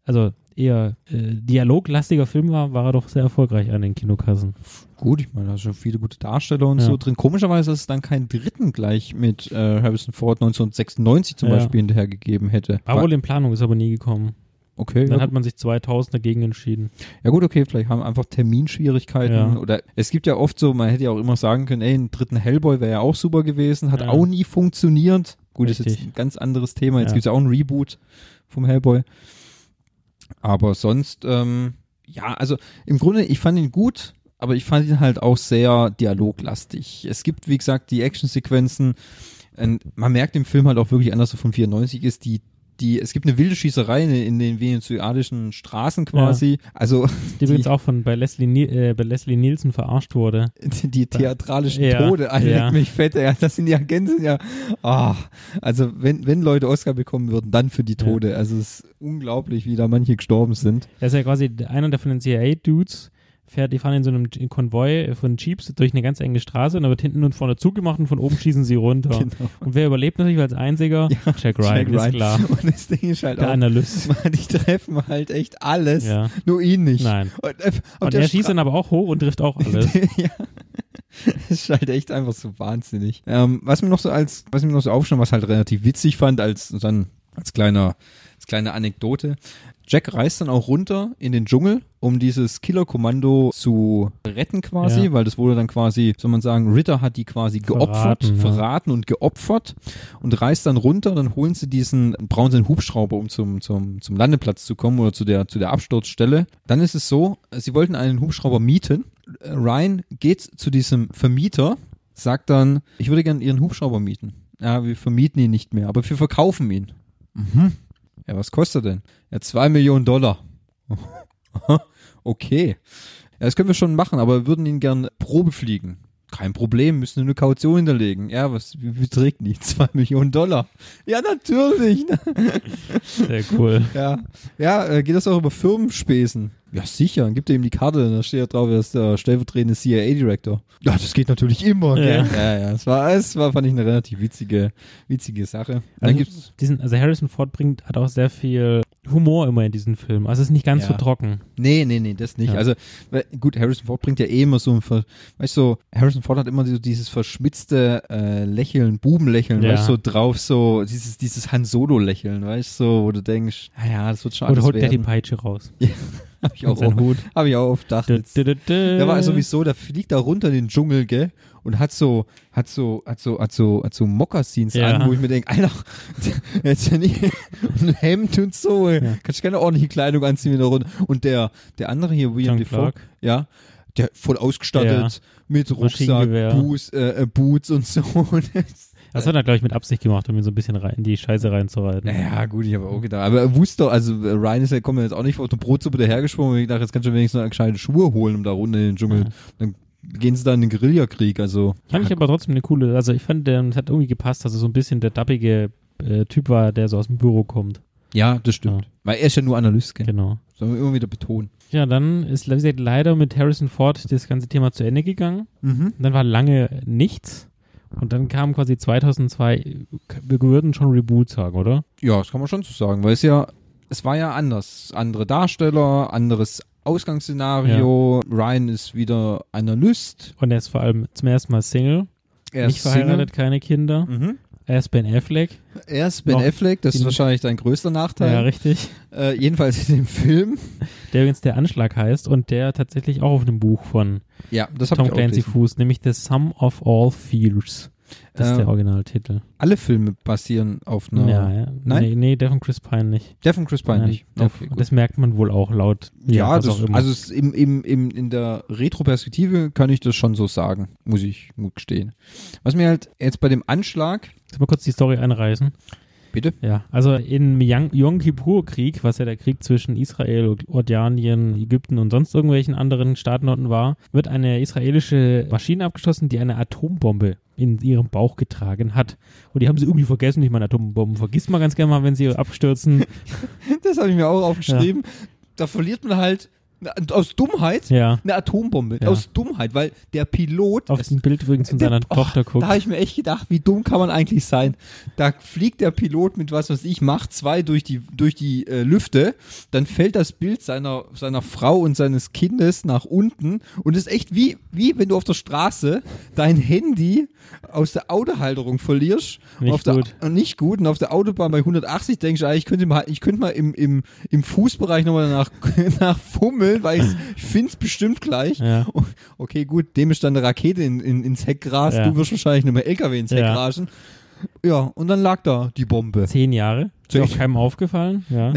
Speaker 1: also eher äh, dialoglastiger Film war, war er doch sehr erfolgreich an den Kinokassen.
Speaker 4: Gut, ich meine, da sind schon viele gute Darsteller und
Speaker 1: Ja.
Speaker 4: so drin. Komischerweise, dass es dann keinen dritten gleich mit äh, Harrison Ford 1996 zum
Speaker 1: Ja.
Speaker 4: Beispiel hinterhergegeben hätte.
Speaker 1: War wohl in Planung, ist aber nie gekommen.
Speaker 4: okay,
Speaker 1: Dann
Speaker 4: ja,
Speaker 1: hat man sich 2000 dagegen entschieden.
Speaker 4: ja gut, okay, vielleicht haben einfach Terminschwierigkeiten
Speaker 1: Ja.
Speaker 4: oder es gibt ja oft so, man hätte ja auch immer sagen können, ey, einen dritten Hellboy wäre ja auch super gewesen, hat
Speaker 1: Ja.
Speaker 4: auch nie funktioniert. Gut, ist jetzt
Speaker 1: Richtig.
Speaker 4: ein ganz anderes Thema. Jetzt
Speaker 1: Ja.
Speaker 4: gibt's ja auch ein Reboot vom Hellboy. Aber sonst, ähm, ja, also im Grunde, ich fand ihn gut, aber ich fand ihn halt auch sehr dialoglastig. Es gibt, wie gesagt, die Actionsequenzen. Und man merkt im Film halt auch wirklich an, dass er von 94 ist, die die, es gibt eine wilde Schießerei in, in den venezuelischen Straßen quasi. Also
Speaker 1: Die, übrigens auch von bei Leslie, Ni- äh, bei Leslie Nielsen verarscht wurde.
Speaker 4: die, die theatralischen
Speaker 1: Ja,
Speaker 4: Tode, Alter,
Speaker 1: ja.
Speaker 4: leck mich fett, ey, das sind ja Gänse, ja. Ah, also wenn, wenn Leute Oscar bekommen würden, dann für die
Speaker 1: Ja.
Speaker 4: Tode. Also es ist unglaublich, wie da manche gestorben sind.
Speaker 1: Er ist ja quasi einer der von den CIA-Dudes. Fährt, die fahren in so einem Konvoi von Jeeps durch eine ganz enge Straße und da wird hinten und vorne zugemacht und von oben schießen sie runter.
Speaker 4: Genau.
Speaker 1: Und wer überlebt natürlich als einziger? Jack Ryan,
Speaker 4: Jack
Speaker 1: ist klar.
Speaker 4: [LAUGHS] Und das Ding ist halt
Speaker 1: Der
Speaker 4: auch,
Speaker 1: Analyst.
Speaker 4: man, [LAUGHS] die treffen halt echt alles,
Speaker 1: Ja.
Speaker 4: nur ihn nicht.
Speaker 1: Nein.
Speaker 4: Und, äh,
Speaker 1: Und
Speaker 4: der
Speaker 1: er schießt
Speaker 4: Stra-
Speaker 1: dann aber auch hoch und trifft auch alles.
Speaker 4: ja. Das ist halt echt einfach so wahnsinnig. Ähm, was mir noch so als, was mir noch so aufschneidet, was halt relativ witzig fand, als dann als kleiner, als kleine Anekdote. Jack reist dann auch runter in den Dschungel, um dieses Killerkommando zu retten quasi,
Speaker 1: Ja.
Speaker 4: weil das wurde dann quasi, soll man sagen, Ritter hat die quasi geopfert,
Speaker 1: Verraten,
Speaker 4: verraten,
Speaker 1: ja.
Speaker 4: und geopfert und reist dann runter, dann holen sie diesen, brauchen sie einen Hubschrauber, um zum, zum, zum Landeplatz zu kommen oder zu der, zu der Absturzstelle. Dann ist es so, sie wollten einen Hubschrauber mieten. Ryan geht zu diesem Vermieter, sagt dann, ich würde gerne Ihren Hubschrauber mieten. Ja, wir vermieten ihn nicht mehr, aber wir verkaufen ihn. Mhm. Ja, was kostet er denn? Ja, zwei Millionen Dollar. [LAUGHS] okay. Ja, das können wir schon machen, aber wir würden ihn gern Probe fliegen. Kein Problem, müssen nur eine Kaution hinterlegen. Ja, was wie beträgt die? [LAUGHS] Zwei Millionen Dollar. Ja, natürlich. ne?
Speaker 1: Sehr cool.
Speaker 4: Ja, ja äh, geht das auch über Firmenspesen? Ja, sicher. Dann gibt er ihm die Karte, dann steht da drauf, er ist der stellvertretende CIA-Direktor. Ja, das geht natürlich immer,
Speaker 1: Ja.
Speaker 4: gell? Ja, ja. Das war, das war, fand ich, eine relativ witzige, witzige Sache.
Speaker 1: Also,
Speaker 4: dann gibt's,
Speaker 1: diesen, also Harrison Ford bringt, hat auch sehr viel Humor immer in diesen Film. Also es ist nicht ganz
Speaker 4: Ja.
Speaker 1: so trocken.
Speaker 4: nee, nee, nee, das nicht.
Speaker 1: Ja.
Speaker 4: Also, weil- gut, Harrison Ford bringt ja eh immer so ein, Ver, weißt du, so, Harrison Ford hat immer so dieses verschmitzte äh, Lächeln, Bubenlächeln,
Speaker 1: Ja.
Speaker 4: weißt du, so drauf, so, dieses, dieses Han Solo-Lächeln, weißt du, so, wo du denkst, ja, ja, das wird schon
Speaker 1: Oder
Speaker 4: alles
Speaker 1: holt der Oh. die
Speaker 4: werden.
Speaker 1: Peitsche raus.
Speaker 4: Hab
Speaker 1: [LAUGHS]
Speaker 4: ich
Speaker 1: Und
Speaker 4: auch,
Speaker 1: seinen Hut.
Speaker 4: hab ich auch oft gedacht.
Speaker 1: Du,
Speaker 4: jetzt-
Speaker 1: du, du, du.
Speaker 4: Der war sowieso, der fliegt da runter in den Dschungel, gell? Und hat so, hat so, hat so, hat so, hat so Mokassins
Speaker 1: Ja.
Speaker 4: an, wo ich mir denke, Alter, [LAUGHS] jetzt ja nicht, und ein Hemd und so, ey. kannst du keine ordentliche Kleidung anziehen in der Runde. Und der, der andere hier, William
Speaker 1: John
Speaker 4: Defoe,
Speaker 1: Clark.
Speaker 4: ja, der voll ausgestattet
Speaker 1: Ja.
Speaker 4: mit Rucksack,
Speaker 1: Maschinengewehr.
Speaker 4: Boots, äh, äh, Boots [LAUGHS] und so. Und
Speaker 1: Das hat er, glaube ich, mit Absicht gemacht, um ihn so ein bisschen rein, in die Scheiße reinzureiten.
Speaker 4: [LAUGHS] Naja, gut, ich habe auch gedacht. Aber er wusste, doch, also äh, Ryan ist ja, kommt mir jetzt auch nicht auf der Brotsuppe dahergesprungen und ich dachte, jetzt kannst du wenigstens noch gescheite Schuhe holen, um da runter in den Dschungel. Dann gehen sie da in den Guerillakrieg, also.
Speaker 1: Fand ich aber trotzdem eine coole, also ich fand, ähm, es hat irgendwie gepasst, dass er so ein bisschen der dappige äh, Typ war, der so aus dem Büro kommt.
Speaker 4: Ja, das stimmt.
Speaker 1: Ja.
Speaker 4: Weil er ist ja nur Analyst, gell?
Speaker 1: Genau.
Speaker 4: Sollen wir immer wieder betonen.
Speaker 1: Ja, dann ist wie gesagt, leider mit Harrison Ford das ganze Thema zu Ende gegangen.
Speaker 4: Mhm.
Speaker 1: Und dann war lange nichts. Und dann kam quasi 2002, wir würden schon Reboot sagen, oder?
Speaker 4: Ja, das kann man schon so sagen, weil es ja, es war ja anders. Andere Darsteller, anderes Ausgangsszenario. Ryan ist wieder Analyst.
Speaker 1: Und er ist vor allem zum ersten Mal Single,
Speaker 4: Er
Speaker 1: nicht
Speaker 4: ist
Speaker 1: verheiratet, keine Kinder.
Speaker 4: Single. Mhm.
Speaker 1: Er ist Ben Affleck.
Speaker 4: Er ist Ben
Speaker 1: Noch
Speaker 4: Affleck, das ist
Speaker 1: in-
Speaker 4: wahrscheinlich dein größter
Speaker 1: Ja,
Speaker 4: Nachteil.
Speaker 1: richtig.
Speaker 4: äh, jedenfalls in dem Film.
Speaker 1: Der übrigens der Anschlag heißt und der tatsächlich auch auf dem Buch von
Speaker 4: Ja, das habe ich
Speaker 1: Tom
Speaker 4: auch
Speaker 1: Clancy
Speaker 4: gelesen.
Speaker 1: Fuß, nämlich The Sum of All Fears. Das ist
Speaker 4: Ähm,
Speaker 1: der Originaltitel.
Speaker 4: Alle Filme basieren auf einer.
Speaker 1: Ja, ja.
Speaker 4: Nein?
Speaker 1: Nee, nee, der von Chris Pine nicht.
Speaker 4: Der von Chris Pine
Speaker 1: Nein,
Speaker 4: nicht.
Speaker 1: der,
Speaker 4: Okay, gut.
Speaker 1: das merkt man wohl auch laut.
Speaker 4: ja,
Speaker 1: was
Speaker 4: das,
Speaker 1: auch immer.
Speaker 4: also es, im, im, im, in der Retroperspektive kann ich das schon so sagen, muss ich gut gestehen. Was mir halt jetzt bei dem Anschlag,
Speaker 1: Soll ich mal kurz die Story einreißen?
Speaker 4: bitte, [LAUGHS]
Speaker 1: Ja, also im Yang- Yom Kippur-Krieg, was ja der Krieg zwischen Israel, Jordanien, Ägypten und sonst irgendwelchen anderen Staaten war, wird eine israelische Maschine abgeschossen, die eine Atombombe in ihrem Bauch getragen hat. Und die haben sie irgendwie vergessen. Ich meine, Atombomben vergisst man ganz gerne mal, wenn sie abstürzen.
Speaker 4: [LAUGHS] das habe ich mir auch aufgeschrieben, da verliert man halt na- aus Dummheit
Speaker 1: ja.
Speaker 4: eine Atombombe,
Speaker 1: Ja.
Speaker 4: aus Dummheit, weil der Pilot,
Speaker 1: Auf
Speaker 4: es-
Speaker 1: dem Bild übrigens von
Speaker 4: [LAUGHS]
Speaker 1: seiner
Speaker 4: Oh,
Speaker 1: Tochter guckt.
Speaker 4: da habe ich mir echt gedacht, wie dumm kann man eigentlich sein? Da fliegt der Pilot mit was weiß ich, Mach 2 durch die, durch die äh, Lüfte, dann fällt das Bild seiner, seiner Frau und seines Kindes nach unten und ist echt wie, wie wenn du auf der Straße dein Handy aus der Autohalterung verlierst.
Speaker 1: Nicht
Speaker 4: auf der,
Speaker 1: gut.
Speaker 4: äh, Nicht gut. Und auf der Autobahn bei 180 denkst du, ah, ich könnte mal, ich könnte mal im, im, im Fußbereich nochmal [LAUGHS] danach, danach fummeln, weil ich's-
Speaker 1: [LAUGHS]
Speaker 4: ich finde es bestimmt gleich.
Speaker 1: Ja.
Speaker 4: Oh, Okay, gut, dem ist dann eine Rakete in, in, ins Heckgras,
Speaker 1: Ja.
Speaker 4: du wirst wahrscheinlich nur mehr LKW ins Heck
Speaker 1: Ja.
Speaker 4: rasen. Ja, und dann lag da die Bombe.
Speaker 1: Zehn Jahre. Ist
Speaker 4: Zehn.
Speaker 1: auch keinem aufgefallen.
Speaker 4: [LAUGHS]
Speaker 1: Ja.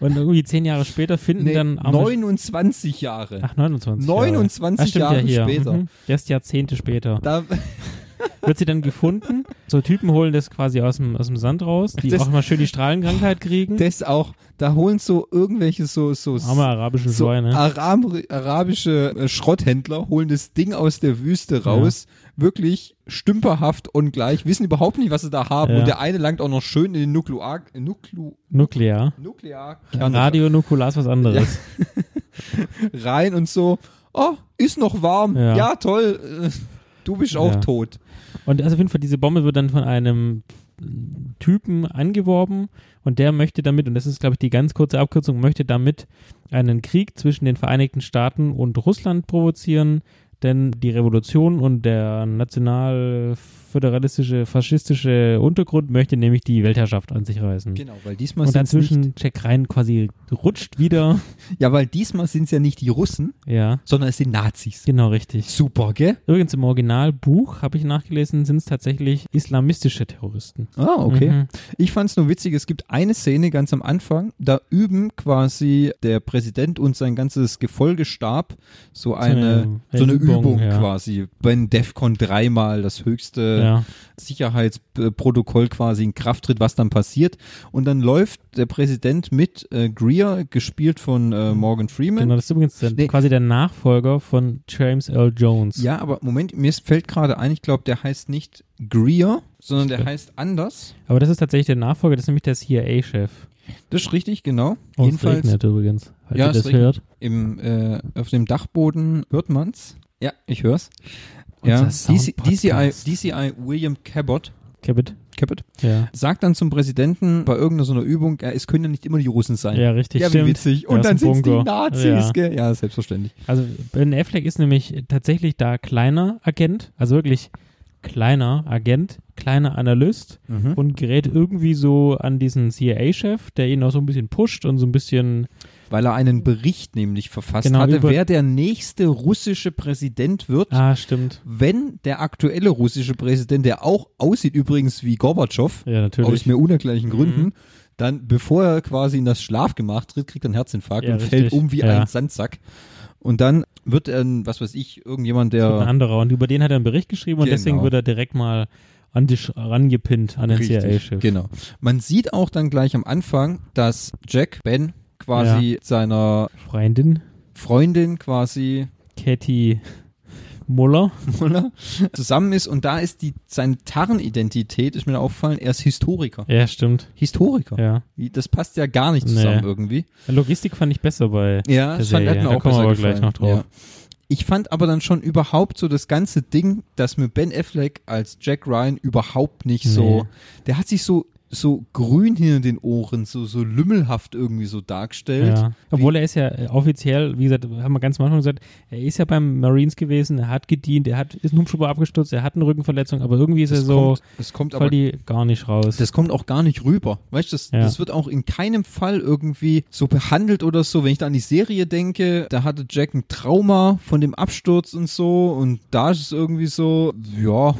Speaker 1: Und irgendwie zehn Jahre später finden
Speaker 4: Nee,
Speaker 1: dann arme
Speaker 4: 29 Jahre.
Speaker 1: Ach, 29.
Speaker 4: 29
Speaker 1: Jahre, Ah, stimmt ja
Speaker 4: Jahre
Speaker 1: hier.
Speaker 4: später.
Speaker 1: Mhm. Erst Jahrzehnte später.
Speaker 4: Da, [LAUGHS]
Speaker 1: Wird sie dann gefunden. So Typen holen das quasi aus dem, aus dem Sand raus, die
Speaker 4: Das-
Speaker 1: auch mal schön die Strahlenkrankheit kriegen.
Speaker 4: das auch, da holen so irgendwelche so, so,
Speaker 1: Arme arabische
Speaker 4: so
Speaker 1: Schweine.
Speaker 4: Arab, arabische äh, Schrotthändler holen das Ding aus der Wüste raus. Wirklich stümperhaft und gleich, wissen überhaupt nicht, was sie da haben.
Speaker 1: Ja.
Speaker 4: Und der eine langt auch noch schön in den Nuklear, äh, Nuklu,
Speaker 1: Nuklear.
Speaker 4: Nuklearkern
Speaker 1: Radio Nukular ist was anderes.
Speaker 4: rein und so, oh, ist noch warm.
Speaker 1: Ja.
Speaker 4: Ja, toll. äh, Du bist auch
Speaker 1: Ja.
Speaker 4: tot.
Speaker 1: Und also auf jeden Fall, diese Bombe wird dann von einem Typen angeworben und der möchte damit, und das ist, glaube ich, die ganz kurze Abkürzung, möchte damit einen Krieg zwischen den Vereinigten Staaten und Russland provozieren, denn die Revolution und der national-föderalistische, faschistische Untergrund möchte nämlich die Weltherrschaft an sich reißen.
Speaker 4: Genau, weil diesmal
Speaker 1: Und
Speaker 4: sind nicht,
Speaker 1: dazwischen Jack Ryan quasi rutscht
Speaker 4: [LAUGHS]
Speaker 1: wieder.
Speaker 4: ja, weil diesmal sind es ja nicht die Russen,
Speaker 1: Ja,
Speaker 4: sondern es sind Nazis.
Speaker 1: genau richtig.
Speaker 4: Super, gell?
Speaker 1: Übrigens im Originalbuch, habe ich nachgelesen, sind es tatsächlich islamistische Terroristen.
Speaker 4: Ah, okay.
Speaker 1: Mhm.
Speaker 4: Ich fand es nur witzig, es gibt eine Szene ganz am Anfang, da üben quasi der Präsident und sein ganzes Gefolgestab so eine,
Speaker 1: eine-
Speaker 4: so eine
Speaker 1: Übung,
Speaker 4: Übung,
Speaker 1: ja.
Speaker 4: quasi. Wenn DEFCON dreimal das höchste
Speaker 1: Ja.
Speaker 4: Sicherheitsprotokoll quasi in Kraft tritt, was dann passiert. Und dann läuft der Präsident mit äh, Greer, gespielt von äh, Morgan Freeman.
Speaker 1: Genau, das ist übrigens der,
Speaker 4: Nee.
Speaker 1: quasi der Nachfolger von James Earl Jones.
Speaker 4: Ja, aber Moment, mir fällt gerade ein, ich glaube, der heißt nicht Greer, sondern der
Speaker 1: Stimmt.
Speaker 4: heißt anders.
Speaker 1: Aber das ist tatsächlich der Nachfolger, das ist nämlich der CIA-Chef.
Speaker 4: Das ist richtig, genau.
Speaker 1: Und
Speaker 4: Jedenfalls
Speaker 1: Oh, es regnet übrigens, falls
Speaker 4: Ja,
Speaker 1: ihr
Speaker 4: es
Speaker 1: das
Speaker 4: regnet.
Speaker 1: hört.
Speaker 4: im, äh, auf dem Dachboden hört man's. Ja, ich hör's.
Speaker 1: Unser
Speaker 4: Ja, DC, DCI,
Speaker 1: Soundpodcast.
Speaker 4: DCI William Cabot,
Speaker 1: Cabot.
Speaker 4: Cabot
Speaker 1: Ja.
Speaker 4: sagt dann zum Präsidenten bei irgendeiner so einer Übung, äh, es können ja nicht immer die Russen sein.
Speaker 1: ja, richtig,
Speaker 4: ja, wie
Speaker 1: stimmt.
Speaker 4: witzig.
Speaker 1: Ja,
Speaker 4: Und
Speaker 1: ist
Speaker 4: dann
Speaker 1: ein
Speaker 4: sind die
Speaker 1: Bunker.
Speaker 4: Nazis,
Speaker 1: Ja.
Speaker 4: gell? Ja, selbstverständlich.
Speaker 1: Also Ben Affleck ist nämlich tatsächlich da kleiner Agent, also wirklich kleiner Agent, kleiner Analyst
Speaker 4: Hm?
Speaker 1: und gerät irgendwie so an diesen CIA-Chef, der ihn auch so ein bisschen pusht und so ein bisschen
Speaker 4: Weil er einen Bericht nämlich verfasst
Speaker 1: Genau,
Speaker 4: hatte,
Speaker 1: über-
Speaker 4: wer der nächste russische Präsident wird.
Speaker 1: Ah, stimmt.
Speaker 4: Wenn der aktuelle russische Präsident, der auch aussieht übrigens wie Gorbatschow,
Speaker 1: Ja,
Speaker 4: aus
Speaker 1: natürlich. Mhm.
Speaker 4: mir unerklärlichen Gründen, dann bevor er quasi in das Schlafgemach tritt, kriegt er einen Herzinfarkt
Speaker 1: Ja,
Speaker 4: und
Speaker 1: richtig.
Speaker 4: fällt um wie
Speaker 1: Ja.
Speaker 4: ein Sandsack. Und dann wird er, ein, was weiß ich, irgendjemand,
Speaker 1: Ein
Speaker 4: der
Speaker 1: anderer. Und über den hat er einen Bericht geschrieben und deswegen
Speaker 4: Genau.
Speaker 1: wird er direkt mal an dich rangepinnt, an den
Speaker 4: Richtig,
Speaker 1: CIA-Chef.
Speaker 4: Genau. Man sieht auch dann gleich am Anfang, dass Jack Ben quasi seiner
Speaker 1: Freundin,
Speaker 4: Freundin quasi [LAUGHS]
Speaker 1: Katie Muller.
Speaker 4: Muller zusammen ist und da ist die seine Tarnidentität ist mir aufgefallen, er ist Historiker.
Speaker 1: Ja, stimmt.
Speaker 4: Historiker.
Speaker 1: Ja.
Speaker 4: Wie- Das passt ja gar nicht zusammen
Speaker 1: Nee.
Speaker 4: irgendwie.
Speaker 1: Logistik fand ich besser bei der
Speaker 4: Ja, das fand
Speaker 1: Serie.
Speaker 4: hat mir
Speaker 1: da
Speaker 4: auch
Speaker 1: kommen wir
Speaker 4: besser
Speaker 1: aber gleich
Speaker 4: gefallen.
Speaker 1: noch drauf.
Speaker 4: Ja. Ich fand aber dann schon überhaupt so das ganze Ding, dass mir Ben Affleck als Jack Ryan überhaupt nicht so,
Speaker 1: Nee.
Speaker 4: der hat sich so so grün hinter den Ohren, so so lümmelhaft irgendwie so dargestellt.
Speaker 1: Ja. Obwohl er ist ja äh, offiziell, wie gesagt, haben wir ganz am Anfang gesagt, er ist ja beim Marines gewesen, er hat gedient, er hat, ist ein Hubschrauber abgestürzt, er hat eine Rückenverletzung, aber irgendwie ist er
Speaker 4: das
Speaker 1: so
Speaker 4: kommt, das kommt
Speaker 1: voll
Speaker 4: aber
Speaker 1: die gar nicht raus.
Speaker 4: das kommt auch gar nicht rüber. Weißt du, das,
Speaker 1: Ja.
Speaker 4: das wird auch in keinem Fall irgendwie so behandelt oder so. Wenn ich da an die Serie denke, da hatte Jack ein Trauma von dem Absturz und so und da ist es irgendwie so, ja,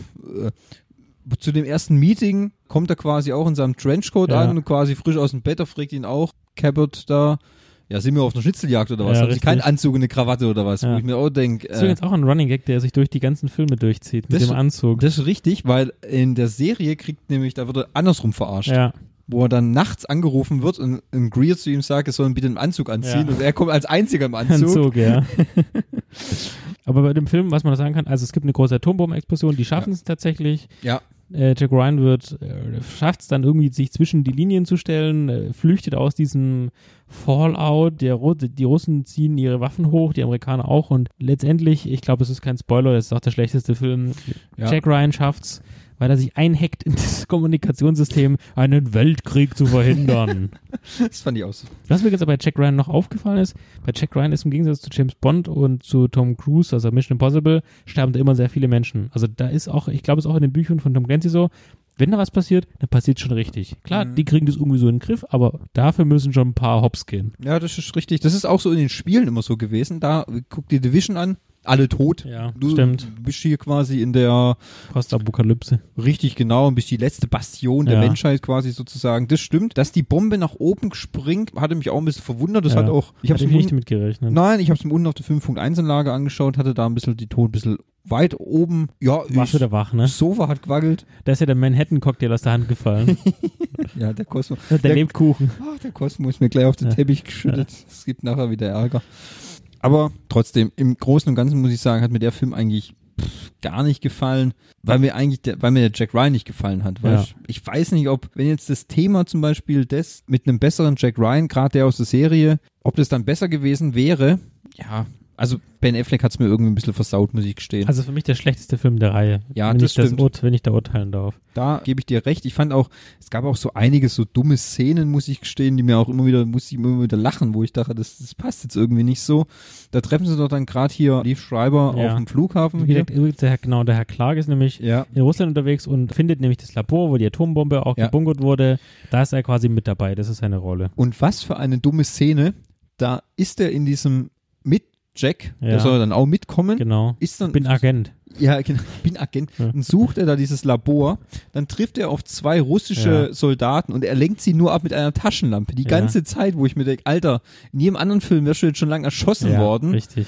Speaker 4: äh, zu dem ersten Meeting kommt er quasi auch in seinem Trenchcoat
Speaker 1: Ja.
Speaker 4: an und quasi frisch aus dem Bett, da fragt ihn auch Cabot da. Ja, sind wir auf einer Schnitzeljagd oder was?
Speaker 1: Ja,
Speaker 4: Haben Sie
Speaker 1: richtig.
Speaker 4: keinen Anzug und eine Krawatte oder was?
Speaker 1: Ja.
Speaker 4: Wo ich mir auch äh, denke.
Speaker 1: Das ist übrigens auch ein Running Gag, der sich durch die ganzen Filme durchzieht mit
Speaker 4: Das-
Speaker 1: dem Anzug.
Speaker 4: das ist richtig, weil in der Serie kriegt nämlich, da wird er andersrum verarscht
Speaker 1: Ja,
Speaker 4: wo er dann nachts angerufen wird und, und Greer zu ihm sagt, er soll ihn bitte einen Anzug anziehen
Speaker 1: Ja.
Speaker 4: und er kommt als
Speaker 1: [LAUGHS]
Speaker 4: einziger im Anzug.
Speaker 1: Anzug, ja. aber bei dem Film, was man da sagen kann, also es gibt eine große Atombombenexplosion, die schaffen es tatsächlich.
Speaker 4: Ja,
Speaker 1: Äh, Jack Ryan wird, äh, schafft es dann irgendwie, sich zwischen die Linien zu stellen, äh, flüchtet aus diesem Fallout. Der Ru die Russen ziehen ihre Waffen hoch, die Amerikaner auch. Und letztendlich, ich glaube, es ist kein Spoiler, das ist auch der schlechteste Film.
Speaker 4: Ja.
Speaker 1: Jack Ryan schafft's, weil er sich einhackt in das Kommunikationssystem, einen Weltkrieg zu
Speaker 4: [LAUGHS]
Speaker 1: verhindern.
Speaker 4: das fand ich auch so.
Speaker 1: Was mir jetzt aber bei Jack Ryan noch aufgefallen ist, bei Jack Ryan ist im Gegensatz zu James Bond und zu Tom Cruise, also Mission Impossible, sterben da immer sehr viele Menschen. Also da ist auch, ich glaube, es ist auch in den Büchern von Tom Clancy so, wenn da was passiert, dann passiert schon richtig. Klar, die kriegen das irgendwie so in den Griff, aber dafür müssen schon ein paar Hops gehen.
Speaker 4: Ja, das ist richtig. Das ist auch so in den Spielen immer so gewesen. Da guck dir Division an, alle tot.
Speaker 1: Ja,
Speaker 4: Du
Speaker 1: stimmt.
Speaker 4: bist hier quasi in der
Speaker 1: Postapokalypse.
Speaker 4: richtig genau und bist die letzte Bastion der
Speaker 1: Ja.
Speaker 4: Menschheit quasi sozusagen. Das stimmt. Dass die Bombe nach oben springt, hatte mich auch ein bisschen verwundert. Das
Speaker 1: Ja.
Speaker 4: hat auch. Ich hab's
Speaker 1: Hätte
Speaker 4: im
Speaker 1: ich nicht
Speaker 4: Un-
Speaker 1: damit gerechnet.
Speaker 4: Nein, ich habe es mir unten auf der 5.1-Anlage angeschaut, hatte da ein bisschen die Ton ein bisschen weit oben. Ja,
Speaker 1: Warst du
Speaker 4: ich,
Speaker 1: da wach, ne?
Speaker 4: Sofa hat gewackelt.
Speaker 1: Da ist ja der Manhattan-Cocktail aus der Hand gefallen.
Speaker 4: [LAUGHS] Ja, der Cosmo.
Speaker 1: der, Lebkuchen.
Speaker 4: Ach, der Cosmo ist mir gleich auf den
Speaker 1: Ja.
Speaker 4: Teppich geschüttet. Es gibt nachher wieder Ärger. Aber trotzdem, im Großen und Ganzen muss ich sagen, hat mir der Film eigentlich pff, gar nicht gefallen, weil mir eigentlich der, weil mir der Jack Ryan nicht gefallen hat. Weil
Speaker 1: Ja.
Speaker 4: ich, ich weiß nicht, ob, wenn jetzt das Thema zum Beispiel das mit einem besseren Jack Ryan, gerade der aus der Serie, ob das dann besser gewesen wäre. Ja, also Ben Affleck hat es mir irgendwie ein bisschen versaut, muss ich gestehen.
Speaker 1: Also für mich der schlechteste Film der Reihe.
Speaker 4: Ja,
Speaker 1: wenn
Speaker 4: das
Speaker 1: ich das
Speaker 4: stimmt.
Speaker 1: ur- Wenn ich da urteilen darf.
Speaker 4: Da gebe ich dir recht. Ich fand auch, es gab auch so einige so dumme Szenen, muss ich gestehen, die mir auch immer wieder, muss ich immer wieder lachen, wo ich dachte, das, das passt jetzt irgendwie nicht so. Da treffen sie doch dann gerade hier Leaf Schreiber
Speaker 1: Ja.
Speaker 4: auf dem Flughafen.
Speaker 1: Wie
Speaker 4: Hier.
Speaker 1: gesagt, übrigens, der Herr, genau, der Herr Clark ist nämlich
Speaker 4: Ja.
Speaker 1: in Russland unterwegs und findet nämlich das Labor, wo die Atombombe auch
Speaker 4: Ja.
Speaker 1: gebunkert wurde. Da ist er quasi mit dabei. Das ist seine Rolle.
Speaker 4: Und was für eine dumme Szene. Da ist er in diesem mit Jack,
Speaker 1: Ja.
Speaker 4: der soll dann auch mitkommen.
Speaker 1: Genau.
Speaker 4: Ist dann,
Speaker 1: Bin Agent.
Speaker 4: ja, genau, bin Agent.
Speaker 1: Ja.
Speaker 4: Dann sucht er da dieses Labor, dann trifft er auf zwei russische
Speaker 1: Ja.
Speaker 4: Soldaten und er lenkt sie nur ab mit einer Taschenlampe. Die
Speaker 1: Ja.
Speaker 4: ganze Zeit, wo ich mir denke, Alter, in jedem anderen Film wärst du jetzt schon lang erschossen
Speaker 1: Ja,
Speaker 4: worden.
Speaker 1: Richtig.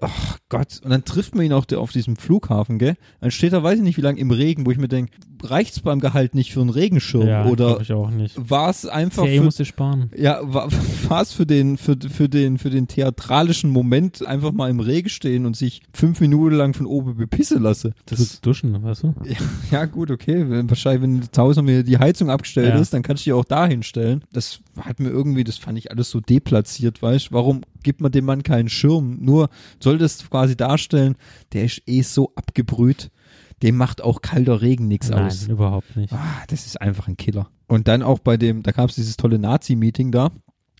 Speaker 4: Ach Gott. Und dann trifft man ihn auch auf diesem Flughafen, gell? Dann steht er, weiß ich nicht, wie lange im Regen, wo ich mir denke, reicht's beim Gehalt nicht für einen Regenschirm?
Speaker 1: Ja,
Speaker 4: Oder
Speaker 1: glaub ich auch nicht.
Speaker 4: war's einfach
Speaker 1: CIA
Speaker 4: für,
Speaker 1: musste sparen.
Speaker 4: ja, war [LAUGHS] war's für den, für, für den, für den theatralischen Moment einfach mal im Regen stehen und sich fünf Minuten lang von oben bepisse lasse?
Speaker 1: Das ist duschen, weißt du?
Speaker 4: [LAUGHS] Ja, gut, okay. Wenn- Wahrscheinlich, wenn zu Hause mir die Heizung abgestellt
Speaker 1: Ja.
Speaker 4: ist, dann kannst du die auch da hinstellen. Das hat mir irgendwie, das fand ich alles so deplatziert, weißt du? Warum gibt man dem Mann keinen Schirm? Nur soll das quasi darstellen, der ist eh so abgebrüht, dem macht auch kalter Regen nichts
Speaker 1: Nein,
Speaker 4: aus.
Speaker 1: überhaupt nicht.
Speaker 4: Ah, das ist einfach ein Killer. Und dann auch bei dem, da gab es dieses tolle Nazi-Meeting da,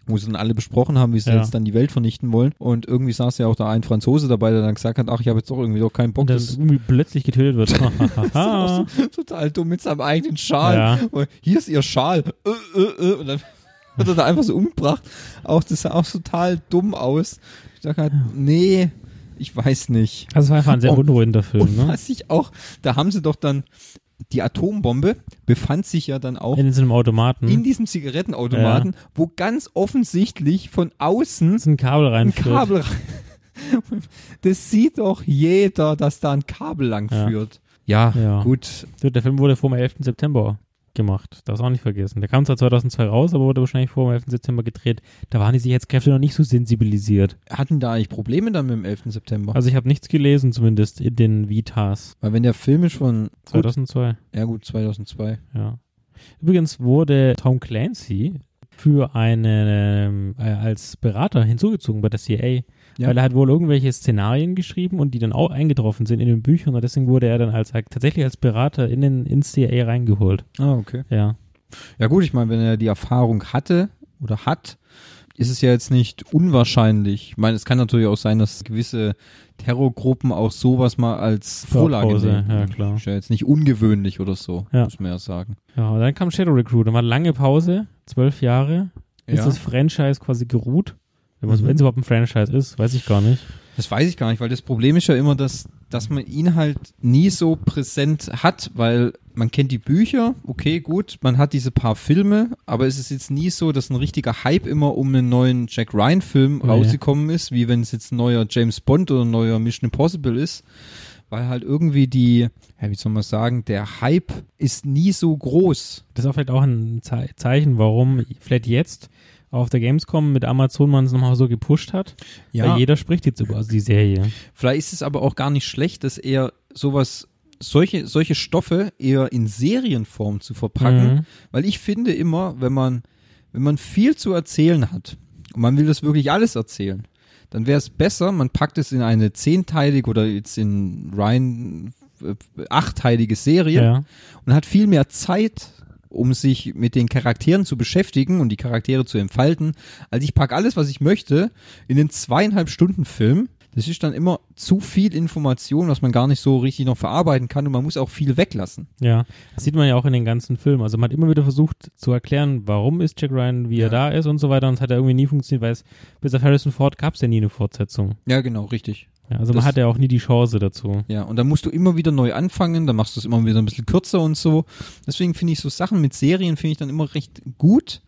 Speaker 4: wo sie dann alle besprochen haben, wie sie
Speaker 1: Ja.
Speaker 4: jetzt dann die Welt vernichten wollen. Und irgendwie saß ja auch da ein Franzose dabei, der dann gesagt hat, ach, ich habe jetzt doch irgendwie doch keinen Bock,
Speaker 1: Und dann
Speaker 4: das
Speaker 1: irgendwie plötzlich getötet
Speaker 4: [LAUGHS]
Speaker 1: wird. [LAUGHS]
Speaker 4: auch
Speaker 1: Hahaha.
Speaker 4: [LAUGHS] total dumm mit seinem eigenen Schal.
Speaker 1: Ah. Ja.
Speaker 4: Und Hier ist ihr Schal. Äh, äh, äh. Und dann [LAUGHS] wird er da einfach so umgebracht. Auch das sah auch total dumm aus. Ich dachte halt, nee, ich weiß nicht.
Speaker 1: also es war einfach ein sehr
Speaker 4: Und-
Speaker 1: unruhender Film,
Speaker 4: Und
Speaker 1: ne?
Speaker 4: was ich auch, da haben sie doch dann, die Atombombe befand sich ja dann auch
Speaker 1: In so einem Automaten.
Speaker 4: in diesem Zigarettenautomaten, wo ganz offensichtlich von außen
Speaker 1: ist ein Kabel
Speaker 4: ein
Speaker 1: reinführt.
Speaker 4: [LAUGHS] Kabel rein. Das sieht doch jeder, dass da ein Kabel lang
Speaker 1: Ja.
Speaker 4: führt. Ja,
Speaker 1: Ja.
Speaker 4: gut.
Speaker 1: Du, Der Film wurde vor dem 11. September gemacht. Darfst auch nicht vergessen. Der kam zwar 2002 raus, aber wurde wahrscheinlich vor dem 11. September gedreht. Da waren die Sicherheitskräfte noch nicht so sensibilisiert.
Speaker 4: Hatten da eigentlich Probleme dann mit dem 11. September?
Speaker 1: Also ich habe nichts gelesen, zumindest in den Vitas.
Speaker 4: Weil wenn der Film ist von, gut,
Speaker 1: 2002,
Speaker 4: ja gut, 2002.
Speaker 1: ja. Übrigens wurde Tom Clancy für einen, ähm, äh, als Berater hinzugezogen bei der CIA.
Speaker 4: Ja.
Speaker 1: Weil er hat wohl irgendwelche Szenarien geschrieben und die dann auch eingetroffen sind in den Büchern und deswegen wurde er dann als, tatsächlich als Berater in den, ins CIA reingeholt.
Speaker 4: Ah, okay.
Speaker 1: Ja.
Speaker 4: Ja gut, ich meine, wenn er die Erfahrung hatte oder hat, ist es ja jetzt nicht unwahrscheinlich. Ich meine, es kann natürlich auch sein, dass gewisse Terrorgruppen auch sowas mal als Vorlage
Speaker 1: Blaupause,
Speaker 4: nehmen.
Speaker 1: ja, klar.
Speaker 4: Ist ja jetzt nicht ungewöhnlich oder so,
Speaker 1: Ja.
Speaker 4: muss man ja sagen.
Speaker 1: Ja, und dann kam Shadow Recruiter, war lange Pause, zwölf Jahre, ist
Speaker 4: Ja.
Speaker 1: das Franchise quasi geruht. Wenn es
Speaker 4: Mhm.
Speaker 1: überhaupt ein Franchise ist, weiß ich gar nicht.
Speaker 4: Das weiß ich gar nicht, weil das Problem ist ja immer, dass, dass man ihn halt nie so präsent hat, weil man kennt die Bücher, okay, gut, man hat diese paar Filme, aber es ist jetzt nie so, dass ein richtiger Hype immer um einen neuen Jack Ryan-Film
Speaker 1: Nee.
Speaker 4: rausgekommen ist, wie wenn es jetzt ein neuer James Bond oder ein neuer Mission Impossible ist, weil halt irgendwie die, ja, wie soll man sagen, der Hype ist nie so groß.
Speaker 1: Das ist auch vielleicht auch ein Ze Zeichen, warum vielleicht jetzt auf der Gamescom mit Amazon man es nochmal so gepusht hat. Weil jeder spricht jetzt über also die Serie.
Speaker 4: Vielleicht ist es aber auch gar nicht schlecht, dass eher sowas, solche, solche Stoffe eher in Serienform zu verpacken.
Speaker 1: Mhm.
Speaker 4: Weil ich finde immer, wenn man, wenn man viel zu erzählen hat und man will das wirklich alles erzählen, dann wäre es besser, man packt es in eine zehnteilige oder jetzt in Ryan äh, achtteilige Serie
Speaker 1: Ja.
Speaker 4: und hat viel mehr Zeit, um sich mit den Charakteren zu beschäftigen und die Charaktere zu entfalten. Also ich packe alles, was ich möchte, in den zweieinhalb Stunden Film. Das ist dann immer zu viel Information, was man gar nicht so richtig noch verarbeiten kann und man muss auch viel weglassen.
Speaker 1: ja. Das sieht man ja auch in den ganzen Filmen. Also man hat immer wieder versucht zu erklären, warum ist Jack Ryan, wie er da ist und so weiter. Und es hat ja irgendwie nie funktioniert, weil es bis auf Harrison Ford gab es ja nie eine Fortsetzung.
Speaker 4: Ja, genau, richtig.
Speaker 1: Ja, also man
Speaker 4: Das-
Speaker 1: hat ja auch nie die Chance dazu.
Speaker 4: Ja, und dann musst du immer wieder neu anfangen, dann machst du es immer wieder ein bisschen kürzer und so. Deswegen finde ich so Sachen mit Serien finde ich dann immer recht gut.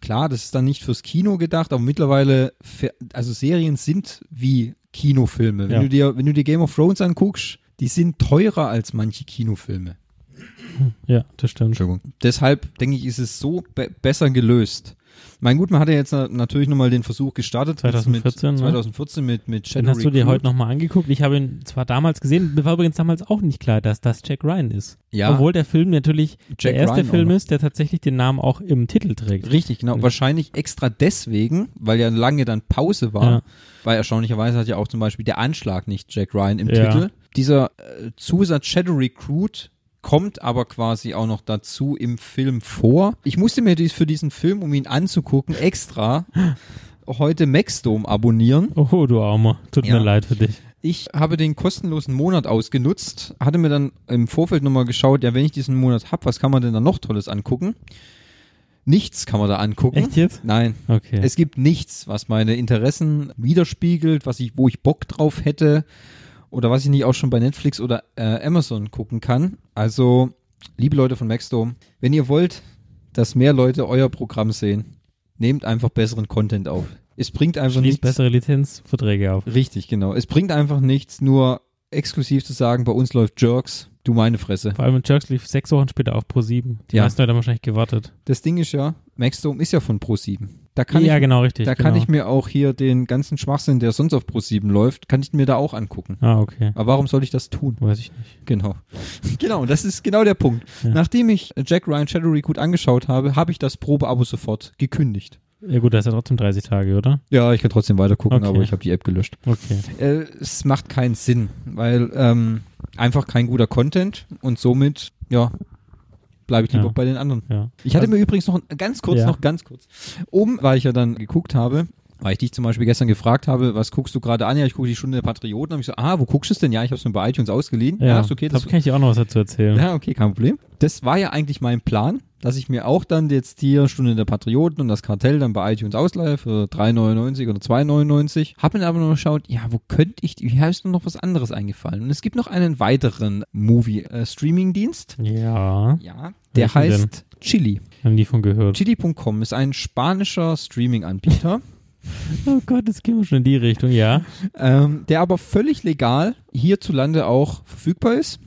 Speaker 4: Klar, das ist dann nicht fürs Kino gedacht, aber mittlerweile, fe- also Serien sind wie Kinofilme. Wenn,
Speaker 1: Ja.
Speaker 4: du dir, wenn du dir Game of Thrones anguckst, die sind teurer als manche Kinofilme.
Speaker 1: Ja, das stimmt.
Speaker 4: Deshalb denke ich, ist es so be besser gelöst. Mein gut, man hatte jetzt na- natürlich nochmal den Versuch gestartet. jetzt
Speaker 1: 2014, ne?
Speaker 4: mit, 2014 mit, mit Shadow
Speaker 1: Den hast du dir
Speaker 4: Recruit.
Speaker 1: heute nochmal angeguckt. Ich habe ihn zwar damals gesehen, mir war übrigens damals auch nicht klar, dass das Jack Ryan ist.
Speaker 4: Ja.
Speaker 1: Obwohl der Film natürlich der
Speaker 4: Jack
Speaker 1: erste
Speaker 4: Ryan auch
Speaker 1: Film
Speaker 4: noch.
Speaker 1: ist, der tatsächlich den Namen auch im Titel trägt.
Speaker 4: Richtig, genau. Wahrscheinlich extra deswegen, weil ja lange dann Pause war,
Speaker 1: Ja.
Speaker 4: weil erstaunlicherweise hat ja auch zum Beispiel der Anschlag nicht Jack Ryan im
Speaker 1: Ja.
Speaker 4: Titel. Dieser äh, Zusatz Shadow Recruit kommt aber quasi auch noch dazu im Film vor. Ich musste mir dies für diesen Film, um ihn anzugucken, extra heute Maxdome abonnieren.
Speaker 1: Oh, du Armer. Tut
Speaker 4: Ja. Mhm.
Speaker 1: mir leid für dich.
Speaker 4: Ich habe den kostenlosen Monat ausgenutzt, hatte mir dann im Vorfeld nochmal geschaut, ja, wenn ich diesen Monat habe, was kann man denn da noch Tolles angucken? Nichts kann man da angucken.
Speaker 1: Echt jetzt?
Speaker 4: Nein.
Speaker 1: Okay.
Speaker 4: Es gibt nichts, was meine Interessen widerspiegelt, was ich, wo ich Bock drauf hätte oder was ich nicht auch schon bei Netflix oder äh, Amazon gucken kann. Also, liebe Leute von Maxdome, wenn ihr wollt, dass mehr Leute euer Programm sehen, nehmt einfach besseren Content auf. Es bringt einfach
Speaker 1: Schließt
Speaker 4: nichts.
Speaker 1: bessere Lizenzverträge auf.
Speaker 4: Richtig, genau. Es bringt einfach nichts, nur exklusiv zu sagen, bei uns läuft Jerks, du meine Fresse.
Speaker 1: Vor allem in Jerks lief sechs Wochen später auf Pro 7. Die
Speaker 4: Ja.
Speaker 1: meisten Leute haben wahrscheinlich gewartet.
Speaker 4: Das Ding ist ja, Maxdome ist ja von Pro7. Da kann
Speaker 1: ja,
Speaker 4: ich
Speaker 1: genau, richtig.
Speaker 4: Da
Speaker 1: genau.
Speaker 4: kann ich mir auch hier den ganzen Schwachsinn, der sonst auf Pro7 läuft, kann ich mir da auch angucken.
Speaker 1: Ah, okay.
Speaker 4: Aber warum soll ich das tun?
Speaker 1: Weiß ich nicht.
Speaker 4: Genau. [LAUGHS] genau, das ist genau der Punkt.
Speaker 1: Ja.
Speaker 4: Nachdem ich Jack Ryan Shadow Recruit angeschaut habe, habe ich das Probeabo sofort gekündigt.
Speaker 1: Ja gut, das ist ja trotzdem 30 Tage, oder?
Speaker 4: Ja, ich kann trotzdem weiter gucken,
Speaker 1: Okay.
Speaker 4: aber ich habe die App gelöscht.
Speaker 1: Okay.
Speaker 4: Äh, es macht keinen Sinn, weil ähm, einfach kein guter Content und somit, ja, bleibe ich lieber
Speaker 1: Ja.
Speaker 4: bei den anderen.
Speaker 1: Ja.
Speaker 4: Ich hatte mir übrigens noch ein- ganz kurz,
Speaker 1: Also Ja.
Speaker 4: noch ganz kurz, um, weil ich ja dann geguckt habe, weil ich dich zum Beispiel gestern gefragt habe, was guckst du gerade an? Ja, ich gucke die Stunde der Patrioten. Habe ich so, ah, wo guckst du es denn? Ja, ich habe es mir bei iTunes ausgeliehen.
Speaker 1: Ja,
Speaker 4: ist okay,
Speaker 1: da
Speaker 4: das,
Speaker 1: kann ich dir auch noch was dazu erzählen.
Speaker 4: ja, okay, kein Problem. Das war ja eigentlich mein Plan, dass ich mir auch dann jetzt hier Stunde der Patrioten und das Kartell dann bei iTunes ausleihe für 3,99 oder 2,99. Hab mir aber noch geschaut, ja, wo könnte ich, hier ist mir noch was anderes eingefallen. Und es gibt noch einen weiteren Movie-Streaming-Dienst.
Speaker 1: Ja.
Speaker 4: ja,
Speaker 1: Welchen denn?
Speaker 4: der heißt Chili.
Speaker 1: Haben die von gehört.
Speaker 4: Chili.com ist ein spanischer Streaming-Anbieter,
Speaker 1: Oh Gott, jetzt gehen wir schon in die Richtung, ja.
Speaker 4: ähm, der aber völlig legal hierzulande auch verfügbar ist.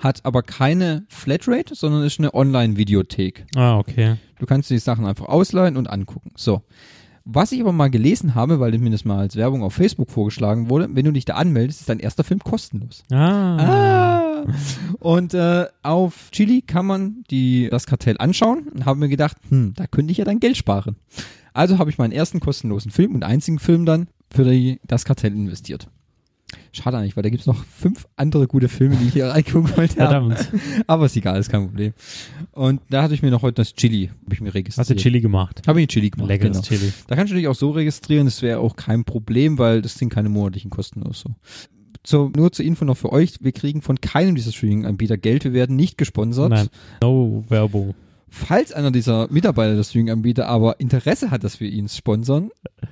Speaker 4: hat aber keine Flatrate, sondern ist eine Online-Videothek.
Speaker 1: Ah, okay.
Speaker 4: Du kannst die Sachen einfach ausleihen und angucken. So. Was ich aber mal gelesen habe, weil mir das mal als Werbung auf Facebook vorgeschlagen wurde, wenn du dich da anmeldest, ist dein erster Film kostenlos.
Speaker 1: Ah.
Speaker 4: Ah. Und äh, auf Chili kann man die, das Kartell anschauen und habe mir gedacht, hm, da könnte ich ja dann Geld sparen. Also habe ich meinen ersten kostenlosen Film und einzigen Film dann für die, das Kartell investiert. Schade eigentlich, weil da gibt es noch fünf andere gute Filme, die ich hier [LAUGHS] reingucken wollte.
Speaker 1: Verdammt.
Speaker 4: Aber ist egal, ist kein Problem. Und da hatte ich mir noch heute das Chili, habe ich mir registriert.
Speaker 1: Hast du Chili gemacht?
Speaker 4: Habe ich ein Chili gemacht,
Speaker 1: Leckeres
Speaker 4: genau.
Speaker 1: Chili.
Speaker 4: Da kannst du dich auch so registrieren, das wäre auch kein Problem, weil das sind keine monatlichen Kosten oder so. So, nur zur Info noch für euch, wir kriegen von keinem dieser Streaming-Anbieter Geld, wir werden nicht gesponsert.
Speaker 1: Nein. No Werbung.
Speaker 4: Falls einer dieser Mitarbeiter der Streaming-Anbieter aber Interesse hat, dass wir ihn sponsern,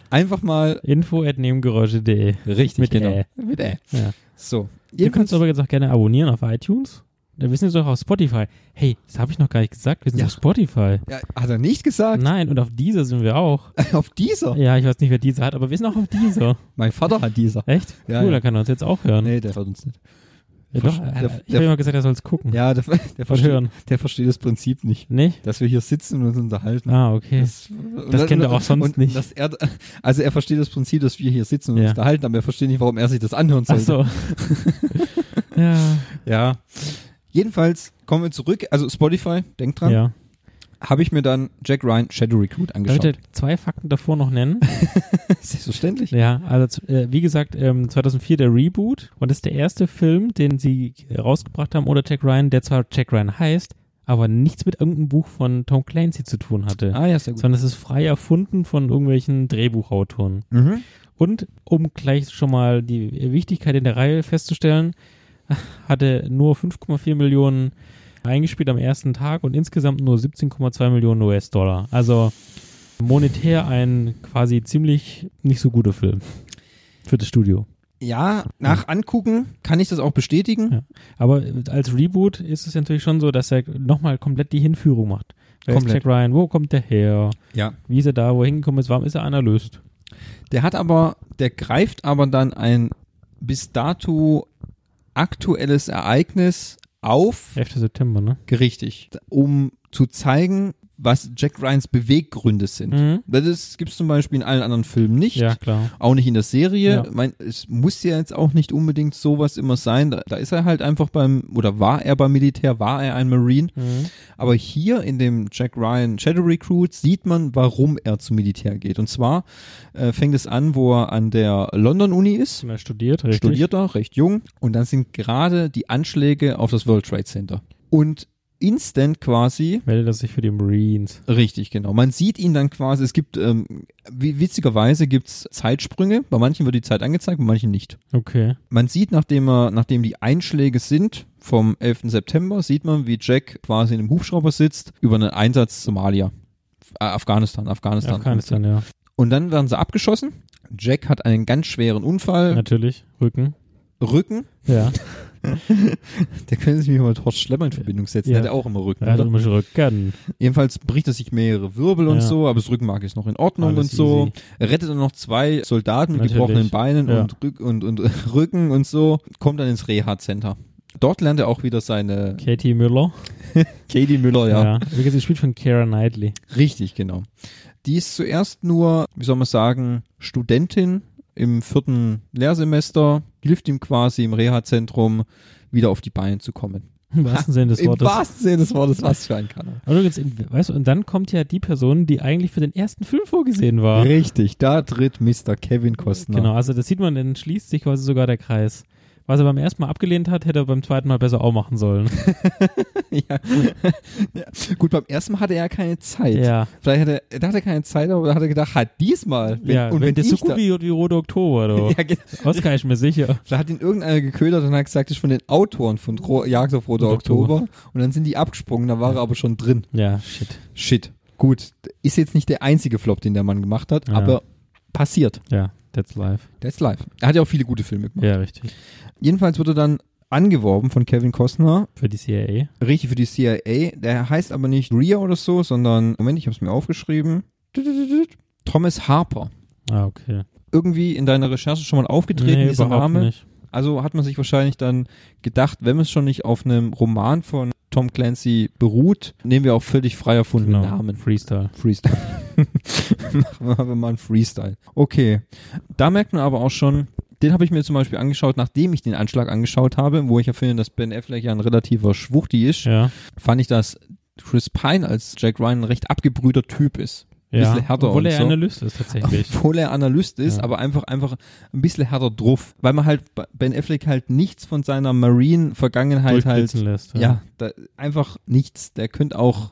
Speaker 4: einfach mal
Speaker 1: Info at nebengeräusche.de.
Speaker 4: richtig
Speaker 1: Mit
Speaker 4: genau.
Speaker 1: Ä.
Speaker 4: Mit Ä.
Speaker 1: Ja.
Speaker 4: So.
Speaker 1: Ihr könnt uns aber jetzt auch gerne abonnieren auf iTunes. Da wissen wir doch auf Spotify. Hey, das habe ich noch gar nicht gesagt. Wir sind
Speaker 4: Ja.
Speaker 1: auf Spotify.
Speaker 4: ja, hat er nicht gesagt?
Speaker 1: Nein, und auf dieser sind wir auch.
Speaker 4: [LAUGHS] Auf dieser?
Speaker 1: Hm. Ja, ich weiß nicht, wer diese hat, aber wir sind auch auf
Speaker 4: [LAUGHS]
Speaker 1: dieser.
Speaker 4: Mein Vater hat dieser.
Speaker 1: Echt?
Speaker 4: Ja,
Speaker 1: cool,
Speaker 4: ja.
Speaker 1: dann kann er uns jetzt auch hören.
Speaker 4: Nee, der hört uns nicht.
Speaker 1: ja, doch,
Speaker 4: versch-
Speaker 1: äh,
Speaker 4: der-
Speaker 1: ich habe
Speaker 4: der-
Speaker 1: immer gesagt, er soll es gucken.
Speaker 4: Ja, der, [LAUGHS] der, versteht,
Speaker 1: hören.
Speaker 4: der versteht das Prinzip nicht,
Speaker 1: Nicht?
Speaker 4: dass wir hier sitzen und uns unterhalten.
Speaker 1: Ah, okay.
Speaker 4: Das,
Speaker 1: Das kennt er auch sonst
Speaker 4: Hm. und
Speaker 1: nicht.
Speaker 4: dass Er, also er versteht das Prinzip, dass wir hier sitzen und
Speaker 1: Ja.
Speaker 4: uns unterhalten, aber er versteht nicht, warum er sich das anhören
Speaker 1: Ach
Speaker 4: sollte.
Speaker 1: so. [LAUGHS]
Speaker 4: [LAUGHS]
Speaker 1: ja.
Speaker 4: Ja. Jedenfalls kommen wir zurück. Also Spotify, denk dran,
Speaker 1: ja.
Speaker 4: habe ich mir dann Jack Ryan Shadow Recruit
Speaker 1: Darf ich
Speaker 4: angeschaut.
Speaker 1: dir zwei Fakten davor noch nennen?
Speaker 4: [LAUGHS] Selbstverständlich.
Speaker 1: Ja, also z- äh, wie gesagt, ähm, 2004 der Reboot und das ist der erste Film, den sie äh, rausgebracht haben oder Jack Ryan, der zwar Jack Ryan heißt, aber nichts mit irgendeinem Buch von Tom Clancy zu tun hatte,
Speaker 4: Ah ja, sehr gut.
Speaker 1: sondern es ist frei erfunden von irgendwelchen Drehbuchautoren.
Speaker 4: Mhm.
Speaker 1: Und um gleich schon mal die Wichtigkeit in der Reihe festzustellen, [LAUGHS] hatte nur 5,4 Millionen eingespielt am ersten Tag und insgesamt nur 17,2 Millionen US-Dollar. Also monetär ein quasi ziemlich nicht so guter Film für das Studio.
Speaker 4: Ja, nach Angucken kann ich das auch bestätigen.
Speaker 1: Ja. Aber als Reboot ist es natürlich schon so, dass er nochmal komplett die Hinführung macht. Wer ist
Speaker 4: Komplett.
Speaker 1: Jack Ryan? Wo kommt der her?
Speaker 4: Ja.
Speaker 1: Wie ist er da? Wohin gekommen ist? Warum ist er Analyst?
Speaker 4: Der hat aber, der greift aber dann ein bis dato aktuelles Ereignis auf,
Speaker 1: 11. September, ne?
Speaker 4: Richtig. Um zu zeigen, was Jack Ryans Beweggründe sind.
Speaker 1: Mhm.
Speaker 4: Das gibt es zum Beispiel in allen anderen Filmen nicht.
Speaker 1: Ja, klar.
Speaker 4: Auch nicht in der Serie.
Speaker 1: Ja.
Speaker 4: Mein, es muss ja jetzt auch nicht unbedingt sowas immer sein. Da, da ist er halt einfach beim, oder war er beim Militär, war er ein Marine.
Speaker 1: Mhm.
Speaker 4: Aber hier in dem Jack Ryan Shadow Recruit sieht man, warum er zum Militär geht. Und zwar äh, fängt es an, wo er an der London-Uni ist.
Speaker 1: Er studiert, richtig.
Speaker 4: Studiert er, recht jung. Und dann sind gerade die Anschläge auf das World Trade Center. Und instant quasi.
Speaker 1: Meldet er sich für die Marines.
Speaker 4: Richtig, genau. Man sieht ihn dann quasi, es gibt, ähm, wi- witzigerweise gibt's Zeitsprünge. Bei manchen wird die Zeit angezeigt, bei manchen nicht.
Speaker 1: Okay.
Speaker 4: Man sieht, nachdem, er, nachdem die Einschläge sind vom 11. September, sieht man, wie Jack quasi in einem Hubschrauber sitzt über einen Einsatz Somalia. Äh, Afghanistan, Afghanistan.
Speaker 1: Afghanistan, ja.
Speaker 4: Und dann werden sie abgeschossen. Jack hat einen ganz schweren Unfall,
Speaker 1: Natürlich. Rücken.
Speaker 4: Rücken.
Speaker 1: Ja.
Speaker 4: Der könnte sich mich mal mit Horst Schlemmer in Verbindung setzen.
Speaker 1: Ja.
Speaker 4: Der hat auch immer Rücken.
Speaker 1: Er hat
Speaker 4: oder?
Speaker 1: immer schon Rücken.
Speaker 4: Jedenfalls bricht er sich mehrere Wirbel und
Speaker 1: Ja.
Speaker 4: so, aber das Rückenmark ist noch in Ordnung
Speaker 1: Alles
Speaker 4: und so. Er rettet dann noch zwei Soldaten mit
Speaker 1: Natürlich.
Speaker 4: gebrochenen Beinen
Speaker 1: Ja.
Speaker 4: und, Rück und, [LAUGHS] und Rücken und so. Kommt dann ins Reha-Center. Dort lernt er auch wieder seine
Speaker 1: Katie Müller.
Speaker 4: Katie Müller, ja.
Speaker 1: Wie gesagt, sie spielt von Kara [LAUGHS] Knightley.
Speaker 4: Richtig, genau. Die ist zuerst nur, wie soll man sagen, Studentin im vierten Lehrsemester, hilft ihm quasi im Reha-Zentrum wieder auf die Beine zu kommen.
Speaker 1: Im wahrsten Sinne des
Speaker 4: Im
Speaker 1: Wortes.
Speaker 4: wahrsten Sinne des Wortes, was für ein Kanal.
Speaker 1: Und, übrigens, im- weißt du, und dann kommt ja die Person, die eigentlich für den ersten Film vorgesehen war.
Speaker 4: Richtig, da tritt Mr. Kevin Costner.
Speaker 1: Genau, also das sieht man, dann schließt sich quasi sogar der Kreis. Was er beim ersten Mal abgelehnt hat, hätte er beim zweiten Mal besser auch machen sollen.
Speaker 4: [LAUGHS] ja. ja. Gut, beim ersten Mal hatte er ja keine Zeit.
Speaker 1: ja.
Speaker 4: Vielleicht hatte er, da hatte er keine Zeit, aber da hat er gedacht, hat diesmal. Wenn,
Speaker 1: ja.
Speaker 4: und wenn,
Speaker 1: das
Speaker 4: ich
Speaker 1: so gut
Speaker 4: da,
Speaker 1: wie, wie Rote Oktober, [LAUGHS] du.
Speaker 4: ja, ge-
Speaker 1: Oscar ist mir sicher.
Speaker 4: da hat ihn irgendeiner geködert und hat gesagt, das ist von den Autoren von Ro Jagd auf Rote
Speaker 1: Rote
Speaker 4: Oktober. Und dann sind die abgesprungen, da war er aber schon drin.
Speaker 1: Ja, shit.
Speaker 4: Shit. Gut, ist jetzt nicht der einzige Flop, den der Mann gemacht hat,
Speaker 1: Ja.
Speaker 4: aber passiert.
Speaker 1: Ja, that's life.
Speaker 4: That's live. Er hat ja auch viele gute Filme gemacht.
Speaker 1: Ja, richtig.
Speaker 4: Jedenfalls wurde dann angeworben von Kevin Costner
Speaker 1: Für die CIA.
Speaker 4: Richtig für die CIA. Der heißt aber nicht Rhea oder so, sondern, Moment, ich habe es mir aufgeschrieben. Thomas Harper.
Speaker 1: Ah, okay.
Speaker 4: Ah, Irgendwie in deiner Recherche schon mal aufgetreten,
Speaker 1: nee,
Speaker 4: dieser
Speaker 1: überhaupt
Speaker 4: Name?
Speaker 1: nicht.
Speaker 4: Also hat man sich wahrscheinlich dann gedacht, wenn es schon nicht auf einem Roman von Tom Clancy beruht, nehmen wir auch völlig frei erfundene
Speaker 1: Genau.
Speaker 4: Namen.
Speaker 1: Freestyle.
Speaker 4: Freestyle. [LAUGHS] Machen wir mal einen Freestyle. Okay. Da merkt man aber auch schon, den habe ich mir zum Beispiel angeschaut, nachdem ich den Anschlag angeschaut habe, wo ich ja finde, dass Ben Affleck ja ein relativer Schwuchti ist,
Speaker 1: Ja.
Speaker 4: fand ich, dass Chris Pine als Jack Ryan ein recht abgebrühter Typ ist. Ein
Speaker 1: ja.
Speaker 4: bisschen härter
Speaker 1: Obwohl
Speaker 4: und
Speaker 1: er
Speaker 4: so.
Speaker 1: Analyst ist tatsächlich.
Speaker 4: Obwohl er Analyst ist,
Speaker 1: Ja.
Speaker 4: aber einfach, einfach ein bisschen härter drauf. Weil man halt bei Ben Affleck halt nichts von seiner Marine-Vergangenheit [LAUGHS] halt.
Speaker 1: Durchblitzen lässt.
Speaker 4: Ja, da, einfach nichts. Der könnte auch,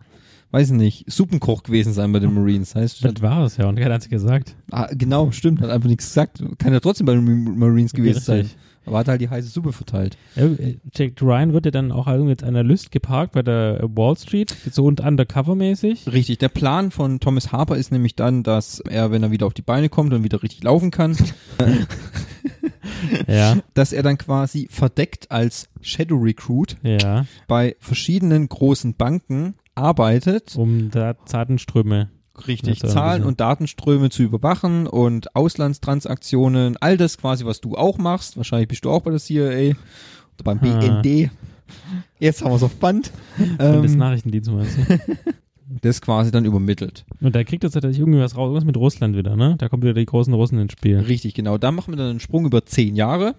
Speaker 4: weiß ich nicht, Suppenkoch gewesen sein bei den Marines. Heißt, statt
Speaker 1: Das war es ja und keiner hat es gesagt.
Speaker 4: Ah, genau, stimmt, hat einfach nichts gesagt. Kann ja trotzdem bei den Mar- Marines gewesen sein.
Speaker 1: Richtig.
Speaker 4: Aber hat halt die heiße Suppe verteilt.
Speaker 1: Ja, äh, Jack Ryan wird ja dann auch irgendwie als Analyst geparkt bei der äh, Wall Street, so und
Speaker 4: [LAUGHS]
Speaker 1: undercover-mäßig.
Speaker 4: Richtig, der Plan von Thomas Harper ist nämlich dann, dass er, wenn er wieder auf die Beine kommt und wieder richtig laufen kann,
Speaker 1: Ja,
Speaker 4: dass er dann quasi verdeckt als Shadow Recruit
Speaker 1: ja,
Speaker 4: bei verschiedenen großen Banken arbeitet,
Speaker 1: um da Zahnströme.
Speaker 4: richtig
Speaker 1: Ja, so ein
Speaker 4: Zahlen
Speaker 1: bisschen.
Speaker 4: und Datenströme zu überwachen und Auslandstransaktionen, all das quasi, was du auch machst. Wahrscheinlich bist du auch bei der CIA oder beim
Speaker 1: Ah.
Speaker 4: BND. Jetzt haben wir es auf [LAUGHS] Band.
Speaker 1: Und das
Speaker 4: Ähm,
Speaker 1: Nachrichtendienst meinst du?
Speaker 4: das quasi dann übermittelt.
Speaker 1: Und da kriegt er tatsächlich irgendwie was raus, irgendwas mit Russland wieder, ne? Da kommen wieder die großen Russen ins Spiel.
Speaker 4: Richtig, genau. Da machen wir dann einen Sprung über zehn Jahre.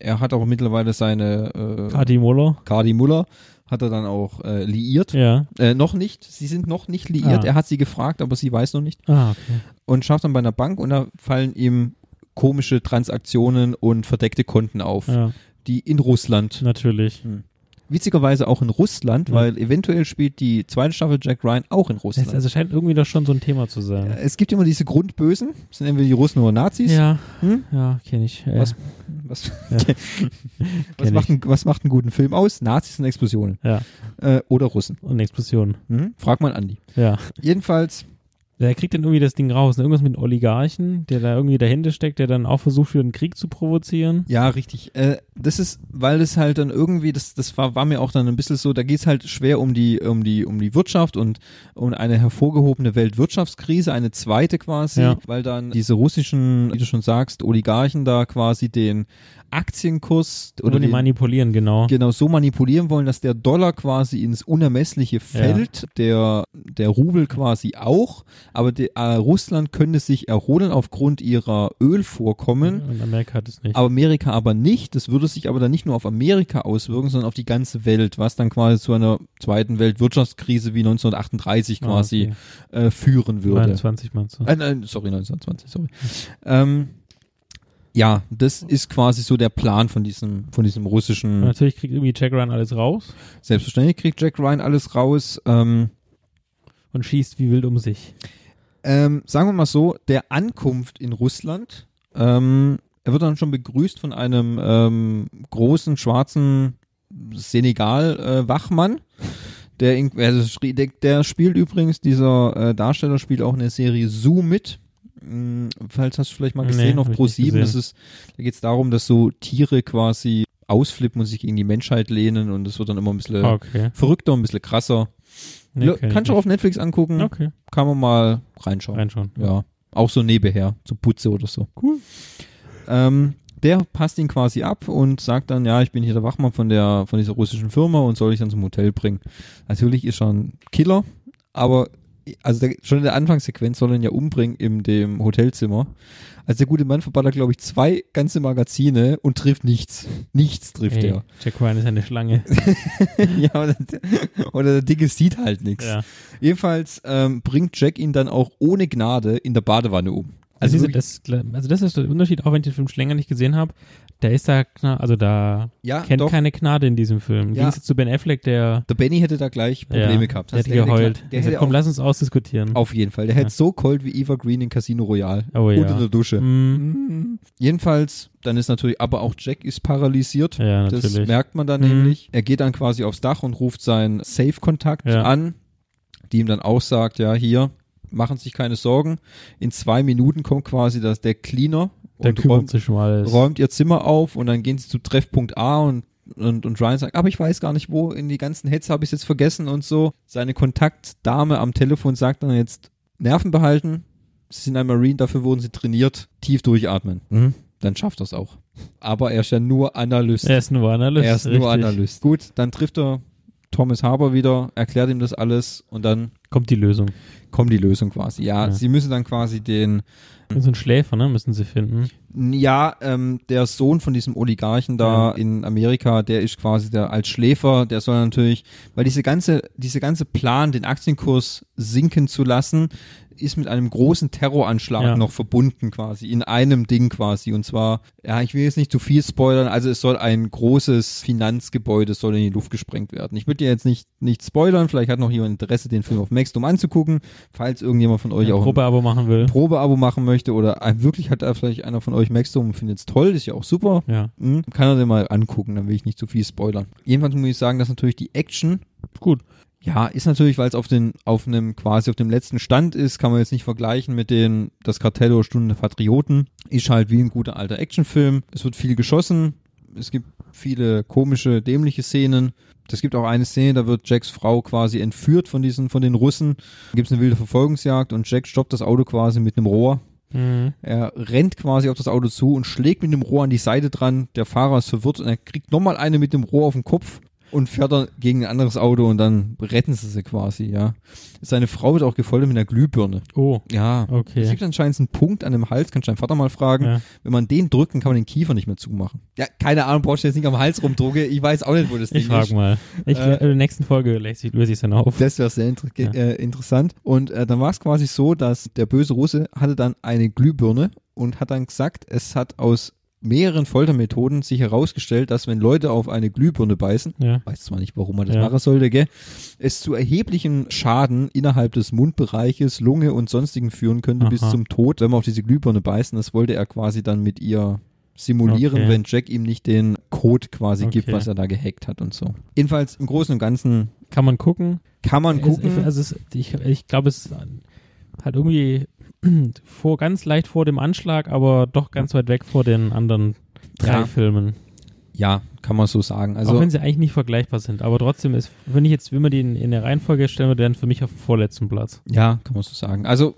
Speaker 4: Er hat auch mittlerweile seine äh,
Speaker 1: Kati Moller.
Speaker 4: Kadi Muller, hat er dann auch äh, liiert.
Speaker 1: Ja.
Speaker 4: Äh, noch nicht, sie sind noch nicht
Speaker 1: Ah.
Speaker 4: liiert. Er hat sie gefragt, aber sie weiß noch nicht.
Speaker 1: Ah, okay.
Speaker 4: Und schafft dann bei einer Bank und da fallen ihm komische Transaktionen und verdeckte Konten auf,
Speaker 1: Ja,
Speaker 4: die in Russland.
Speaker 1: natürlich.
Speaker 4: Witzigerweise auch in Russland,
Speaker 1: Ja.
Speaker 4: weil eventuell spielt die zweite Staffel Jack Ryan auch in Russland.
Speaker 1: Das also scheint irgendwie doch schon so ein Thema zu sein.
Speaker 4: es gibt immer diese Grundbösen, das sind entweder die Russen oder Nazis.
Speaker 1: Ja,
Speaker 4: Hm?
Speaker 1: ja, kenne ich. Äh,
Speaker 4: Was- Was,
Speaker 1: Ja.
Speaker 4: [LAUGHS] was, macht einen, was macht einen guten Film aus? Nazis und Explosionen.
Speaker 1: Ja.
Speaker 4: Äh, oder Russen.
Speaker 1: Und Explosionen.
Speaker 4: Mhm. Frag mal Andi.
Speaker 1: Ja.
Speaker 4: Jedenfalls,
Speaker 1: Der kriegt dann irgendwie das Ding raus. Ne? Irgendwas mit einem Oligarchen, der da irgendwie dahinter steckt, der dann auch versucht, für einen Krieg zu provozieren.
Speaker 4: ja, richtig. Äh, das ist, weil das halt dann irgendwie, das, das war, war mir auch dann ein bisschen so, da geht es halt schwer um die, um die, um die Wirtschaft und um eine hervorgehobene Weltwirtschaftskrise, eine zweite quasi,
Speaker 1: Ja.
Speaker 4: weil dann diese russischen, wie du schon sagst, Oligarchen da quasi den Aktienkurs
Speaker 1: Oder
Speaker 4: oder
Speaker 1: die
Speaker 4: den,
Speaker 1: manipulieren, genau.
Speaker 4: genau so manipulieren wollen, dass der Dollar quasi ins Unermessliche fällt, der, der Rubel quasi auch, aber die, äh, Russland könnte sich erholen aufgrund ihrer Ölvorkommen.
Speaker 1: Und Amerika hat es nicht.
Speaker 4: Amerika aber nicht. Das würde sich aber dann nicht nur auf Amerika auswirken, sondern auf die ganze Welt, was dann quasi zu einer zweiten Weltwirtschaftskrise wie 1938
Speaker 1: Ah,
Speaker 4: quasi
Speaker 1: okay.
Speaker 4: äh, führen würde.
Speaker 1: 29 meinst du?
Speaker 4: Äh, nein, sorry, 1920, sorry. Ähm, ja, das ist quasi so der Plan von diesem, von diesem russischen
Speaker 1: Und Natürlich kriegt irgendwie Jack Ryan alles raus
Speaker 4: Selbstverständlich kriegt Jack Ryan alles raus. Ähm,
Speaker 1: und schießt wie wild um sich.
Speaker 4: ähm, sagen wir mal so, der Ankunft in Russland, ähm, er wird dann schon begrüßt von einem ähm, großen schwarzen Senegal-Wachmann. der, in- also schrie- der, der spielt übrigens, dieser äh, Darsteller spielt auch in der Serie Zoo mit. Hm, falls hast du vielleicht mal
Speaker 1: Nee,
Speaker 4: gesehen auf
Speaker 1: hab ich
Speaker 4: Pro
Speaker 1: nicht
Speaker 4: 7, das
Speaker 1: gesehen.
Speaker 4: ist, da geht es darum, dass so Tiere quasi ausflippen und sich gegen die Menschheit lehnen und es wird dann immer ein bisschen
Speaker 1: Okay.
Speaker 4: verrückter, ein bisschen
Speaker 1: Ah.
Speaker 4: krasser.
Speaker 1: Nee,
Speaker 4: Ja,
Speaker 1: kenn ich
Speaker 4: kannst du auch auf Netflix angucken,
Speaker 1: nicht. Okay,
Speaker 4: kann man mal reinschauen.
Speaker 1: reinschauen.
Speaker 4: Ja, auch so nebenher, so Putze oder so.
Speaker 1: Cool.
Speaker 4: Ähm, der passt ihn quasi ab und sagt dann, ja, ich bin hier der Wachmann von der von dieser russischen Firma und soll ich dann zum Hotel bringen. Natürlich ist er ein Killer, aber also der, schon in der Anfangssequenz soll er ihn ja umbringen in dem Hotelzimmer. Also der gute Mann verballert, glaube ich, zwei ganze Magazine und trifft nichts. Nichts trifft
Speaker 1: Hey,
Speaker 4: er. [LAUGHS]
Speaker 1: Jack Ryan ist eine Schlange.
Speaker 4: ja, oder, oder der Dicke sieht halt nichts.
Speaker 1: ja.
Speaker 4: Jedenfalls ähm, bringt Jack ihn dann auch ohne Gnade in der Badewanne um.
Speaker 1: Also,
Speaker 4: Also
Speaker 1: diese,
Speaker 4: wirklich,
Speaker 1: das, also das ist der Unterschied, auch wenn ich den Film schon länger nicht gesehen habe. Da ist da, Gna- also da
Speaker 4: ja,
Speaker 1: kennt
Speaker 4: doch,
Speaker 1: keine Gnade in diesem Film.
Speaker 4: Ja.
Speaker 1: Ging es zu Ben Affleck, der
Speaker 4: der Benny hätte da gleich Probleme
Speaker 1: ja,
Speaker 4: gehabt.
Speaker 1: Der
Speaker 4: Also
Speaker 1: hätte
Speaker 4: der
Speaker 1: geheult. Der
Speaker 4: Hätte, der hätte
Speaker 1: komm,
Speaker 4: auf,
Speaker 1: lass uns ausdiskutieren.
Speaker 4: auf jeden Fall. Der hätte so cold wie Eva Green in Casino Royale.
Speaker 1: Oh ja.
Speaker 4: Unter der Dusche.
Speaker 1: Mm.
Speaker 4: Jedenfalls, dann ist natürlich, aber auch Jack ist paralysiert.
Speaker 1: Ja,
Speaker 4: das
Speaker 1: natürlich.
Speaker 4: merkt man dann
Speaker 1: Mhm.
Speaker 4: nämlich. Er geht dann quasi aufs Dach und ruft seinen Safe-Kontakt
Speaker 1: Ja.
Speaker 4: an, die ihm dann auch sagt, ja, hier, machen sich keine Sorgen. In zwei Minuten kommt quasi das, der Cleaner
Speaker 1: der
Speaker 4: und räumt
Speaker 1: kümmert sich um alles.
Speaker 4: räumt ihr Zimmer auf und dann gehen sie zu Treffpunkt A und, und, und Ryan sagt, aber ich weiß gar nicht wo, in die ganzen Hits habe ich es jetzt vergessen und so. Seine Kontaktdame am Telefon sagt dann
Speaker 1: Mhm.
Speaker 4: jetzt, Nerven behalten, sie sind ein Marine, dafür wurden sie trainiert, tief durchatmen. dann schafft er es auch. Aber er ist ja nur Analyst.
Speaker 1: Er ist nur Analyst.
Speaker 4: er ist
Speaker 1: richtig.
Speaker 4: nur Analyst. Gut, dann trifft er Thomas Harper wieder, erklärt ihm das alles und dann
Speaker 1: Kommt die Lösung.
Speaker 4: kommt die Lösung quasi. Ja,
Speaker 1: Ja.
Speaker 4: sie müssen dann quasi den, Hm.
Speaker 1: So ein Schläfer, ne? Müssen sie finden.
Speaker 4: ja, ähm, der Sohn von diesem Oligarchen da in Amerika, der ist quasi der als Schläfer, der soll natürlich, weil diese ganze, diese ganze Plan, den Aktienkurs sinken zu lassen, ist mit einem großen Terroranschlag
Speaker 1: Ja.
Speaker 4: noch verbunden quasi, in einem Ding quasi. Und zwar, ja, ich will jetzt nicht zu viel spoilern, also es soll ein großes Finanzgebäude soll in die Luft gesprengt werden. Ich würde dir jetzt nicht, nicht spoilern, vielleicht hat noch jemand Interesse, den Film auf Maxdom anzugucken, falls irgendjemand von euch
Speaker 1: Wenn
Speaker 4: auch im-
Speaker 1: Probeabo machen will.
Speaker 4: ein Probeabo machen möchte oder ein- wirklich hat da vielleicht einer von euch Maxdome und findet es toll, ist ja auch super.
Speaker 1: ja,
Speaker 4: Hm, Kann er den mal angucken, dann will ich nicht zu viel spoilern. Jedenfalls muss ich sagen, dass natürlich die Action,
Speaker 1: gut.
Speaker 4: ja, ist natürlich, weil es auf den, auf einem, quasi auf dem letzten Stand ist, kann man jetzt nicht vergleichen mit den, das Kartell oder Stunde der Patrioten. Ist halt wie ein guter alter Actionfilm. Es wird viel geschossen. Es gibt viele komische, dämliche Szenen. Es gibt auch eine Szene, da wird Jacks Frau quasi entführt von diesen, von den Russen. Da gibt es eine wilde Verfolgungsjagd und Jack stoppt das Auto quasi mit einem Rohr.
Speaker 1: Mhm.
Speaker 4: Er rennt quasi auf das Auto zu und schlägt mit dem Rohr an die Seite dran. Der Fahrer ist verwirrt und er kriegt nochmal eine mit dem Rohr auf den Kopf und fährt dann gegen ein anderes Auto und dann retten sie sie quasi, ja. Seine Frau wird auch gefoltert mit einer Glühbirne.
Speaker 1: Oh,
Speaker 4: Ja. Es
Speaker 1: okay.
Speaker 4: gibt anscheinend einen Punkt an dem Hals, kannst du deinen Vater mal fragen.
Speaker 1: Ja.
Speaker 4: Wenn man den drückt, dann kann man den Kiefer nicht mehr zumachen. Ja, keine Ahnung, brauchst du jetzt nicht am Hals rumdrucke. Ich weiß auch nicht, wo das
Speaker 1: Ich
Speaker 4: Ding ist.
Speaker 1: frag mal. Ich,
Speaker 4: Äh,
Speaker 1: in der nächsten Folge löse ich es dann auf.
Speaker 4: Das wäre sehr inter
Speaker 1: Ja.
Speaker 4: äh, interessant. Und äh, dann war es quasi so, dass der böse Russe hatte dann eine Glühbirne und hat dann gesagt, es hat aus mehreren Foltermethoden sich herausgestellt, dass wenn Leute auf eine Glühbirne beißen,
Speaker 1: Ja.
Speaker 4: weiß zwar nicht, warum man das
Speaker 1: Ja.
Speaker 4: machen sollte, gell, es zu erheblichen Schaden innerhalb des Mundbereiches, Lunge und sonstigen führen könnte bis
Speaker 1: Aha.
Speaker 4: zum Tod, wenn man auf diese Glühbirne beißen. Das wollte er quasi dann mit ihr simulieren,
Speaker 1: Okay.
Speaker 4: wenn Jack ihm nicht den Code quasi gibt,
Speaker 1: Okay.
Speaker 4: was er da gehackt hat und so. Jedenfalls im Großen und Ganzen
Speaker 1: Kann man gucken.
Speaker 4: kann man gucken.
Speaker 1: Es, also es, ich ich glaube, es ist halt irgendwie [CLEARS THROAT] vor, ganz leicht vor dem Anschlag, aber doch ganz weit weg vor den anderen drei
Speaker 4: Ja.
Speaker 1: Filmen.
Speaker 4: Ja, kann man so sagen. Also
Speaker 1: Auch wenn sie eigentlich nicht vergleichbar sind. Aber trotzdem ist, wenn ich jetzt, wenn man die in, in der Reihenfolge stellen würde, dann für mich auf dem vorletzten Platz.
Speaker 4: ja, kann man so sagen. Also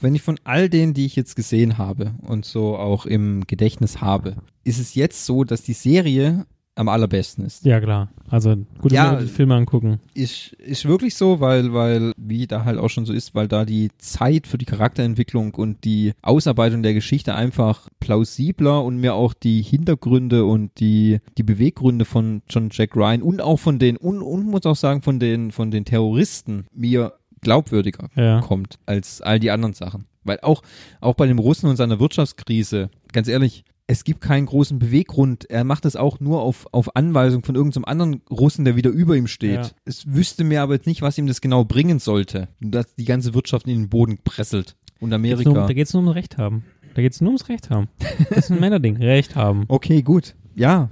Speaker 4: wenn ich von all denen, die ich jetzt gesehen habe und so auch im Gedächtnis habe, ist es jetzt so, dass die Serie am allerbesten ist.
Speaker 1: Ja, klar. Also gut,
Speaker 4: Ja.
Speaker 1: wenn wir die Filme angucken.
Speaker 4: Ist, ist wirklich so, weil, weil, wie da halt auch schon so ist, weil da die Zeit für die Charakterentwicklung und die Ausarbeitung der Geschichte einfach plausibler und mir auch die Hintergründe und die, die Beweggründe von John Jack Ryan und auch von den, und, und muss auch sagen, von den, von den Terroristen mir glaubwürdiger
Speaker 1: Ja.
Speaker 4: kommt als all die anderen Sachen. Weil auch, auch bei dem Russen und seiner Wirtschaftskrise, ganz ehrlich, es gibt keinen großen Beweggrund. Er macht es auch nur auf, auf Anweisung von irgendeinem anderen Russen, der wieder über ihm steht.
Speaker 1: Ja.
Speaker 4: Es wüsste mir aber jetzt nicht, was ihm das genau bringen sollte, dass die ganze Wirtschaft in den Boden presselt.
Speaker 1: Geht's nur
Speaker 4: Und
Speaker 1: um,
Speaker 4: Amerika.
Speaker 1: da geht es nur ums Recht haben. Da geht es nur ums Recht haben. Das ist ein Männerding. Recht haben.
Speaker 4: Okay, gut. Ja,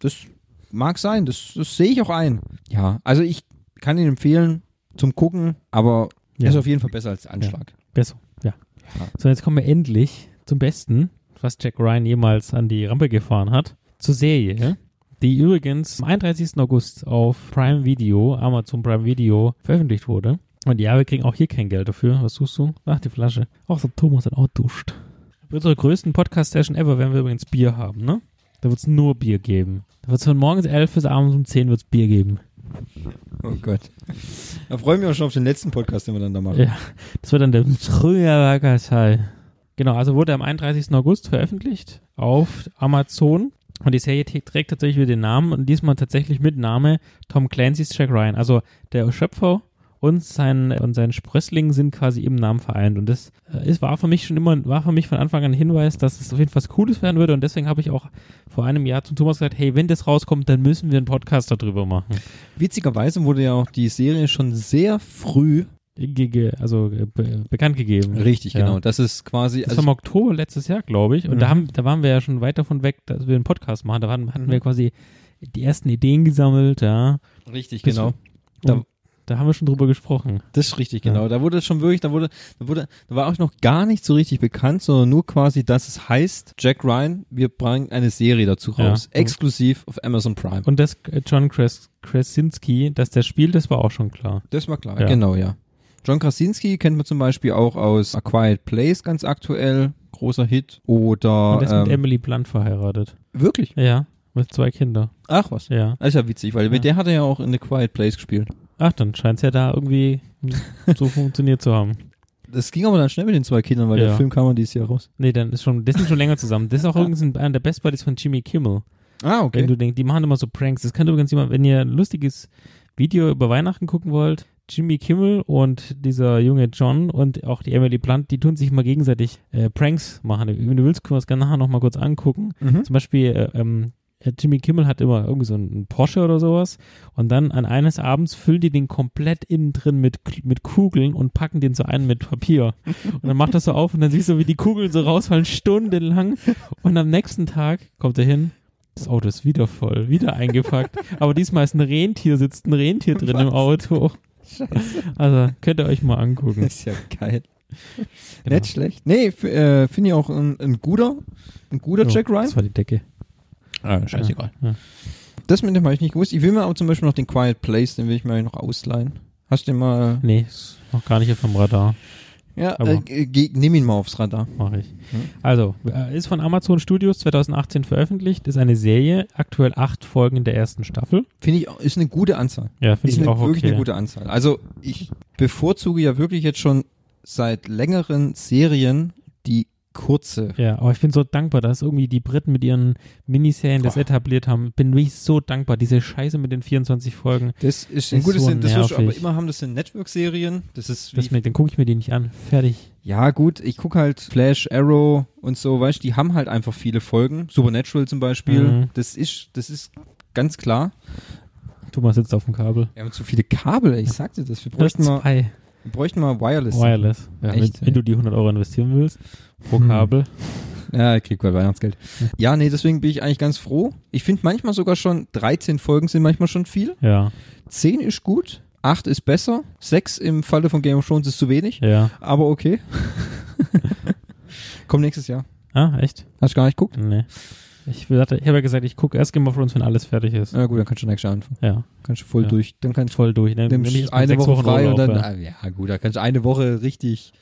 Speaker 4: das mag sein. Das, das sehe ich auch ein. Ja, also ich kann ihn empfehlen zum Gucken, aber
Speaker 1: Ja.
Speaker 4: ist auf jeden Fall besser als Anschlag.
Speaker 1: Besser, ja. So, jetzt kommen wir endlich zum Besten, was Jack Ryan jemals an die Rampe gefahren hat, zur Serie, die übrigens am 31. August auf Prime Video, Amazon Prime Video, veröffentlicht wurde. Und ja, wir kriegen auch hier kein Geld dafür. Was suchst du? Ach, die Flasche. Ach, der Thomas hat auch duscht. Bei unserer größten Podcast-Session ever werden wir übrigens Bier haben, ne? Da wird es nur Bier geben. Da wird es von morgens 11 bis abends um 10 wird's Bier geben.
Speaker 4: Oh Gott. Da freuen wir uns schon auf den letzten Podcast, den wir dann da machen.
Speaker 1: Ja, das wird dann der Trügerwackerschall. Genau, also wurde am 31. August veröffentlicht auf Amazon. Und die Serie t- trägt tatsächlich wieder den Namen und diesmal tatsächlich mit Name Tom Clancy's Jack Ryan. Also der Schöpfer und sein, und sein Sprössling sind quasi im Namen vereint. Und das äh, ist, war für mich schon immer, war für mich von Anfang an ein Hinweis, dass es auf jeden Fall was Cooles werden würde. Und deswegen habe ich auch vor einem Jahr zum Thomas gesagt, hey, wenn das rauskommt, dann müssen wir einen Podcast darüber machen.
Speaker 4: Witzigerweise wurde ja auch die Serie schon sehr früh.
Speaker 1: Ge- ge- Also äh, be bekannt gegeben.
Speaker 4: Richtig,
Speaker 1: Ja.
Speaker 4: genau. Das ist quasi.
Speaker 1: Das
Speaker 4: Also,
Speaker 1: war im Oktober letztes Jahr, glaube ich. Und da,
Speaker 4: Mhm.
Speaker 1: haben, da waren wir ja schon weit davon weg, dass wir einen Podcast machen. Da waren, hatten
Speaker 4: Mhm.
Speaker 1: wir quasi die ersten Ideen gesammelt, ja.
Speaker 4: richtig,
Speaker 1: Bis-
Speaker 4: genau. Da-
Speaker 1: Da, da haben wir schon drüber gesprochen.
Speaker 4: Das ist richtig, genau. Da wurde schon wirklich, da wurde, da wurde, da war auch noch gar nicht so richtig bekannt, sondern nur quasi, dass es heißt, Jack Ryan, wir bringen eine Serie dazu
Speaker 1: Ja.
Speaker 4: raus. Exklusiv auf Amazon Prime.
Speaker 1: Und das äh, John Kras Krasinski, dass der spielt, das war auch schon klar.
Speaker 4: das war klar.
Speaker 1: Ja.
Speaker 4: Genau, ja. John Krasinski kennt man zum Beispiel auch aus A Quiet Place ganz aktuell, großer Hit. Oder
Speaker 1: Und er ist mit
Speaker 4: ähm,
Speaker 1: Emily Blunt verheiratet.
Speaker 4: wirklich?
Speaker 1: Ja, mit zwei Kindern.
Speaker 4: Ach was.
Speaker 1: Ja.
Speaker 4: Das ist ja witzig, weil mit der hat er ja auch in The Quiet Place gespielt.
Speaker 1: Ach, dann scheint es ja da irgendwie
Speaker 4: [LAUGHS]
Speaker 1: so funktioniert zu haben.
Speaker 4: Das ging aber dann schnell mit den zwei Kindern, weil
Speaker 1: Ja.
Speaker 4: der Film kam ja dieses Jahr raus.
Speaker 1: Nee, dann ist schon, das sind schon länger zusammen. Das ist auch übrigens ein- einer der Best Buddies von Jimmy Kimmel.
Speaker 4: Ah,
Speaker 1: Wenn du denkst, die machen immer so Pranks. Das kann übrigens jemand, wenn ihr ein lustiges Video über Weihnachten gucken wollt, Jimmy Kimmel und dieser junge John und auch die Emily Blunt, die tun sich mal gegenseitig äh, Pranks machen. Wenn du willst, können wir das gerne nachher nochmal kurz angucken.
Speaker 4: Mhm.
Speaker 1: Zum Beispiel, äh, ähm, äh, Jimmy Kimmel hat immer irgendwie so einen Porsche oder sowas und dann an eines Abends füllen die den komplett innen drin mit, K- mit Kugeln und packen den so ein mit
Speaker 4: [LAUGHS]
Speaker 1: Papier. Und dann macht das so auf und dann siehst du, wie die Kugeln so rausfallen, stundenlang. Und am nächsten Tag kommt er hin, das Auto ist wieder voll, wieder eingepackt. Aber diesmal ist ein Rentier, sitzt ein Rentier drin im Auto. Also könnt ihr euch mal angucken.
Speaker 4: [LAUGHS] Das ist ja [LAUGHS] geil.
Speaker 1: Genau.
Speaker 4: Nicht schlecht. Nee, f- äh, finde ich auch ein, ein guter, ein guter Jack
Speaker 1: Oh,
Speaker 4: Ryan.
Speaker 1: Das war die Decke.
Speaker 4: Ah,
Speaker 1: Ja.
Speaker 4: Das mit dem habe ich nicht gewusst. Ich will mir aber zum Beispiel noch den Quiet Place, den will ich mir noch ausleihen. Hast du den mal?
Speaker 1: Nee, ist noch gar nicht auf dem Radar.
Speaker 4: Ja,
Speaker 1: Aber-
Speaker 4: äh, ge- ge- nimm ihn mal aufs Radar.
Speaker 1: mache ich.
Speaker 4: Hm.
Speaker 1: Also, äh, ist von Amazon Studios 2018 veröffentlicht, ist eine Serie, aktuell acht Folgen in der ersten Staffel.
Speaker 4: Finde ich, auch- ist eine gute Anzahl.
Speaker 1: Ja, finde
Speaker 4: ist
Speaker 1: ich
Speaker 4: eine,
Speaker 1: auch
Speaker 4: wirklich
Speaker 1: okay.
Speaker 4: eine gute Anzahl. Also ich bevorzuge ja wirklich jetzt schon seit längeren Serien die kurze.
Speaker 1: ja, aber ich bin so dankbar, dass irgendwie die Briten mit ihren Miniserien das
Speaker 4: Boah.
Speaker 1: etabliert haben. Bin wirklich so dankbar. Diese Scheiße mit den 24 Folgen,
Speaker 4: Das ist
Speaker 1: Ist so
Speaker 4: Sinn. Das wirst du aber
Speaker 1: nervig.
Speaker 4: immer haben, das sind Network-Serien. Das ist
Speaker 1: das mir, dann gucke ich mir die nicht an. Fertig.
Speaker 4: Ja, gut, ich guck halt Flash, Arrow und so, weißt du, die haben halt einfach viele Folgen. Supernatural zum Beispiel.
Speaker 1: Mhm.
Speaker 4: Das ist, das ist ganz klar.
Speaker 1: Thomas sitzt auf dem Kabel.
Speaker 4: Wir haben zu viele Kabel, ey, ich sagte das. Wir bräuchten, mal,
Speaker 1: Zwei.
Speaker 4: wir bräuchten mal Wireless.
Speaker 1: Wireless. Ja,
Speaker 4: Echt,
Speaker 1: wenn, wenn
Speaker 4: ey.
Speaker 1: du die 100 Euro investieren willst, pro
Speaker 4: Hm.
Speaker 1: Kabel.
Speaker 4: Ja, ich krieg bald Weihnachtsgeld. Ja, nee, deswegen bin ich eigentlich ganz froh. Ich finde manchmal sogar schon, 13 Folgen sind manchmal schon viel.
Speaker 1: Ja,
Speaker 4: 10 ist gut, 8 ist besser, 6 im Falle von Game of Thrones ist zu wenig,
Speaker 1: ja.
Speaker 4: aber [LAUGHS] okay. Kommt nächstes Jahr.
Speaker 1: Ah, echt?
Speaker 4: Hast du gar nicht geguckt?
Speaker 1: Nee. Ich, dachte- ich habe ja gesagt, ich gucke erst Game of Thrones, wenn alles fertig ist.
Speaker 4: Na gut, dann kannst du nächstes Jahr anfangen.
Speaker 1: Ja,
Speaker 4: Kannst du voll
Speaker 1: Ja.
Speaker 4: durch, dann kannst
Speaker 1: voll durch. Ne?
Speaker 4: nimmst
Speaker 1: Nämlich erst mal
Speaker 4: eine
Speaker 1: sechs
Speaker 4: Woche frei
Speaker 1: Urlaub,
Speaker 4: und dann,
Speaker 1: ja.
Speaker 4: ah, ja gut, da kannst du eine Woche richtig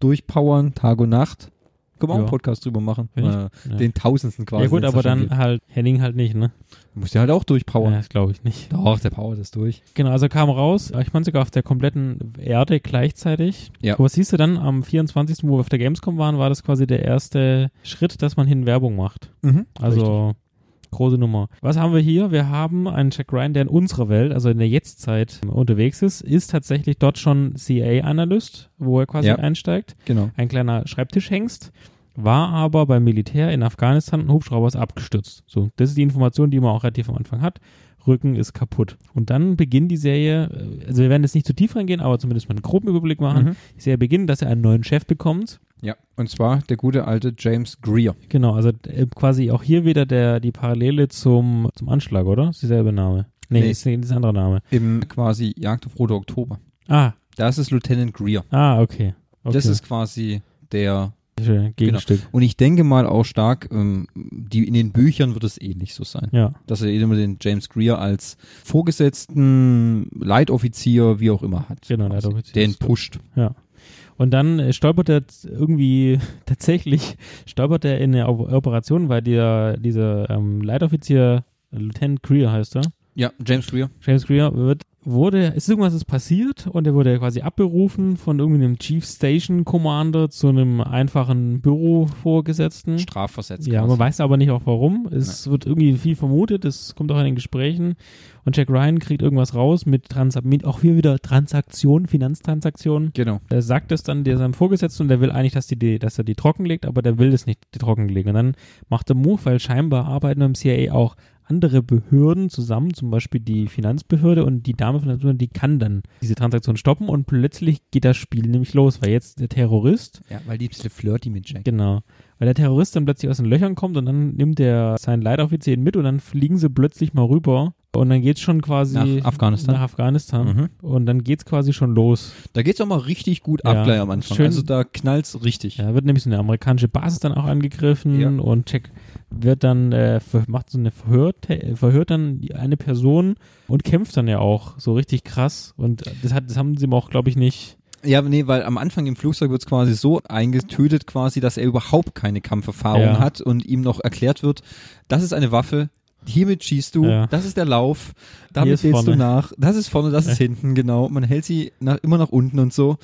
Speaker 4: durchpowern, Tag und Nacht. Können wir auch
Speaker 1: Ja.
Speaker 4: einen Podcast drüber machen.
Speaker 1: Wenn ich-
Speaker 4: Äh,
Speaker 1: ja.
Speaker 4: Den tausendsten quasi.
Speaker 1: ja gut,
Speaker 4: den es
Speaker 1: aber
Speaker 4: da schon
Speaker 1: dann
Speaker 4: gibt.
Speaker 1: halt Henning halt nicht, ne?
Speaker 4: Musst du halt auch durchpowern.
Speaker 1: Ja, das glaube ich nicht.
Speaker 4: Doch, der powert das durch.
Speaker 1: Genau, also kam raus, äh, ich meine sogar auf der kompletten Erde gleichzeitig.
Speaker 4: Ja.
Speaker 1: Aber was siehst du dann, am 24., wo wir auf der Gamescom waren, war das quasi der erste Schritt, dass man hin Werbung macht. Also große Nummer. Was haben wir hier? Wir haben einen Jack Ryan, der in unserer Welt, also in der Jetztzeit ähm, unterwegs ist, ist tatsächlich dort schon CA-Analyst, wo er quasi
Speaker 4: Ja.
Speaker 1: einsteigt.
Speaker 4: genau.
Speaker 1: Ein kleiner Schreibtischhengst, war aber beim Militär in Afghanistan ein Hubschrauber ist abgestürzt. So, das ist die Information, die man auch relativ am Anfang hat. Rücken ist kaputt. Und dann beginnt die Serie, äh, also wir werden jetzt nicht zu tief reingehen, aber zumindest mal einen groben Überblick machen.
Speaker 4: Mhm.
Speaker 1: Die Serie beginnt, dass er einen neuen Chef bekommt.
Speaker 4: Ja, und zwar der gute alte James Greer.
Speaker 1: Genau, also äh, quasi auch hier wieder der, die Parallele zum, zum Anschlag, oder? Ist dieselbe Name. Nee,
Speaker 4: Nee.
Speaker 1: Ist, ist ein anderer Name.
Speaker 4: Im quasi Jagd auf Rote Oktober.
Speaker 1: Ah,
Speaker 4: Das ist Lieutenant Greer.
Speaker 1: ah, okay. okay.
Speaker 4: Das ist quasi der.
Speaker 1: Schön, Gegenstück.
Speaker 4: Und ich denke mal auch stark, ähm, die, in den Büchern wird es ähnlich so sein.
Speaker 1: Ja,
Speaker 4: Dass er immer den James Greer als Vorgesetzten, Leitoffizier, wie auch immer hat.
Speaker 1: Genau,
Speaker 4: Quasi.
Speaker 1: Leitoffizier.
Speaker 4: Den pusht.
Speaker 1: ja. Und dann äh, stolpert er z- irgendwie [LAUGHS] tatsächlich, stolpert er in eine O- Operation, weil der, dieser ähm, Leitoffizier, Lieutenant Greer heißt er,
Speaker 4: Ja, James Greer.
Speaker 1: James Greer wird, wurde, ist irgendwas ist passiert und er wurde quasi abberufen von irgendeinem Chief Station Commander zu einem einfachen Bürovorgesetzten.
Speaker 4: Strafversetzt.
Speaker 1: Hm? Ja, man
Speaker 4: quasi.
Speaker 1: weiß aber nicht auch warum. Es wird irgendwie viel vermutet, es kommt auch in den Gesprächen. Und Jack Ryan kriegt irgendwas raus mit, Trans mit auch hier wieder Transaktionen, Finanztransaktionen.
Speaker 4: Genau.
Speaker 1: Er sagt es dann der seinem Vorgesetzten und der will eigentlich, dass, die, die, dass er die trockenlegt, aber der will es nicht die trockenlegen. Und dann macht der Move, weil scheinbar arbeiten beim CIA auch andere Behörden zusammen, zum Beispiel die Finanzbehörde und die Dame von der Finanzbehörde, die kann dann diese Transaktion stoppen und plötzlich geht das Spiel nämlich los, weil jetzt der Terrorist
Speaker 4: Ja, weil die ein bisschen flirty mit Jack.
Speaker 1: Genau. Weil der Terrorist dann plötzlich aus den Löchern kommt und dann nimmt der seinen Leitoffizier ihn mit und dann fliegen sie plötzlich mal rüber und dann geht's schon quasi
Speaker 4: Nach Afghanistan.
Speaker 1: nach Afghanistan.
Speaker 4: Mhm.
Speaker 1: und dann geht's quasi schon los.
Speaker 4: Da geht's auch mal richtig gut
Speaker 1: Ja.
Speaker 4: ab gleich am Anfang.
Speaker 1: Schön.
Speaker 4: Also da knallt's richtig.
Speaker 1: Ja, wird nämlich so eine amerikanische Basis dann auch angegriffen
Speaker 4: Ja.
Speaker 1: und Jack wird dann äh, ver- macht so eine Verhör äh, verhört dann die eine Person und kämpft dann ja auch so richtig krass und das hat das haben sie ihm auch glaube ich nicht
Speaker 4: Ja, nee, weil am Anfang im Flugzeug wird es quasi so eingetötet, quasi, dass er überhaupt keine Kampferfahrung
Speaker 1: Ja.
Speaker 4: hat und ihm noch erklärt wird, das ist eine Waffe, hiermit schießt du,
Speaker 1: Ja.
Speaker 4: das ist der Lauf,
Speaker 1: Hier
Speaker 4: damit
Speaker 1: ist
Speaker 4: wählst du
Speaker 1: vorne.
Speaker 4: nach, das ist vorne, das ist hinten, genau. Man hält sie nach, immer nach unten und so.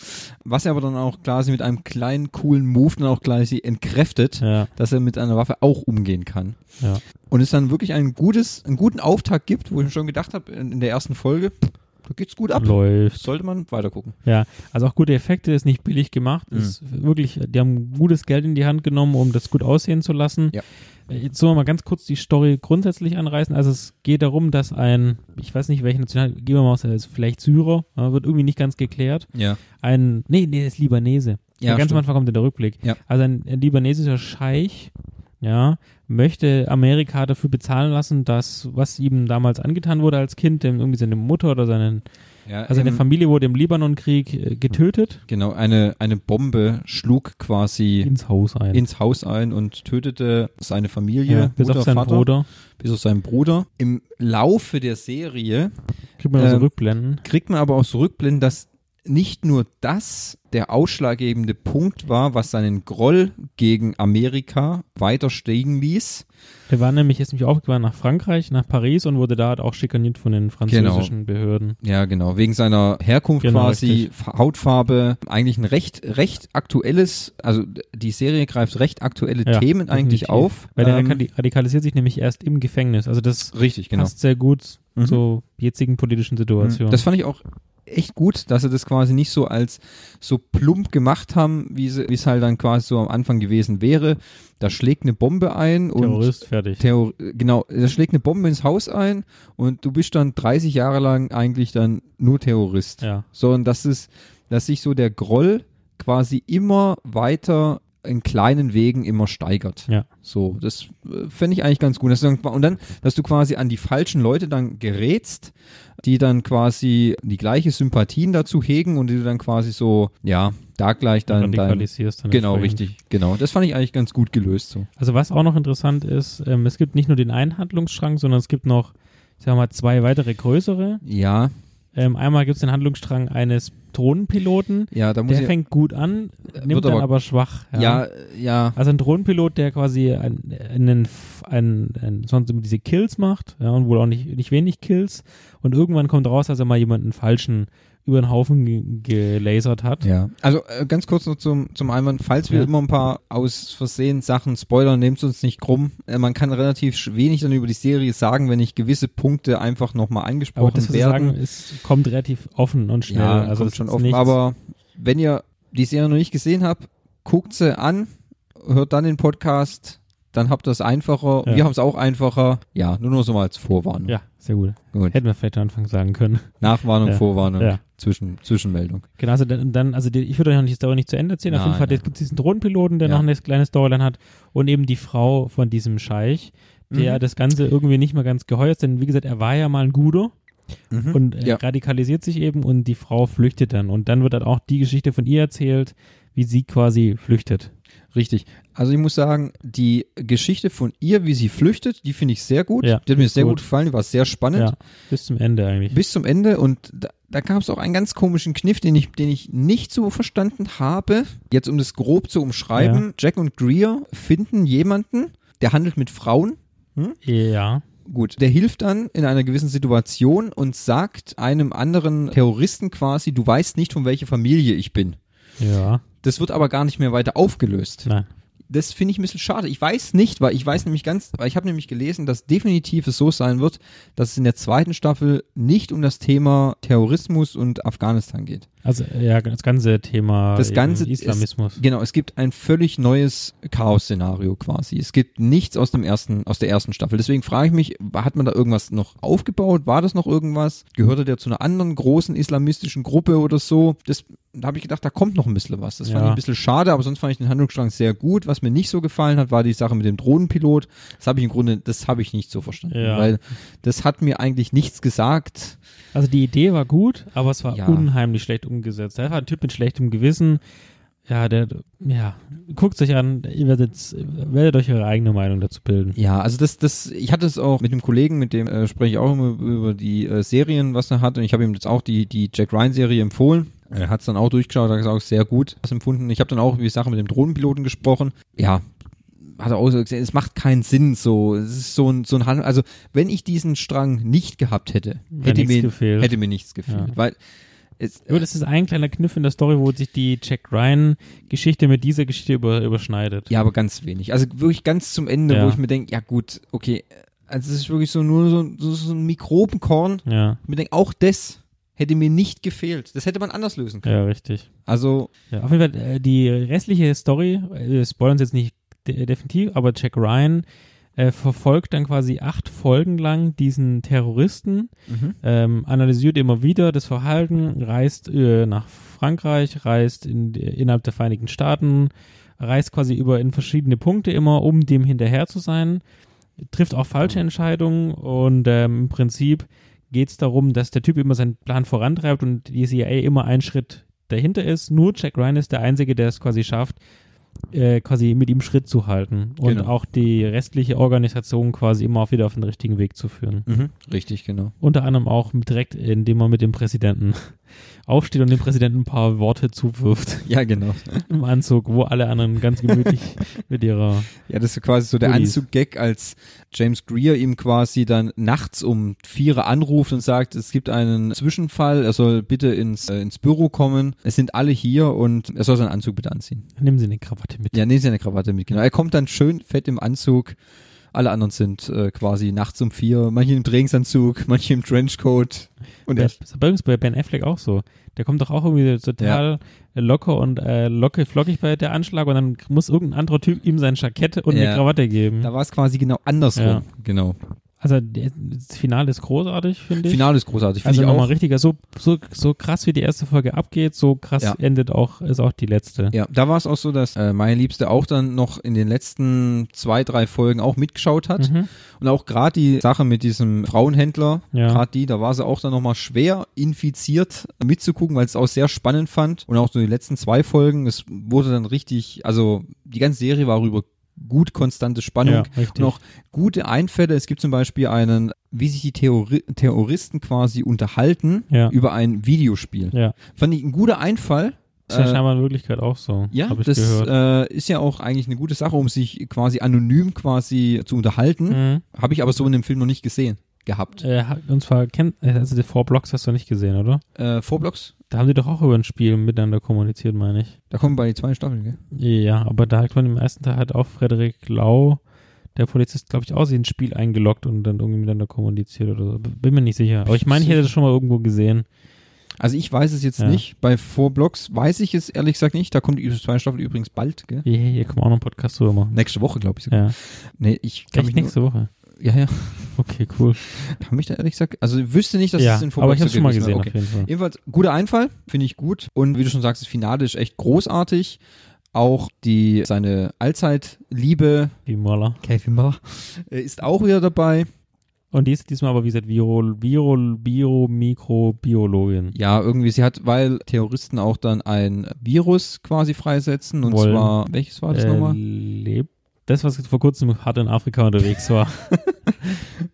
Speaker 4: Was er aber dann auch quasi mit einem kleinen, coolen Move dann auch gleich sie entkräftet,
Speaker 1: Ja,
Speaker 4: dass er mit einer Waffe auch umgehen kann.
Speaker 1: ja.
Speaker 4: Und es dann wirklich ein gutes, einen guten Auftakt gibt, wo ich mir schon gedacht habe, in, in der ersten Folge, da geht's gut ab.
Speaker 1: Läuft.
Speaker 4: Sollte man weitergucken.
Speaker 1: Ja, also auch gute Effekte, ist nicht billig gemacht.
Speaker 4: Mhm.
Speaker 1: Ist wirklich, die haben gutes Geld in die Hand genommen, um das gut aussehen zu lassen.
Speaker 4: Ja.
Speaker 1: Äh, Jetzt sollen wir mal ganz kurz die Story grundsätzlich anreißen. Also es geht darum, dass ein, ich weiß nicht welche National, gehen wir mal aus, er ist vielleicht Syrer, äh, wird irgendwie nicht ganz geklärt.
Speaker 4: Ja.
Speaker 1: Ein, nee, nee, er ist Libanese.
Speaker 4: Ja,
Speaker 1: ganz am
Speaker 4: stimmt.
Speaker 1: Anfang kommt der Rückblick.
Speaker 4: Ja.
Speaker 1: Also ein, ein libanesischer Scheich, ja, möchte Amerika dafür bezahlen lassen, dass, was ihm damals angetan wurde als Kind, dem irgendwie seine Mutter oder seinen,
Speaker 4: Ja,
Speaker 1: also seine
Speaker 4: ähm,
Speaker 1: Familie wurde im Libanonkrieg äh, getötet.
Speaker 4: Genau, eine, eine Bombe schlug quasi
Speaker 1: ins Haus ein.
Speaker 4: ins Haus ein und tötete seine Familie,
Speaker 1: ja, bis
Speaker 4: Mutter,
Speaker 1: auf seinen
Speaker 4: Vater,
Speaker 1: Bruder.
Speaker 4: bis auf seinen Bruder. Im Laufe der Serie
Speaker 1: Kriegt man also
Speaker 4: Ähm,
Speaker 1: Rückblenden.
Speaker 4: kriegt man aber auch zurückblenden, dass nicht nur das der ausschlaggebende Punkt war, was seinen Groll gegen Amerika weiter steigen ließ.
Speaker 1: Er war nämlich, ist nämlich aufgewandt nach Frankreich, nach Paris und wurde da halt auch schikaniert von
Speaker 4: Genau.
Speaker 1: den französischen Behörden.
Speaker 4: Ja, genau, wegen seiner Herkunft
Speaker 1: Genau,
Speaker 4: quasi,
Speaker 1: richtig.
Speaker 4: Fa- Hautfarbe, eigentlich ein recht, recht aktuelles, also die Serie greift recht aktuelle
Speaker 1: Ja,
Speaker 4: Themen eigentlich
Speaker 1: definitiv.
Speaker 4: auf.
Speaker 1: Weil der
Speaker 4: Ähm,
Speaker 1: radikali- radikalisiert sich nämlich erst im Gefängnis. Also das
Speaker 4: Richtig, genau.
Speaker 1: passt sehr gut
Speaker 4: Mhm.
Speaker 1: zur jetzigen politischen Situation.
Speaker 4: Das fand ich auch echt gut, dass sie das quasi nicht so als so plump gemacht haben, wie sie- wie es halt dann quasi so am Anfang gewesen wäre. Da schlägt eine Bombe ein und
Speaker 1: Terrorist, fertig.
Speaker 4: Terror genau, da schlägt eine Bombe ins Haus ein und du bist dann 30 Jahre lang eigentlich dann nur Terrorist.
Speaker 1: ja.
Speaker 4: Sondern dass es, dass sich so der Groll quasi immer weiter in kleinen Wegen immer steigert.
Speaker 1: Ja.
Speaker 4: So, das äh, fände ich eigentlich ganz gut. Dass du dann, und dann, dass du quasi an die falschen Leute dann gerätst, die dann quasi die gleiche Sympathien dazu hegen und die du dann quasi so, ja, da gleich dann. dann
Speaker 1: radikalisierst dann
Speaker 4: genau,
Speaker 1: entsprechend.
Speaker 4: richtig. Genau. Das fand ich eigentlich ganz gut gelöst. So.
Speaker 1: Also was auch noch interessant ist, ähm, es gibt nicht nur den einen Handlungsstrang, sondern es gibt noch, ich sag mal, zwei weitere größere.
Speaker 4: Ja,
Speaker 1: Ähm, einmal gibt es den Handlungsstrang eines Drohnenpiloten,
Speaker 4: ja, da muss
Speaker 1: Der
Speaker 4: ich.
Speaker 1: fängt gut an,
Speaker 4: Äh,
Speaker 1: nimmt
Speaker 4: wird
Speaker 1: dann
Speaker 4: aber-
Speaker 1: aber schwach.
Speaker 4: ja, ja.
Speaker 1: Also ein Drohnenpilot, der quasi einen, einen, F- einen, einen sonst immer diese Kills macht, ja, und wohl auch nicht, nicht wenig Kills. Und irgendwann kommt raus, dass er mal jemanden falschen über den Haufen ge gelasert hat.
Speaker 4: Ja, also äh, ganz kurz noch zum, zum Einwand, falls wir
Speaker 1: Ja.
Speaker 4: immer ein paar aus Versehen Sachen spoilern, nehmt uns nicht krumm. Äh, man kann relativ sch- wenig dann über die Serie sagen, wenn nicht gewisse Punkte einfach nochmal
Speaker 1: Aber
Speaker 4: angesprochen
Speaker 1: das, was wir
Speaker 4: werden.
Speaker 1: sagen, ist, kommt relativ offen und schnell.
Speaker 4: ja,
Speaker 1: also
Speaker 4: kommt
Speaker 1: das
Speaker 4: schon
Speaker 1: ist
Speaker 4: offen.
Speaker 1: nichts-
Speaker 4: Aber wenn ihr die Serie noch nicht gesehen habt, guckt sie an, hört dann den Podcast, dann habt ihr es einfacher.
Speaker 1: Ja.
Speaker 4: Wir haben es auch einfacher. Ja, nur noch so mal als Vorwarnung.
Speaker 1: Ja, sehr gut.
Speaker 4: Gut.
Speaker 1: Hätten wir vielleicht am Anfang sagen können.
Speaker 4: Nachwarnung,
Speaker 1: Ja.
Speaker 4: Vorwarnung,
Speaker 1: Ja.
Speaker 4: Zwischen, Zwischenmeldung.
Speaker 1: Genau, also dann, dann also die, ich würde euch noch die Story nicht zu Ende erzählen. Auf
Speaker 4: Nein,
Speaker 1: jeden Fall
Speaker 4: nein.
Speaker 1: gibt es diesen Drohnenpiloten, der
Speaker 4: Ja.
Speaker 1: noch eine kleine Storyline hat und eben die Frau von diesem Scheich, der
Speaker 4: Mhm.
Speaker 1: das Ganze irgendwie nicht mehr ganz geheuer ist, denn wie gesagt, er war ja mal ein Guder und äh,
Speaker 4: Mhm. Ja.
Speaker 1: radikalisiert sich eben und die Frau flüchtet dann. Und dann wird dann auch die Geschichte von ihr erzählt, wie sie quasi flüchtet.
Speaker 4: Richtig. Also ich muss sagen, die Geschichte von ihr, wie sie flüchtet, die finde ich sehr gut.
Speaker 1: Ja,
Speaker 4: die hat mir sehr
Speaker 1: gut.
Speaker 4: gut. gefallen, die war sehr spannend.
Speaker 1: Ja, bis zum Ende eigentlich.
Speaker 4: Bis zum Ende und da, da gab es auch einen ganz komischen Kniff, den ich, den ich nicht so verstanden habe. Jetzt um das grob zu umschreiben, Jack und Greer finden jemanden, der handelt mit Frauen.
Speaker 1: ja,
Speaker 4: Gut, der hilft dann in einer gewissen Situation und sagt einem anderen Terroristen quasi, du weißt nicht, von welcher Familie ich bin.
Speaker 1: ja,
Speaker 4: Das wird aber gar nicht mehr weiter aufgelöst
Speaker 1: nein.
Speaker 4: das finde ich ein bisschen schade. Ich weiß nicht, weil ich weiß nämlich ganz, weil ich habe nämlich gelesen, dass definitiv es so sein wird, dass es in der zweiten Staffel nicht um das Thema Terrorismus und Afghanistan geht.
Speaker 1: Also ja, das ganze Thema
Speaker 4: Das
Speaker 1: eben
Speaker 4: ganze ist-
Speaker 1: Islamismus.
Speaker 4: Genau, es gibt ein völlig neues Chaos-Szenario quasi. Es gibt nichts aus dem ersten, aus der ersten Staffel. Deswegen frage ich mich, hat man da irgendwas noch aufgebaut? War das noch irgendwas? Gehörte der zu einer anderen großen islamistischen Gruppe oder so? Das da habe ich gedacht, da kommt noch ein bisschen was. Das fand
Speaker 1: Ja.
Speaker 4: ich ein bisschen schade, aber sonst fand ich den Handlungsstrang sehr gut. Was mir nicht so gefallen hat, war die Sache mit dem Drohnenpilot. Das habe ich im Grunde, das habe ich nicht so verstanden,
Speaker 1: Ja.
Speaker 4: weil das hat mir eigentlich nichts gesagt.
Speaker 1: Also die Idee war gut, aber es war
Speaker 4: Ja.
Speaker 1: unheimlich schlecht umgesetzt. Da war ein Typ mit schlechtem Gewissen. Ja, der, ja, guckt sich an, ihr werdet, werdet euch eure eigene Meinung dazu bilden.
Speaker 4: Ja, also das, das, ich hatte es auch mit einem Kollegen, mit dem äh, spreche ich auch immer über die äh, Serien, was er hat, und ich habe ihm jetzt auch die, die Jack Ryan Serie empfohlen. Er hat es dann auch durchgeschaut, hat gesagt, sehr gut das empfunden. Ich habe dann auch über die Sache mit dem Drohnenpiloten gesprochen. Ja, hat er auch so gesehen, es macht keinen Sinn so. Es ist so ein, so ein Handel. Also, wenn ich diesen Strang nicht gehabt hätte,
Speaker 1: Wär
Speaker 4: hätte
Speaker 1: nichts
Speaker 4: mir,
Speaker 1: gefehlt.
Speaker 4: hätte mir nichts gefehlt.
Speaker 1: Ja.
Speaker 4: Weil es,
Speaker 1: Nur das ist ein kleiner Kniff in der Story, wo sich die Jack Ryan-Geschichte mit dieser Geschichte über, überschneidet.
Speaker 4: Ja, aber ganz wenig. Also wirklich ganz zum Ende,
Speaker 1: Ja.
Speaker 4: wo ich mir denke, ja gut, okay. Also es ist wirklich so nur so, so, so ein Mikrobenkorn.
Speaker 1: Ja,
Speaker 4: Ich mir denke, auch das hätte mir nicht gefehlt. Das hätte man anders lösen können.
Speaker 1: ja richtig.
Speaker 4: Also,
Speaker 1: Ja, auf jeden Fall, äh, die restliche Story, äh, wir spoilern es jetzt nicht de definitiv, aber Jack Ryan äh, verfolgt dann quasi acht Folgen lang diesen Terroristen,
Speaker 4: mhm.
Speaker 1: ähm, analysiert immer wieder das Verhalten, reist äh, nach Frankreich, reist in, innerhalb der Vereinigten Staaten, reist quasi über in verschiedene Punkte immer, um dem hinterher zu sein, trifft auch falsche Entscheidungen und ähm, im Prinzip geht es darum, dass der Typ immer seinen Plan vorantreibt und die CIA immer einen Schritt dahinter ist. Nur Jack Ryan ist der Einzige, der es quasi schafft, äh, quasi mit ihm Schritt zu halten und
Speaker 4: Genau.
Speaker 1: auch die restliche Organisation quasi immer auf wieder auf den richtigen Weg zu führen.
Speaker 4: richtig, genau.
Speaker 1: Unter anderem auch mit- direkt, indem man mit dem Präsidenten [LAUGHS] aufsteht und dem Präsidenten ein paar Worte zuwirft [LAUGHS]
Speaker 4: Ja, genau.
Speaker 1: im Anzug, wo alle anderen ganz
Speaker 4: [LAUGHS]
Speaker 1: gemütlich mit ihrer.
Speaker 4: Ja, das ist quasi so der
Speaker 1: Hoodies.
Speaker 4: Anzug-Gag, als James Greer ihm quasi dann nachts um vier anruft und sagt, es gibt einen Zwischenfall, er soll bitte ins, äh, ins Büro kommen, es sind alle hier und er soll seinen Anzug bitte anziehen.
Speaker 1: Nehmen Sie eine Krawatte mit.
Speaker 4: Ja, nehmen Sie eine Krawatte mit, genau. Er kommt dann schön fett im Anzug. Alle anderen sind äh, quasi nachts um vier, manche im Trainingsanzug, manche im Trenchcoat. Und
Speaker 1: Bei-
Speaker 4: er,
Speaker 1: ist aber übrigens bei Ben Affleck auch so. Der kommt doch auch irgendwie so total locker und äh, locke, flockig bei der Anschlag und dann muss irgendein anderer Typ ihm sein Jackett und
Speaker 4: Ja.
Speaker 1: eine Krawatte geben.
Speaker 4: da war es quasi genau andersrum.
Speaker 1: Ja.
Speaker 4: Genau.
Speaker 1: Also der, das Finale ist großartig, finde ich.
Speaker 4: Finale ist großartig, finde
Speaker 1: also
Speaker 4: ich auch.
Speaker 1: nochmal richtiger, so, so, so krass wie die erste Folge abgeht, so krass
Speaker 4: Ja.
Speaker 1: endet auch, ist auch die letzte.
Speaker 4: Ja, da war es auch so, dass äh, meine Liebste auch dann noch in den letzten zwei, drei Folgen auch mitgeschaut hat.
Speaker 1: Mhm.
Speaker 4: Und auch gerade die Sache mit diesem Frauenhändler,
Speaker 1: Ja.
Speaker 4: gerade die, da war sie auch dann nochmal schwer infiziert mitzugucken, weil sie es auch sehr spannend fand. Und auch so die letzten zwei Folgen, es wurde dann richtig, also die ganze Serie war über gut konstante Spannung.
Speaker 1: Ja, richtig.
Speaker 4: Und auch gute Einfälle. Es gibt zum Beispiel einen, wie sich die Theori Terroristen quasi unterhalten
Speaker 1: Ja.
Speaker 4: über ein Videospiel.
Speaker 1: Ja.
Speaker 4: Fand ich ein guter Einfall.
Speaker 1: Ist ja
Speaker 4: Äh,
Speaker 1: scheinbar in Wirklichkeit auch so.
Speaker 4: ja,
Speaker 1: hab ich
Speaker 4: das
Speaker 1: gehört.
Speaker 4: äh, ist ja auch eigentlich eine gute Sache, um sich quasi anonym quasi zu unterhalten.
Speaker 1: Mhm.
Speaker 4: Habe ich aber so in dem Film noch nicht gesehen gehabt.
Speaker 1: Äh, und zwar kennt, also die Four Blocks hast du nicht gesehen, oder?
Speaker 4: Äh, Vorblocks,
Speaker 1: Da haben die doch auch über ein Spiel miteinander kommuniziert, meine ich.
Speaker 4: da kommen bei zwei Staffeln, gell?
Speaker 1: Ja, aber da hat man im ersten Teil halt auch Frederik Lau, der Polizist, glaube ich, auch sich ins Spiel eingeloggt und dann irgendwie miteinander kommuniziert oder so. B- Bin mir nicht sicher. Aber ich meine, ich hätte das schon mal irgendwo gesehen.
Speaker 4: Also ich weiß es jetzt
Speaker 1: Ja.
Speaker 4: nicht. Bei Vorblocks weiß ich es ehrlich gesagt nicht. Da kommt die zwei Staffel übrigens bald, gell?
Speaker 1: Hier, hier können wir auch noch einen Podcast drüber machen.
Speaker 4: Nächste Woche, glaube ich. sogar.
Speaker 1: Ja,
Speaker 4: Nee, ich kann
Speaker 1: echt
Speaker 4: mich nur,
Speaker 1: nächste Woche.
Speaker 4: Ja, ja. [LAUGHS]
Speaker 1: Okay, cool.
Speaker 4: Hab mich da ehrlich gesagt. Also ich wüsste nicht, dass
Speaker 1: ja,
Speaker 4: es in
Speaker 1: aber
Speaker 4: Vorblocks
Speaker 1: ich habe
Speaker 4: so
Speaker 1: schon mal
Speaker 4: gewesen
Speaker 1: gesehen,
Speaker 4: wäre. ne? Okay.
Speaker 1: auf jeden Fall.
Speaker 4: Jedenfalls, guter Einfall, finde ich gut. Und wie du schon sagst, das Finale ist echt großartig. Auch die, seine Allzeitliebe,
Speaker 1: Wie Moller.
Speaker 4: Kevin Miller, äh, ist auch wieder dabei.
Speaker 1: Und die ist diesmal aber, wie gesagt, Viro, Viro, Viro, Mikrobiologin.
Speaker 4: Ja, irgendwie, sie hat, weil Terroristen auch dann ein Virus quasi freisetzen. Und
Speaker 1: Wollen.
Speaker 4: zwar, welches war das
Speaker 1: Äh,
Speaker 4: nochmal?
Speaker 1: Leb- das, was vor kurzem hart in Afrika unterwegs [LAUGHS] war.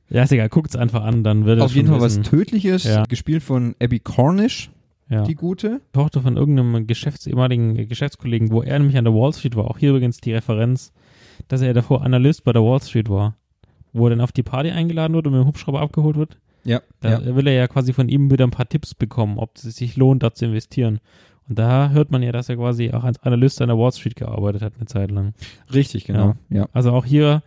Speaker 1: ja, ist egal, guckt's einfach an, dann wird er
Speaker 4: Auf jeden
Speaker 1: schon
Speaker 4: Fall was
Speaker 1: wissen.
Speaker 4: Tödliches,
Speaker 1: Ja.
Speaker 4: gespielt von Abby Cornish,
Speaker 1: ja.
Speaker 4: die gute.
Speaker 1: Tochter von irgendeinem Geschäfts-, ehemaligen äh, Geschäftskollegen, wo er nämlich an der Wall Street war. Auch hier übrigens die Referenz, dass er davor Analyst bei der Wall Street war. Wo er dann auf die Party eingeladen wird und mit dem Hubschrauber abgeholt wird.
Speaker 4: Ja,
Speaker 1: Da will er ja quasi von ihm wieder ein paar Tipps bekommen, ob es sich lohnt, da zu investieren. Und da hört man ja, dass er quasi auch als Analyst an der Wall Street gearbeitet hat eine Zeit lang.
Speaker 4: richtig, genau. Ja.
Speaker 1: Also auch hier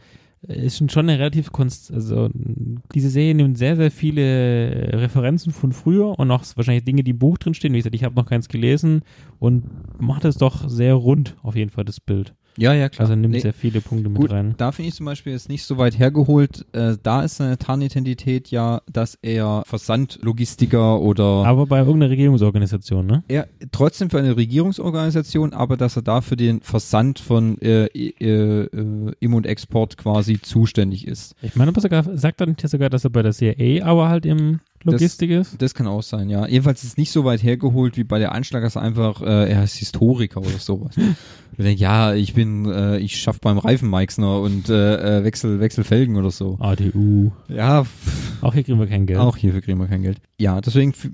Speaker 1: äh, ist schon schon eine relativ konst also mh, diese Serie nimmt sehr sehr viele äh, Referenzen von früher und auch wahrscheinlich Dinge, die im Buch drin stehen. Wie gesagt, ich habe noch keins gelesen und macht es doch sehr rund auf jeden Fall das Bild.
Speaker 4: ja, ja, klar.
Speaker 1: Also nimmt
Speaker 4: Nee,
Speaker 1: sehr viele Punkte mit
Speaker 4: Gut,
Speaker 1: rein.
Speaker 4: da finde ich zum Beispiel jetzt nicht so weit hergeholt. Äh, da ist seine Tarnidentität ja, dass er Versandlogistiker oder
Speaker 1: Aber bei irgendeiner Regierungsorganisation, ne?
Speaker 4: er trotzdem für eine Regierungsorganisation, aber dass er da für den Versand von äh, äh, äh, Im- und Export quasi zuständig ist.
Speaker 1: Ich meine, aber sogar sagt er nicht sogar, dass er bei der CIA, aber halt im Logistik ist.
Speaker 4: Das kann auch sein, ja. Jedenfalls ist es nicht so weit hergeholt wie bei der Einschlagers einfach, äh, er ist Historiker oder sowas. Ich denke, ja, ich bin, äh, ich schaff beim Reifen Meixner und äh, äh, wechsel, wechsel Felgen oder so.
Speaker 1: ADU.
Speaker 4: Ja, pff,
Speaker 1: Auch hier kriegen wir kein Geld.
Speaker 4: auch hierfür kriegen wir kein Geld. Ja, deswegen f-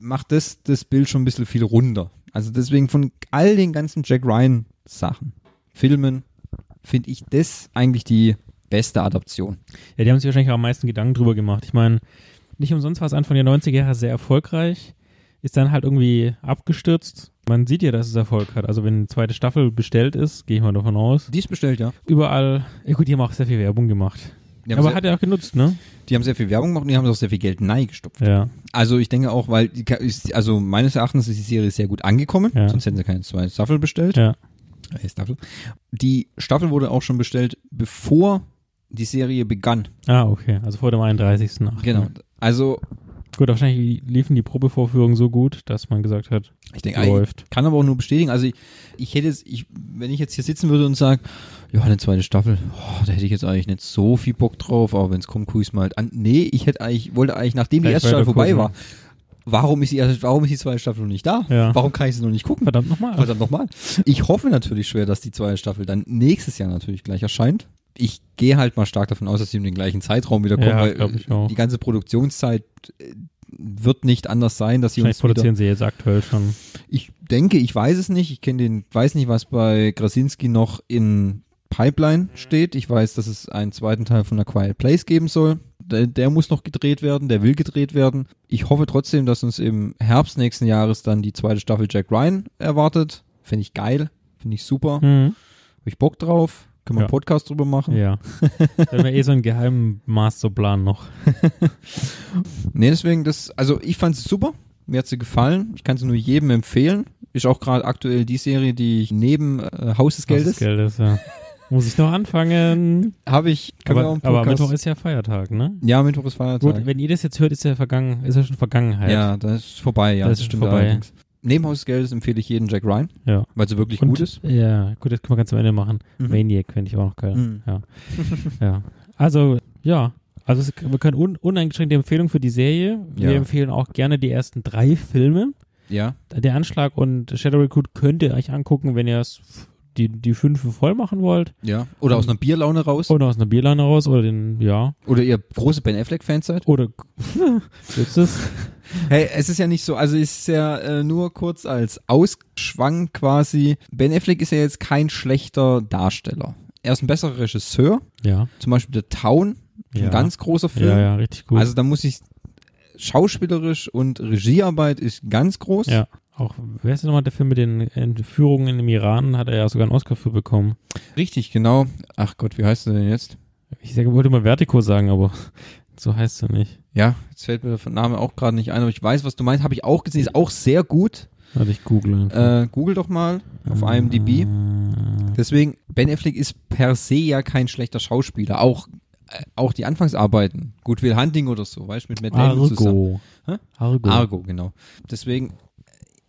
Speaker 4: macht das, das Bild schon ein bisschen viel runder. Also deswegen von all den ganzen Jack Ryan Sachen, Filmen, finde ich das eigentlich die beste Adaption.
Speaker 1: Ja, die haben sich wahrscheinlich auch am meisten Gedanken drüber gemacht. Ich meine, nicht umsonst war es Anfang der 90er Jahre sehr erfolgreich, ist dann halt irgendwie abgestürzt. Man sieht ja, dass es Erfolg hat. Also wenn eine zweite Staffel bestellt ist, gehe ich mal davon aus.
Speaker 4: Die ist bestellt, ja.
Speaker 1: Überall, ja gut, die haben auch sehr viel Werbung gemacht.
Speaker 4: Die haben,
Speaker 1: Aber
Speaker 4: sehr,
Speaker 1: hat er auch genutzt, ne?
Speaker 4: die haben sehr viel Werbung gemacht und die haben auch sehr viel Geld neigestopft.
Speaker 1: Ja.
Speaker 4: Also ich denke auch, weil die, Ka- ist- also meines Erachtens ist die Serie sehr gut angekommen,
Speaker 1: Ja.
Speaker 4: sonst hätten sie keine zweite Staffel bestellt.
Speaker 1: Ja.
Speaker 4: Äh, Staffel. Die Staffel wurde auch schon bestellt, bevor die Serie begann.
Speaker 1: Ah, okay. Also vor dem 31. Nacht.
Speaker 4: Genau. Also
Speaker 1: Gut, wahrscheinlich liefen die Probevorführungen so gut, dass man gesagt hat,
Speaker 4: ich denke, ah, ich
Speaker 1: läuft.
Speaker 4: kann aber auch nur bestätigen. Also ich, ich hätte jetzt, ich, wenn ich jetzt hier sitzen würde und sage, ja, eine zweite Staffel, oh, da hätte ich jetzt eigentlich nicht so viel Bock drauf, aber wenn es kommt, gucke ich es mal halt an. Nee, ich hätte eigentlich, wollte eigentlich, nachdem die
Speaker 1: Gleich
Speaker 4: erste Staffel
Speaker 1: weiter
Speaker 4: vorbei
Speaker 1: gucken.
Speaker 4: war, warum ist die erste, warum ist die zweite Staffel noch nicht da?
Speaker 1: Ja.
Speaker 4: Warum kann ich sie noch nicht gucken?
Speaker 1: Verdammt nochmal.
Speaker 4: Verdammt nochmal. Ich hoffe natürlich schwer, dass die zweite Staffel dann nächstes Jahr natürlich gleich erscheint. Ich gehe halt mal stark davon aus, dass sie in den gleichen Zeitraum wieder kommen,
Speaker 1: Ja,
Speaker 4: weil
Speaker 1: glaub ich
Speaker 4: äh,
Speaker 1: auch.
Speaker 4: die ganze Produktionszeit äh, wird nicht anders sein, dass sie
Speaker 1: Wahrscheinlich
Speaker 4: uns wieder,
Speaker 1: produzieren sie jetzt aktuell schon.
Speaker 4: Ich denke, ich weiß es nicht. Ich kenne den, weiß nicht, was bei Krasinski noch in
Speaker 1: Mhm.
Speaker 4: Pipeline steht. Ich weiß, dass es einen zweiten Teil von A Quiet Place geben soll. Der, der muss noch gedreht werden, der will gedreht werden. Ich hoffe trotzdem, dass uns im Herbst nächsten Jahres dann die zweite Staffel Jack Ryan erwartet. Finde ich geil, finde ich super. Habe
Speaker 1: Hm.
Speaker 4: ich Bock drauf. Können wir
Speaker 1: Ja.
Speaker 4: einen Podcast drüber machen?
Speaker 1: Ja. Dann haben wir eh so einen geheimen Masterplan noch.
Speaker 4: Nee, deswegen, das, also ich fand sie super. Mir hat sie gefallen. Ich kann sie nur jedem empfehlen. Ist auch gerade aktuell die Serie, die ich neben äh, Haus des
Speaker 1: Des
Speaker 4: Geldes
Speaker 1: Geldes, ja. Muss ich noch anfangen.
Speaker 4: habe ich. können wir auch
Speaker 1: Aber,
Speaker 4: einen
Speaker 1: aber
Speaker 4: Podcast-
Speaker 1: Mittwoch ist ja Feiertag, ne?
Speaker 4: Ja, Mittwoch ist Feiertag.
Speaker 1: Gut, wenn ihr das jetzt hört, ist ja, vergangen, ist ja schon Vergangenheit.
Speaker 4: ja, das ist vorbei, ja.
Speaker 1: Das ist vorbei.
Speaker 4: allerdings. Neben Haus des Geldes empfehle ich jeden Jack Ryan,
Speaker 1: Ja.
Speaker 4: weil sie wirklich
Speaker 1: Und-
Speaker 4: gut ist.
Speaker 1: Ja, gut, das können wir ganz am Ende machen.
Speaker 4: Mhm.
Speaker 1: Maniac finde ich auch noch geil.
Speaker 4: Mhm.
Speaker 1: Ja. ja. Also, ja. Also es, wir können un, uneingeschränkte Empfehlung für die Serie. Wir
Speaker 4: Ja.
Speaker 1: empfehlen auch gerne die ersten drei Filme.
Speaker 4: Ja.
Speaker 1: Der Anschlag und Shadow Recruit könnt ihr euch angucken, wenn ihr es f- die, die fünf voll machen wollt.
Speaker 4: Ja. Oder aus einer Bierlaune raus.
Speaker 1: Oder aus einer Bierlaune raus oder den, ja.
Speaker 4: Oder ihr große Ben Affleck-Fans seid.
Speaker 1: Oder [LAUGHS] willst du es?
Speaker 4: Hey, es ist ja nicht so, also es ist ja äh, nur kurz als Ausschwang quasi. Ben Affleck ist ja jetzt kein schlechter Darsteller. Er ist ein besserer Regisseur.
Speaker 1: Ja.
Speaker 4: Zum Beispiel The Town,
Speaker 1: Ja.
Speaker 4: ein ganz großer Film.
Speaker 1: Ja, ja, richtig gut.
Speaker 4: Also da muss ich, äh, schauspielerisch und Regiearbeit ist ganz groß.
Speaker 1: ja. Auch, wer ist denn nochmal der Film mit den Entführungen im Iran? Hat er ja sogar einen Oscar für bekommen.
Speaker 4: Richtig, genau. Ach Gott, wie heißt er denn jetzt?
Speaker 1: Ich sag- wollte mal Vertigo sagen, aber [LAUGHS] so heißt er nicht.
Speaker 4: Ja, jetzt fällt mir der Name auch gerade nicht ein, aber ich weiß, was du meinst. Habe ich auch gesehen, ist auch sehr gut.
Speaker 1: Warte, ich google.
Speaker 4: Äh, Google doch mal auf IMDb.
Speaker 1: Äh,
Speaker 4: Deswegen, Ben Affleck ist per se ja kein schlechter Schauspieler. Auch, äh, auch die Anfangsarbeiten. Good Will Hunting oder so, weißt du, mit Matt Damon zusammen.
Speaker 1: Argo.
Speaker 4: Hä?
Speaker 1: Argo.
Speaker 4: Argo, genau. Deswegen, äh,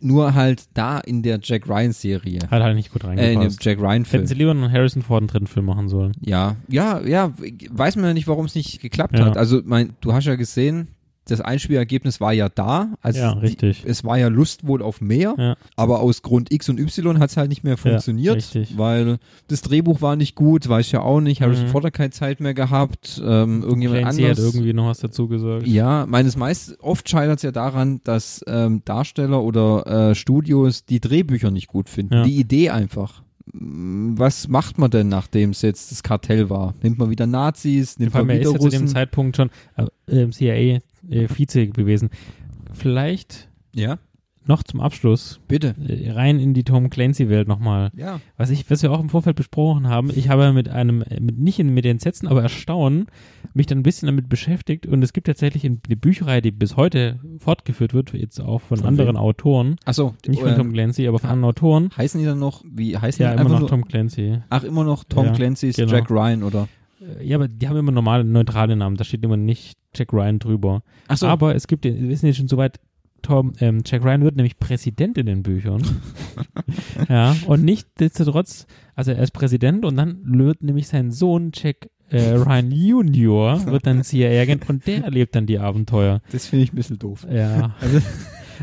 Speaker 4: nur halt da in der Jack Ryan-Serie.
Speaker 1: Hat halt nicht gut
Speaker 4: Äh, in dem
Speaker 1: reingepasst.
Speaker 4: Jack
Speaker 1: Hätten sie
Speaker 4: Ryan-Film.
Speaker 1: lieber einen Harrison Ford einen dritten Film machen sollen.
Speaker 4: Ja, ja, ja, weiß man ja nicht, warum es nicht geklappt
Speaker 1: Ja.
Speaker 4: hat. Also, mein, du hast ja gesehen, das Einspielergebnis war ja da. Also
Speaker 1: ja,
Speaker 4: die-
Speaker 1: richtig.
Speaker 4: es war ja Lust wohl auf mehr,
Speaker 1: Ja.
Speaker 4: aber aus Grund X und Y hat es halt nicht mehr funktioniert,
Speaker 1: richtig.
Speaker 4: weil das Drehbuch war nicht gut, weiß ich ja auch nicht, Harrison
Speaker 1: Mhm.
Speaker 4: Ford hat keine Zeit mehr gehabt, ähm, irgendjemand
Speaker 1: Clancy hat
Speaker 4: anders.
Speaker 1: irgendwie noch was dazu gesagt.
Speaker 4: ja, meines meist oft scheitert es ja daran, dass ähm, Darsteller oder äh, Studios die Drehbücher nicht gut finden,
Speaker 1: Ja.
Speaker 4: die Idee einfach. Mm, Was macht man denn, nachdem es jetzt das Kartell war? Nimmt man wieder Nazis, nimmt
Speaker 1: Vor allem,
Speaker 4: man
Speaker 1: er
Speaker 4: wieder
Speaker 1: ist ja zu dem
Speaker 4: Russen?
Speaker 1: Zeitpunkt schon äh, CIA-Vize gewesen. Vielleicht
Speaker 4: Ja,
Speaker 1: noch zum Abschluss
Speaker 4: bitte.
Speaker 1: äh, rein in die Tom Clancy-Welt nochmal.
Speaker 4: Ja,
Speaker 1: Was, ich, was wir auch im Vorfeld besprochen haben, ich habe mit einem, äh, mit, nicht in, mit den Sätzen, aber Erstaunen, mich dann ein bisschen damit beschäftigt und es gibt tatsächlich in- eine Bücherei, die bis heute fortgeführt wird, jetzt auch von,
Speaker 4: Von Ähm,
Speaker 1: anderen Autoren,
Speaker 4: achso, äh,
Speaker 1: nicht von Tom Clancy, aber von anderen Autoren.
Speaker 4: heißen die dann noch, wie heißen
Speaker 1: Ja,
Speaker 4: die
Speaker 1: immer
Speaker 4: einfach
Speaker 1: noch
Speaker 4: nur
Speaker 1: Tom Clancy.
Speaker 4: Ach, immer noch Tom
Speaker 1: Ja,
Speaker 4: Clancy's
Speaker 1: genau.
Speaker 4: Jack Ryan, oder?
Speaker 1: Äh, Ja, aber die haben immer normale, neutrale Namen, da steht immer nicht Jack Ryan drüber.
Speaker 4: Ach
Speaker 1: Aber es gibt, den- wir wissen jetzt schon soweit, Tom, ähm, Jack Ryan wird nämlich Präsident in den Büchern.
Speaker 4: [LAUGHS]
Speaker 1: ja, und nicht nichtsdestotrotz, also er ist Präsident und dann wird nämlich sein Sohn Jack äh, Ryan Junior wird dann CIA-Agent und der erlebt dann die Abenteuer.
Speaker 4: Das finde ich ein bisschen doof. [LAUGHS]
Speaker 1: Ja.
Speaker 4: Also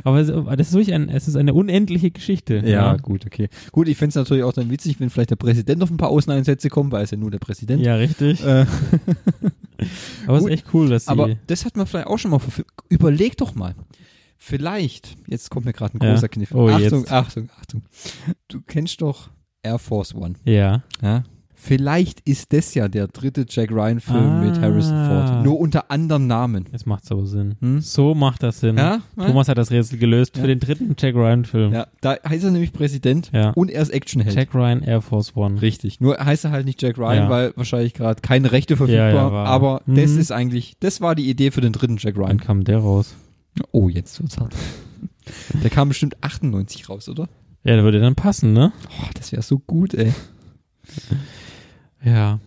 Speaker 1: Aber es, aber das ist wirklich ein, es ist eine unendliche Geschichte.
Speaker 4: Ja, gut, okay. Gut, ich fände es natürlich auch dann witzig, wenn vielleicht der Präsident auf ein paar Außeneinsätze kommt, weil er ist ja nur der Präsident.
Speaker 1: Ja, richtig.
Speaker 4: Äh,
Speaker 1: aber es ist
Speaker 4: gut.
Speaker 1: echt cool, dass sie.
Speaker 4: aber das hat man vielleicht auch schon mal verfilmt. Überleg doch mal. Vielleicht, jetzt kommt mir gerade ein
Speaker 1: Ja.
Speaker 4: großer Kniff.
Speaker 1: Oh,
Speaker 4: Achtung,
Speaker 1: jetzt.
Speaker 4: Achtung, Achtung. Du kennst doch Air Force One.
Speaker 1: ja.
Speaker 4: Ja? Vielleicht ist das ja der dritte Jack Ryan-Film mit
Speaker 1: Ah.
Speaker 4: Harrison Ford. Nur unter anderem Namen.
Speaker 1: Es macht so Sinn.
Speaker 4: Hm?
Speaker 1: So macht das Sinn.
Speaker 4: Ja?
Speaker 1: Thomas hat das Rätsel gelöst
Speaker 4: Ja.
Speaker 1: für den dritten Jack Ryan-Film.
Speaker 4: ja, da heißt er nämlich Präsident
Speaker 1: Ja.
Speaker 4: und er ist Actionheld.
Speaker 1: Jack Ryan Air Force One.
Speaker 4: Richtig. Nur heißt er halt nicht Jack Ryan,
Speaker 1: Ja.
Speaker 4: weil wahrscheinlich gerade keine Rechte verfügbar.
Speaker 1: Ja, ja, war-
Speaker 4: aber das
Speaker 1: Mhm.
Speaker 4: ist eigentlich, das war die Idee für den dritten Jack
Speaker 1: Wann
Speaker 4: Ryan.
Speaker 1: kam der raus?
Speaker 4: Oh, jetzt wird's hart. Der kam bestimmt 98 raus, oder?
Speaker 1: Ja, der würde dann passen, ne?
Speaker 4: Oh, das wäre so gut, ey.
Speaker 1: Ja.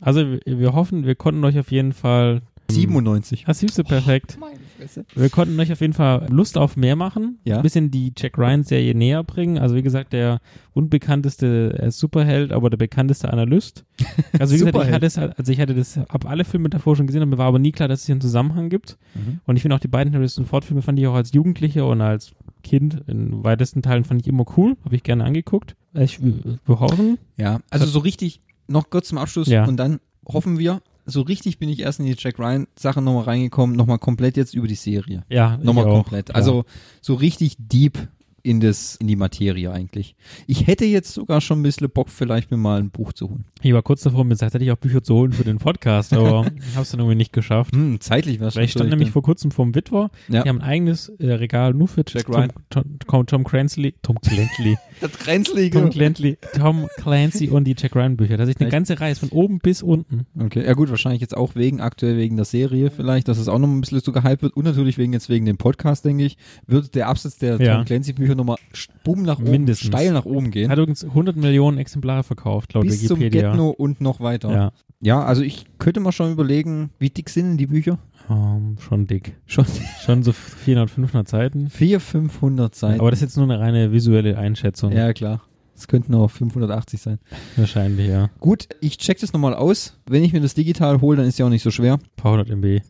Speaker 1: Also wir, wir hoffen, wir konnten euch auf jeden Fall.
Speaker 4: 97.
Speaker 1: Das siehst du perfekt.
Speaker 4: Meine Fresse.
Speaker 1: Wir konnten euch auf jeden Fall Lust auf mehr machen.
Speaker 4: Ja.
Speaker 1: Ein bisschen die Jack Ryan-Serie näher bringen. Also wie gesagt, der unbekannteste äh, Superheld, aber der bekannteste Analyst.
Speaker 4: [LAUGHS]
Speaker 1: Also wie gesagt, ich
Speaker 4: Superheld.
Speaker 1: hatte, es, also ich hatte das, hab alle Filme davor schon gesehen, aber mir war aber nie klar, dass es hier einen Zusammenhang gibt.
Speaker 4: Mhm.
Speaker 1: Und ich finde auch die beiden Harrison Ford-Filme fand ich auch als Jugendlicher und als Kind in weitesten Teilen fand ich immer cool. Habe ich gerne angeguckt. Äh, Ich behaupten.
Speaker 4: Ja, also so richtig, noch kurz zum Abschluss
Speaker 1: Ja.
Speaker 4: und dann hoffen wir, so richtig bin ich erst in die Jack Ryan-Sache nochmal reingekommen, nochmal komplett jetzt über die Serie.
Speaker 1: Ja, ich
Speaker 4: Nochmal
Speaker 1: auch.
Speaker 4: komplett.
Speaker 1: Ja.
Speaker 4: Also so richtig deep in, das, in die Materie eigentlich. Ich hätte jetzt sogar schon ein bisschen Bock, vielleicht mir mal ein Buch zu holen.
Speaker 1: Ich war kurz davor, mir gesagt, hätte ich auch Bücher zu holen für den
Speaker 4: [LAUGHS]
Speaker 1: Podcast, aber ich habe es dann irgendwie nicht geschafft.
Speaker 4: Hm, zeitlich wäre
Speaker 1: Weil ich stand nämlich vor kurzem vorm Witwer.
Speaker 4: Ja.
Speaker 1: Die haben ein eigenes äh, Regal nur für
Speaker 4: Jack
Speaker 1: Tom,
Speaker 4: Ryan.
Speaker 1: Tom, Tom, Tom Clancy, Tom
Speaker 4: [LAUGHS]
Speaker 1: Clancy,
Speaker 4: Das Grenzlige.
Speaker 1: Tom Clancy, Tom Clancy und die Jack Ryan Bücher. Da ist eine
Speaker 4: Echt?
Speaker 1: ganze Reihe von oben bis unten.
Speaker 4: Okay, ja gut, wahrscheinlich jetzt auch wegen, aktuell wegen der Serie vielleicht, dass es auch noch ein bisschen so gehypt wird und natürlich wegen jetzt wegen dem Podcast, denke ich, wird der Absatz der
Speaker 1: Ja.
Speaker 4: Tom Clancy Bücher nochmal sch- bumm nach oben,
Speaker 1: Mindestens.
Speaker 4: steil nach oben gehen.
Speaker 1: Hat übrigens 100 Millionen Exemplare verkauft, laut
Speaker 4: bis zum
Speaker 1: Wikipedia.
Speaker 4: Getno und noch weiter.
Speaker 1: ja,
Speaker 4: Ja, also ich könnte mal schon überlegen, wie dick sind denn die Bücher?
Speaker 1: ähm, schon dick. [LAUGHS]
Speaker 4: Schon
Speaker 1: Schon so 400, 500 Seiten.
Speaker 4: 400, 500 Seiten.
Speaker 1: Aber das ist jetzt nur eine reine visuelle Einschätzung.
Speaker 4: ja, klar. Es könnten auch 580 sein.
Speaker 1: Wahrscheinlich, ja.
Speaker 4: Gut, ich check das nochmal aus. Wenn ich mir das digital hole, dann ist ja auch nicht so schwer.
Speaker 1: Ein paar hundert MB.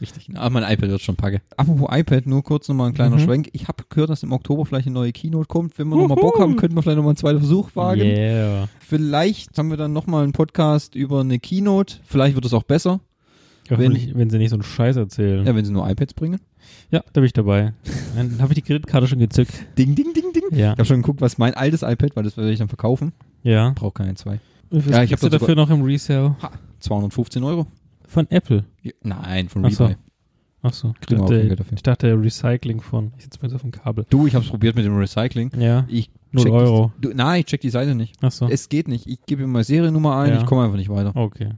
Speaker 4: Richtig.
Speaker 1: Ah,
Speaker 4: Aber mein iPad wird schon packe. Apropos iPad, nur kurz nochmal ein kleiner
Speaker 1: Mhm.
Speaker 4: Schwenk. Ich habe gehört, dass im Oktober vielleicht eine neue Keynote kommt. Wenn wir nochmal Bock haben, könnten wir vielleicht nochmal einen zweiten Versuch wagen.
Speaker 1: Yeah.
Speaker 4: Vielleicht haben wir dann nochmal einen Podcast über eine Keynote. Vielleicht wird es auch besser,
Speaker 1: Hoffentlich, wenn sie nicht so einen Scheiß erzählen.
Speaker 4: ja, wenn sie nur iPads bringen.
Speaker 1: Ja, da bin ich dabei. Dann habe ich die Kreditkarte schon gezückt.
Speaker 4: Ding, ding, ding, ding.
Speaker 1: Ja.
Speaker 4: Ich habe schon geguckt, was mein altes iPad, weil das werde ich dann verkaufen.
Speaker 1: Ja.
Speaker 4: Braucht keine zwei.
Speaker 1: ja ich
Speaker 4: ich hab
Speaker 1: habe
Speaker 4: das
Speaker 1: dafür noch im Resale
Speaker 4: 215 Euro.
Speaker 1: von Apple.
Speaker 4: Ja, nein, von
Speaker 1: Ach so.
Speaker 4: Rebuy.
Speaker 1: Achso. Ich
Speaker 4: Kriegen wir auch kein
Speaker 1: dachte,
Speaker 4: Geld dafür.
Speaker 1: ich dachte Recycling von. Ich sitze mir jetzt auf dem Kabel.
Speaker 4: Du, ich habe es probiert mit dem Recycling.
Speaker 1: Ja.
Speaker 4: Ich
Speaker 1: Null
Speaker 4: check
Speaker 1: Euro.
Speaker 4: Die, du, nein, ich check die Seite nicht.
Speaker 1: Achso.
Speaker 4: Es geht nicht. Ich gebe mir mal Seriennummer ein,
Speaker 1: Ja.
Speaker 4: ich komme einfach nicht weiter.
Speaker 1: Okay.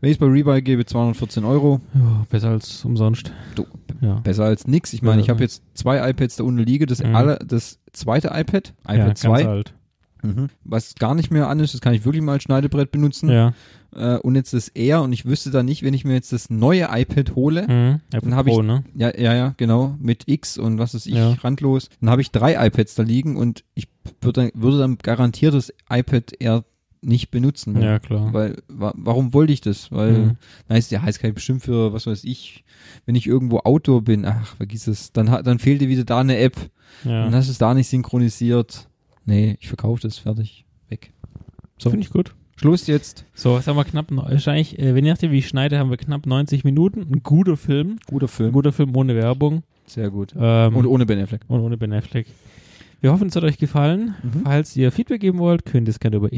Speaker 4: Wenn ich es bei Rebuy gebe, 214 Euro.
Speaker 1: Ja, Oh, besser als umsonst.
Speaker 4: Du,
Speaker 1: Ja.
Speaker 4: Besser als nix. Ich meine, ich habe jetzt zwei iPads da unten liegen. Das,
Speaker 1: Mhm.
Speaker 4: alle, das zweite iPad,
Speaker 1: ja,
Speaker 4: iPad
Speaker 1: ganz
Speaker 4: 2,
Speaker 1: alt.
Speaker 4: mhm. was gar nicht mehr an ist, das kann ich wirklich mal als Schneidebrett benutzen.
Speaker 1: Ja.
Speaker 4: Äh, und jetzt das Air. Und ich wüsste da nicht, wenn ich mir jetzt das neue iPad hole.
Speaker 1: Mhm. Apple
Speaker 4: Dann hab ich-
Speaker 1: Pro, ne?
Speaker 4: Ja, ja, ja, genau. Mit X und was ist ich,
Speaker 1: Ja.
Speaker 4: randlos. Dann habe ich drei iPads da liegen und ich würde dann, würde dann garantiert das iPad Air nicht benutzen.
Speaker 1: Ja, klar.
Speaker 4: Weil, wa warum wollte ich das? Weil,
Speaker 1: Mhm.
Speaker 4: nein, ist der heißt kann ich bestimmt für, was weiß ich, wenn ich irgendwo Outdoor bin, ach, vergiss es, dann, hat- dann fehlt dir wieder da eine App, dann
Speaker 1: Ja.
Speaker 4: hast du es da nicht synchronisiert. Nee, ich verkaufe das, fertig, weg. So,
Speaker 1: Finde ich gut.
Speaker 4: Schluss jetzt.
Speaker 1: So, jetzt haben wir knapp, neu- wahrscheinlich, äh, wenn ihr nachdem, wie ich schneide, haben wir knapp 90 Minuten. Ein guter Film.
Speaker 4: Guter
Speaker 1: Ein
Speaker 4: Film.
Speaker 1: guter Film ohne Werbung.
Speaker 4: Sehr gut.
Speaker 1: Ähm,
Speaker 4: Und ohne Ben Affleck.
Speaker 1: und ohne Ben Affleck. Wir hoffen, es hat euch gefallen. Falls ihr Feedback geben wollt, könnt ihr es gerne über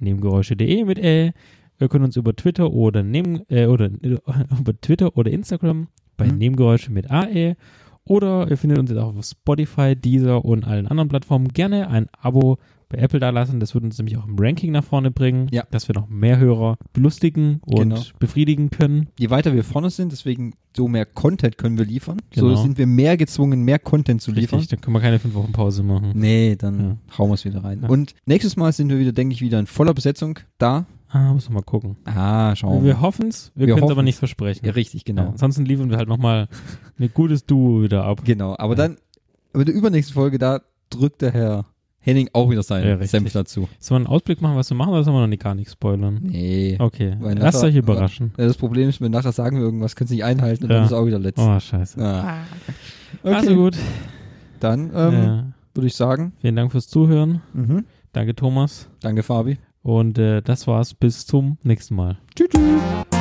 Speaker 1: info.nebengeräusche.de mit L. Ihr könnt uns über Twitter oder neben, äh, oder äh, [LAUGHS] über Twitter oder Instagram bei
Speaker 4: Mhm.
Speaker 1: Nebengeräusche mit AE. Oder ihr findet uns jetzt auch auf Spotify, Deezer und allen anderen Plattformen. Gerne ein Abo bei Apple da lassen. Das würde uns nämlich auch im Ranking nach vorne bringen,
Speaker 4: Ja.
Speaker 1: dass wir noch mehr Hörer belustigen und
Speaker 4: Genau.
Speaker 1: befriedigen können.
Speaker 4: Je weiter wir vorne sind, deswegen so mehr Content können wir liefern.
Speaker 1: Genau.
Speaker 4: So sind wir mehr gezwungen, mehr Content zu liefern.
Speaker 1: Richtig, dann können wir keine fünf Wochen Pause machen.
Speaker 4: Nee, dann hauen wir es wieder rein.
Speaker 1: Ja.
Speaker 4: Und nächstes Mal sind wir wieder, denke ich, wieder in voller Besetzung da.
Speaker 1: Ah, müssen wir mal gucken.
Speaker 4: Ah, schauen wir.
Speaker 1: Wir hoffen es, wir,
Speaker 4: Wir
Speaker 1: können es aber
Speaker 4: hoffen's.
Speaker 1: nicht versprechen.
Speaker 4: Ja, richtig,
Speaker 1: Ja,
Speaker 4: genau.
Speaker 1: ansonsten liefern wir halt nochmal [LAUGHS] ein gutes Duo wieder ab.
Speaker 4: Genau, aber
Speaker 1: Ja.
Speaker 4: dann, mit der übernächsten Folge, da drückt der Herr Henning auch wieder seinen
Speaker 1: Ja, richtig.
Speaker 4: Senf dazu.
Speaker 1: Sollen wir einen Ausblick machen, was wir machen, oder sollen wir noch nicht gar nicht spoilern?
Speaker 4: Nee.
Speaker 1: Okay,
Speaker 4: Weil
Speaker 1: lasst
Speaker 4: nachher-
Speaker 1: euch überraschen.
Speaker 4: Ja, das Problem ist, wenn nachher sagen wir irgendwas, können sie nicht einhalten und
Speaker 1: Ja.
Speaker 4: dann ist es auch wieder letzt.
Speaker 1: Oh, scheiße.
Speaker 4: Ah,
Speaker 3: Ah.
Speaker 4: okay.
Speaker 1: Also gut.
Speaker 4: Dann ähm,
Speaker 1: ja. Mhm.
Speaker 4: würde ich sagen,
Speaker 1: Vielen Dank fürs Zuhören. Danke, Thomas.
Speaker 4: danke Fabi.
Speaker 1: Und äh, das war's. Bis zum nächsten Mal.
Speaker 4: Tschüss. tschüss.